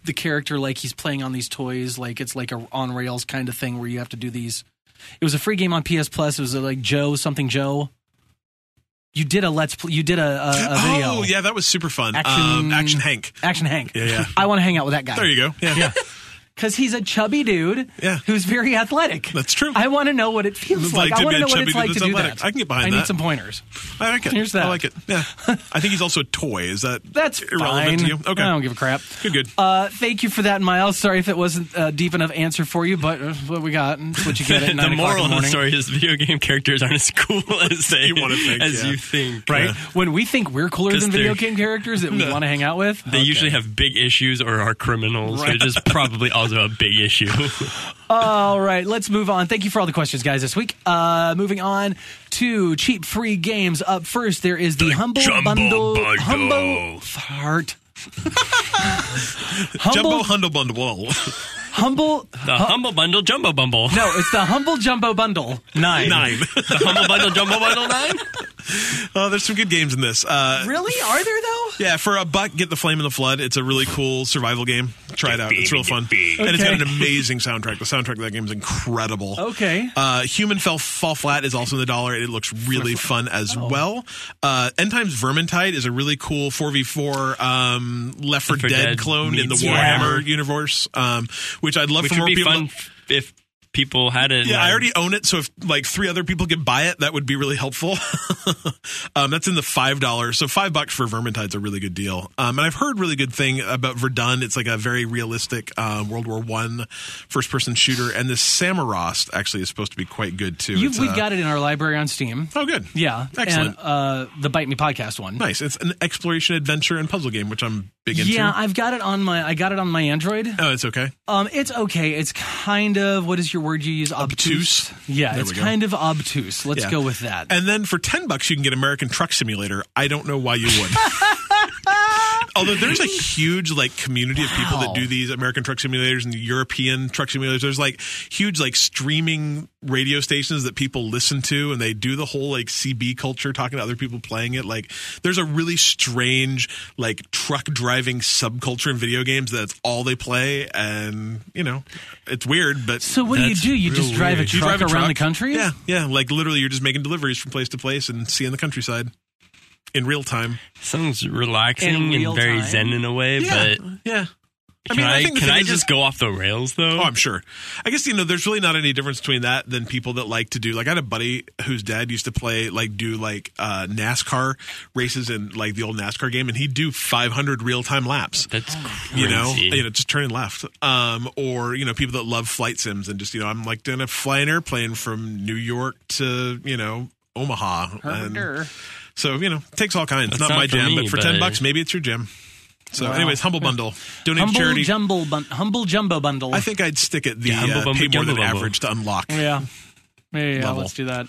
S1: the character like he's playing on these toys like it's like a on rails kind of thing where you have to do these. It was a free game on PS Plus. It was uh, like Joe something Joe. You did a let's play. You did a, a, a video.
S2: Oh yeah, that was super fun.
S1: Action-
S2: um, Action Hank.
S1: Action Hank.
S2: Yeah, yeah.
S1: I want to hang out with that guy.
S2: There you go. Yeah.
S1: because he's a chubby dude
S2: Yeah.
S1: who's very athletic.
S2: That's true.
S1: I want to know what it feels
S2: It's
S1: like.
S2: like
S1: I
S2: to
S1: want to
S2: be a
S1: know what
S2: chubby
S1: it's like
S2: dude
S1: to
S2: that's
S1: do
S2: athletic.
S1: that.
S2: I can get behind
S1: I need
S2: that.
S1: some pointers.
S2: I like it.
S1: Here's that.
S2: I like it. Yeah. I think he's also a toy. Is that
S1: That's
S2: irrelevant
S1: fine. Oh,
S2: to you? Okay.
S1: I don't give a crap.
S2: Good, good.
S1: Uh, thank you for that, Miles. Sorry if it wasn't a deep enough answer for you, but uh, what we got, it's what you get at
S3: the
S1: nine o'clock in
S3: moral
S1: the
S3: of the
S1: morning.
S3: story is video game characters aren't as cool as they
S2: You wanna think,
S3: as
S2: yeah.
S3: you think.
S1: Right?
S3: Yeah.
S1: When we think we're cooler
S3: 'Cause
S1: than video
S3: they're-
S1: game characters that we want to hang out with,
S3: They usually have big issues or are criminals,
S1: Right.
S3: which is probably also a big issue.
S1: All right, let's move on. Thank you for all the questions, guys, this week. Uh, moving on to cheap free games. Up first, there is the, Humble
S2: Jumbo
S1: Bundle.
S2: Bundle.
S1: Humble Fart.
S2: Jumbo
S1: humble,
S2: Hundle Bundle. Whoa.
S1: humble.
S3: The humble bundle, jumbo bumble.
S1: No, it's the Humble Jumbo Bundle. Nine.
S2: Nine.
S3: The humble bundle, jumbo bundle nine.
S2: oh, there's some good games in this. Uh,
S1: Really? Are there, though?
S2: yeah, for a buck, get the Flame in the Flood. It's a really cool survival game. Try it out. It's real fun. And it's got
S1: Okay.
S2: an amazing soundtrack. The soundtrack of that game is incredible.
S1: Okay.
S2: Uh, Human Fell Fall Flat is also in the dollar, and it looks really fun as
S1: Oh.
S2: well. Uh, End Times Vermintide is a really cool 4v4 um, Left 4
S3: Left
S2: Dead,
S3: 4 Dead
S2: clone in the
S3: meets
S2: Warhammer
S3: Warhammer.
S2: universe, um, which I'd love
S3: Which
S2: for
S3: would
S2: more
S3: be
S2: people.
S3: fun f- if people had it.
S2: Yeah,
S3: and
S2: I already own it, so if like three other people could buy it, that would be really helpful. um, that's in the five dollars, so five bucks for Vermintide's a really good deal. Um, and I've heard really good thing about Verdun. It's like a very realistic uh, World War One first person shooter, and this Samarost actually is supposed to be quite good too.
S1: You've,
S2: It's,
S1: we've
S2: uh,
S1: got it in our library on Steam.
S2: oh good,
S1: Yeah.
S2: excellent.
S1: And uh, the Bite Me podcast one.
S2: Nice. It's an exploration adventure and puzzle game, which I'm big into.
S1: Yeah, I've got it on my I got it on my Android.
S2: oh, it's okay.
S1: Um, it's okay. It's kind of what is your word you use? Obtuse.
S2: Obtuse.
S1: Yeah,
S2: There
S1: it's
S2: we go.
S1: kind of obtuse. Let's
S2: Yeah.
S1: go with that.
S2: And then for 10 bucks, you can get American Truck Simulator. I don't know why you would. Although there's a huge like community of people
S1: Wow.
S2: that do these American truck simulators and the European truck simulators. There's like huge like streaming radio stations that people listen to and they do the whole like CB culture talking to other people playing it. Like there's a really strange like truck driving subculture in video games that's all they play and you know, it's weird but
S1: so what do you
S3: That's
S1: do? You
S3: real
S1: just drive a
S3: weird.
S1: truck
S2: you drive a
S1: around
S2: truck.
S1: the country?
S2: Yeah, yeah. Like literally, you're just making deliveries from place to place and seeing the countryside in real time.
S3: sounds relaxing
S1: In real
S3: and very
S1: time.
S3: zen in a way.
S2: Yeah,
S3: But
S2: yeah.
S3: can I,
S2: think the
S3: can
S2: thing
S3: I
S2: is-
S3: just go off the rails though?
S2: Oh, I'm sure. I guess you know, there's really not any difference between that than people that like to do. Like, I had a buddy whose dad used to play, like, do like uh, NASCAR races in like the old NASCAR game, and he'd do 500 real time laps.
S3: That's crazy.
S2: you know, you know, just turning left. Um, or you know, people that love flight sims and just you know, I'm like gonna fly an airplane from New York to you know Omaha. And
S1: Herder.
S2: so you know, takes all kinds.
S3: That's
S2: Not,
S3: not
S2: my
S3: for
S2: jam,
S3: me,
S2: but for
S3: but-
S2: ten bucks, maybe it's your jam. So, anyways, humble bundle, donate to
S1: Humble
S2: charity.
S1: jumble bun- humble jumbo bundle.
S2: I think I'd stick at the
S3: Yeah, humble
S2: uh,
S3: bumble,
S2: pay more than
S3: jumble bumble.
S2: average to unlock.
S1: yeah. Yeah, yeah, yeah,
S2: Level.
S1: let's do that.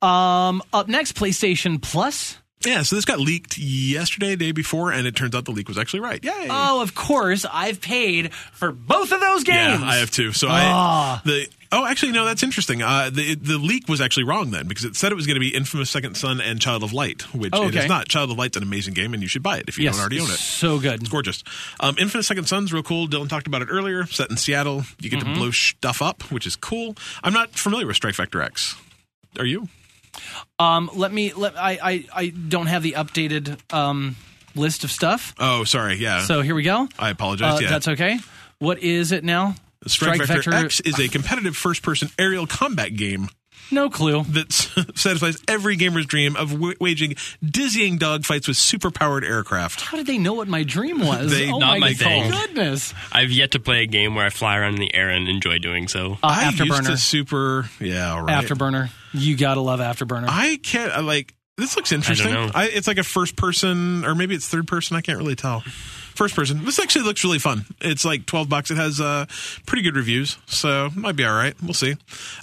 S1: Um, up next, PlayStation Plus.
S2: Yeah, so this got leaked yesterday, day before, and it turns out the leak was actually right. Yay!
S1: Oh, of course, I've paid for both of those
S2: yeah,
S1: games.
S2: I have two. So
S1: Ah.
S2: I the oh, actually no, that's interesting. Uh, the the leak was actually wrong then because it said it was going to be Infamous Second Son and Child of Light, which
S1: Oh,
S2: it
S1: okay.
S2: is not. Child of Light's an amazing game, and you should buy it if you
S1: yes,
S2: don't already own it.
S1: So good.
S2: It's gorgeous. Um, Infinite Second Son's real cool. Dylan talked about it earlier. Set in Seattle, you get
S1: Mm-hmm.
S2: to blow stuff up, which is cool. I'm not familiar with Strike Factor X. Are you?
S1: Um, let me. Let, I, I I don't have the updated um list of stuff.
S2: Oh, sorry. Yeah,
S1: So here we go.
S2: I apologize.
S1: Uh,
S2: yeah,
S1: That's okay. What is it now?
S2: Strike, Factor, X is a competitive first-person aerial combat game
S1: No clue.
S2: that satisfies every gamer's dream of w- waging dizzying dogfights with superpowered aircraft.
S1: How did they know what my dream was?
S2: They-
S1: oh
S3: Not my thing.
S1: goodness.
S3: I've yet to play a game where I fly around in the air and enjoy doing so.
S1: Uh,
S2: I used to
S1: afterburner.
S2: super. Yeah, all right.
S1: Afterburner. You gotta love Afterburner.
S2: I can't. I like this looks interesting.
S3: know.
S2: I, it's like a first person, or maybe it's third person. I can't really tell. First person. This actually looks really fun. It's like twelve bucks. It has uh, pretty good reviews, so it might be all right. We'll see.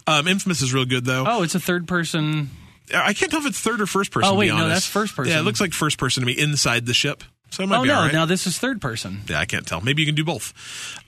S2: Um, Infamous is real good though.
S1: oh, it's a third person.
S2: I can't tell if it's third or first person.
S1: Oh,
S2: to be
S1: wait, no,
S2: honest.
S1: that's first person.
S2: Yeah, it looks like first person to me inside the ship. So it might
S1: Oh
S2: be
S1: no,
S2: all right.
S1: now this is third person.
S2: Yeah, I can't tell. Maybe you can do both.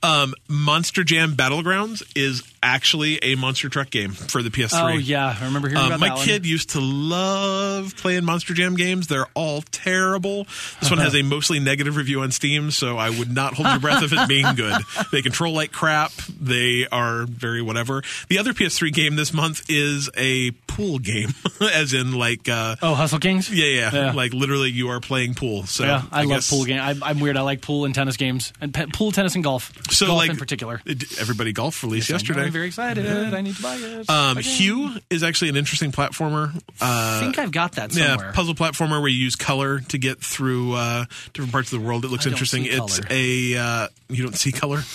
S2: Um, Monster Jam Battlegrounds is actually a monster truck game for the PS3.
S1: Oh yeah, I remember hearing
S2: Um,
S1: about
S2: my
S1: that one.
S2: kid used to love playing Monster Jam games. They're all terrible. This one
S1: Uh-huh.
S2: has a mostly negative review on Steam, so I would not hold your breath of it being good. They control like crap. They are very whatever. The other PS3 game this month is a pool game, as in like. Uh,
S1: Oh, Hustle Kings.
S2: yeah, yeah,
S1: Yeah.
S2: Like literally, you are playing pool. So
S1: Yeah, I love
S2: guess guess-
S1: pool game. I'm, I'm weird. I like pool and tennis games, and pe- pool, tennis, and golf.
S2: So,
S1: golf
S2: like,
S1: in particular.
S2: It- Everybody golf released
S1: I'm
S2: yesterday.
S1: very excited. I need to buy it.
S2: Um,
S1: Okay.
S2: Hue is actually an interesting platformer.
S1: I
S2: Uh,
S1: think I've got that somewhere.
S2: Yeah, puzzle platformer where you use color to get through uh, different parts of the world. It looks
S1: I don't
S2: interesting.
S1: see
S2: it's
S1: color.
S2: a uh, you don't see color.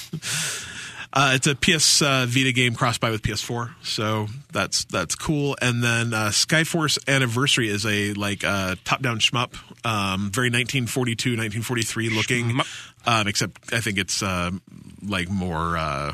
S2: Uh, it's a PS uh, Vita game crossed by with PS4, so that's that's cool. And then uh, Skyforce Anniversary is a like uh, top-down shmup, um, very 1942, 1943 looking, um, except I think it's um like more uh,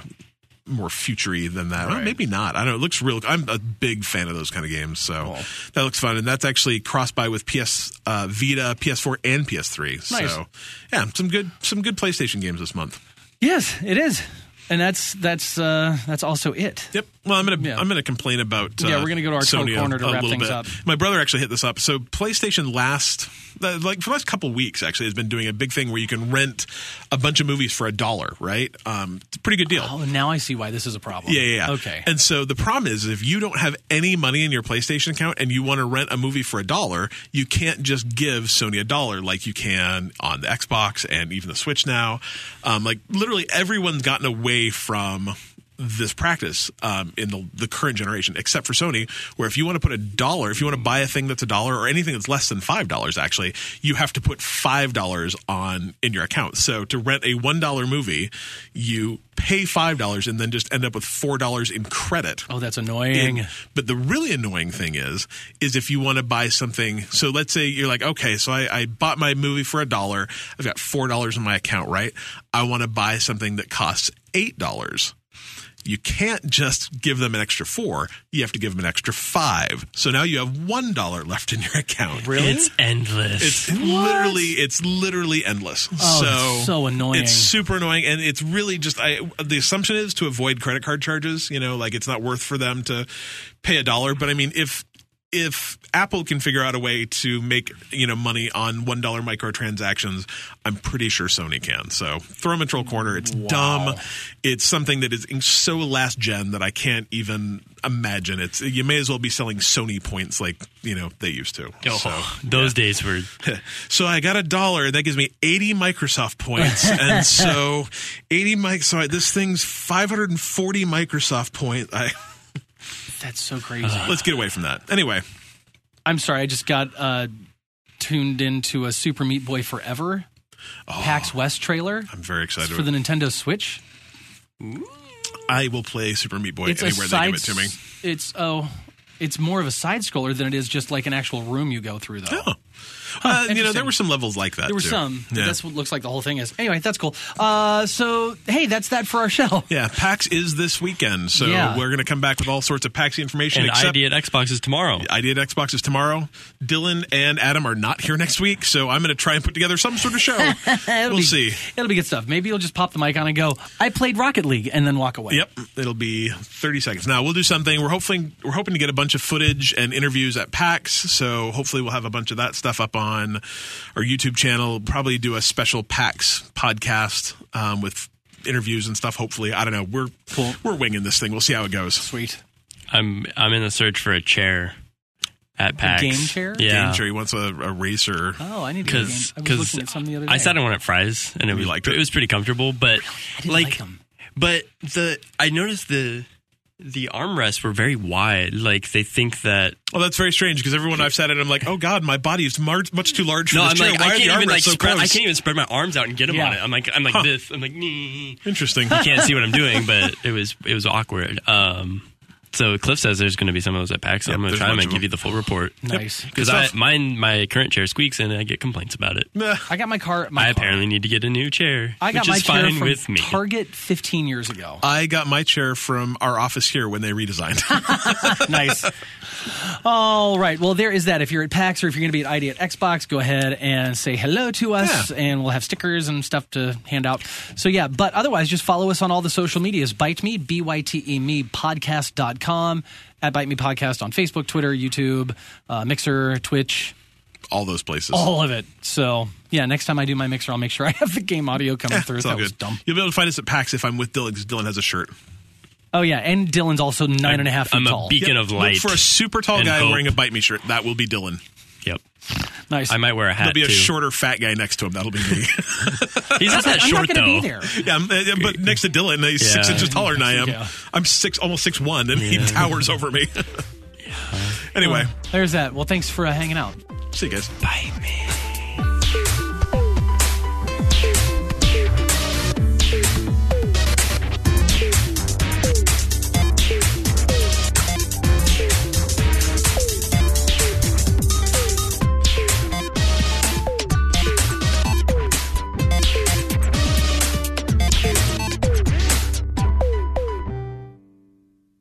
S2: more futury than that. Well,
S1: Right.
S2: maybe not. I don't. know. It looks real. I'm a big fan of those kind of games, so
S1: Cool.
S2: that looks fun. And that's actually crossed by with PS uh, Vita, PS4, and PS3.
S1: Nice.
S2: So yeah, some good some good PlayStation games this month.
S1: Yes, it is, and that's that's uh, that's also it.
S2: Yep. Well, I'm gonna
S1: Yeah.
S2: I'm gonna complain about. Uh,
S1: Yeah, we're gonna go to our toe
S2: Sony a-
S1: corner to
S2: a
S1: wrap
S2: little
S1: things up.
S2: bit. My brother actually hit this up. So PlayStation last uh, like for the last couple weeks actually has been doing a big thing where you can rent a bunch of movies for a dollar. Right. Um, it's a pretty good deal.
S1: Oh, now I see why this is a problem.
S2: Yeah, yeah, yeah.
S1: Okay.
S2: And so the problem is, if you don't have any money in your PlayStation account and you want to rent a movie for a dollar, you can't just give Sony a dollar like you can on the Xbox and even the Switch now. Um, like literally, everyone's gotten away from this practice um, in the, the current generation, except for Sony, where if you want to put a dollar, if you want to buy a thing that's a dollar or anything that's less than five dollars, actually, you have to put five dollars on in your account. So to rent a one dollar movie, you pay five dollars and then just end up with four dollars in credit.
S1: oh, that's annoying.
S2: In- but the really annoying thing is, is if you want to buy something. So let's say you're like, okay, so I, I bought my movie for a dollar. I've got four dollars in my account, right? I want to buy something that costs eight dollars. You can't just give them an extra four. You have to give them an extra five. So now you have one dollar left in your account.
S1: Really?
S3: It's endless.
S2: It's literally it's literally endless.
S1: Oh,
S2: so
S1: that's so annoying.
S2: It's super annoying, and it's really just I. The assumption is to avoid credit card charges. You know, like it's not worth for them to pay a dollar. But I mean, if if Apple can figure out a way to make you know money on one dollar microtransactions, I'm pretty sure Sony can. So throw them in troll corner. It's dumb. It's something that is so last gen that I can't even imagine. It's you may as well be selling Sony points like you know they used to.
S3: Oh,
S2: So-
S3: those days were
S2: so I got a dollar. That gives me 80 Microsoft points. and so 80 mic. So I- this thing's 540 Microsoft point. I,
S1: that's so crazy.
S2: let's get away from that. Anyway,
S1: I'm sorry. I just got uh, tuned into a Super Meat Boy Forever PAX West trailer
S2: Oh. I'm very excited.
S1: for the Nintendo Switch.
S2: I will play Super Meat Boy
S1: It's
S2: anywhere
S1: a
S2: they
S1: side.
S2: give it to me.
S1: It's oh, it's more of a side scroller than it is just like an actual room you go through
S2: Oh.
S1: though.
S2: Uh, you know,
S1: Oh, interesting.
S2: there were some levels like that.
S1: There were
S2: too.
S1: some. but
S2: Yeah.
S1: That's what looks like the whole thing is. Anyway, that's cool. Uh, so hey, that's that for our show.
S2: yeah, PAX is this weekend, so
S1: Yeah.
S2: we're going to come back with all sorts of PAX information.
S3: and
S2: except
S3: ID at Xbox is tomorrow.
S2: Idea at Xbox is tomorrow. Dylan and Adam are not here next week, so I'm going to try and put together some sort of show. we'll
S1: be-
S2: see.
S1: It'll be good stuff. Maybe you'll just pop the mic on and go, I played Rocket League, and then walk away.
S2: Yep, it'll be 30 seconds. Now we'll do something. We're hoping we're hoping to get a bunch of footage and interviews at PAX. So hopefully we'll have a bunch of that stuff up on our YouTube channel. Probably do a special PAX podcast um, with interviews and stuff. Hopefully, I don't know. We're
S1: Cool.
S2: we're winging this thing. We'll see how it goes.
S1: Sweet.
S3: I'm I'm in the search for a chair at PAX.
S1: game chair?
S3: Yeah.
S2: Game Jerry wants a, a racer.
S1: Oh, I need to get a game.
S3: Because
S1: I was looking at some the other day.
S3: I sat on one at Fry's and it was
S2: liked
S3: like
S2: it?
S3: it was pretty comfortable, but
S1: didn't like 'em.
S3: But the I noticed the the armrests were very wide. Like they think that
S2: Well, that's very strange because everyone I've sat in, I'm like, oh god, my body is mar- much too large for
S3: no,
S2: this
S3: I'm
S2: chair.
S3: like
S2: Why
S3: I
S2: are the
S3: can't even
S2: armrests
S3: like
S2: so
S3: spread, I
S2: close?
S3: can't even spread my arms out and get them
S1: Yeah.
S3: on it. I'm like I'm like
S2: Huh.
S3: this. I'm like nee.
S2: Interesting.
S3: can't see what I'm doing, but it was it was awkward. Um, so Cliff says there's going to be some of those at PAX.
S2: Yep,
S3: I'm going
S2: there's
S3: to
S2: a
S3: try them
S2: bunch
S3: and
S2: of
S3: give you the full report.
S1: Nice.
S3: Because
S2: Good
S3: I
S2: stuff.
S3: mine my current chair squeaks and I get complaints about it.
S2: Nah.
S1: I got my car. My
S3: I
S1: car.
S3: apparently need to get a new chair,
S1: I got
S3: which
S1: my
S3: is
S1: chair
S3: fine
S1: from
S3: with me.
S1: Target 15 years ago.
S2: I got my chair from our office here when they redesigned.
S1: nice. All right. Well, there is that. If you're at PAX or if you're going to be at ID at Xbox, go ahead and say hello to us,
S2: Yeah.
S1: and we'll have stickers and stuff to hand out. So, yeah, but otherwise, just follow us on all the social medias Bite Me, B Y T E Me, podcast.com, at Bite Me Podcast on Facebook, Twitter, YouTube, uh, Mixer, Twitch,
S2: all those places.
S1: all of it. So, yeah, next time I do my Mixer, I'll make sure I have the game audio coming through.
S2: It's
S1: That
S2: all
S1: was
S2: good.
S1: dumb.
S2: You'll be able to find us at PAX if I'm with Dylan because Dylan has a shirt.
S1: Oh, yeah. And Dylan's also nine and a half
S3: I'm
S1: feet
S3: a
S1: tall.
S3: beacon of light.
S2: Look for a super tall
S3: and
S2: guy
S3: hope.
S2: wearing a bite me shirt. That will be Dylan.
S3: Yep.
S1: Nice.
S3: I might wear a
S2: There'll
S3: hat
S2: be a
S3: too.
S2: shorter fat guy next to him. That'll be me.
S3: He's not that
S1: I'm
S3: short
S1: not going to be
S3: though.
S1: there.
S2: yeah, I'm- uh, but next to Dylan, he's six
S3: Yeah.
S2: inches taller than I am.
S1: Yeah.
S2: I'm six, almost six one, and he towers over me. anyway,
S1: There's that. Well, thanks for uh, hanging out.
S2: see you guys.
S3: Bye, man.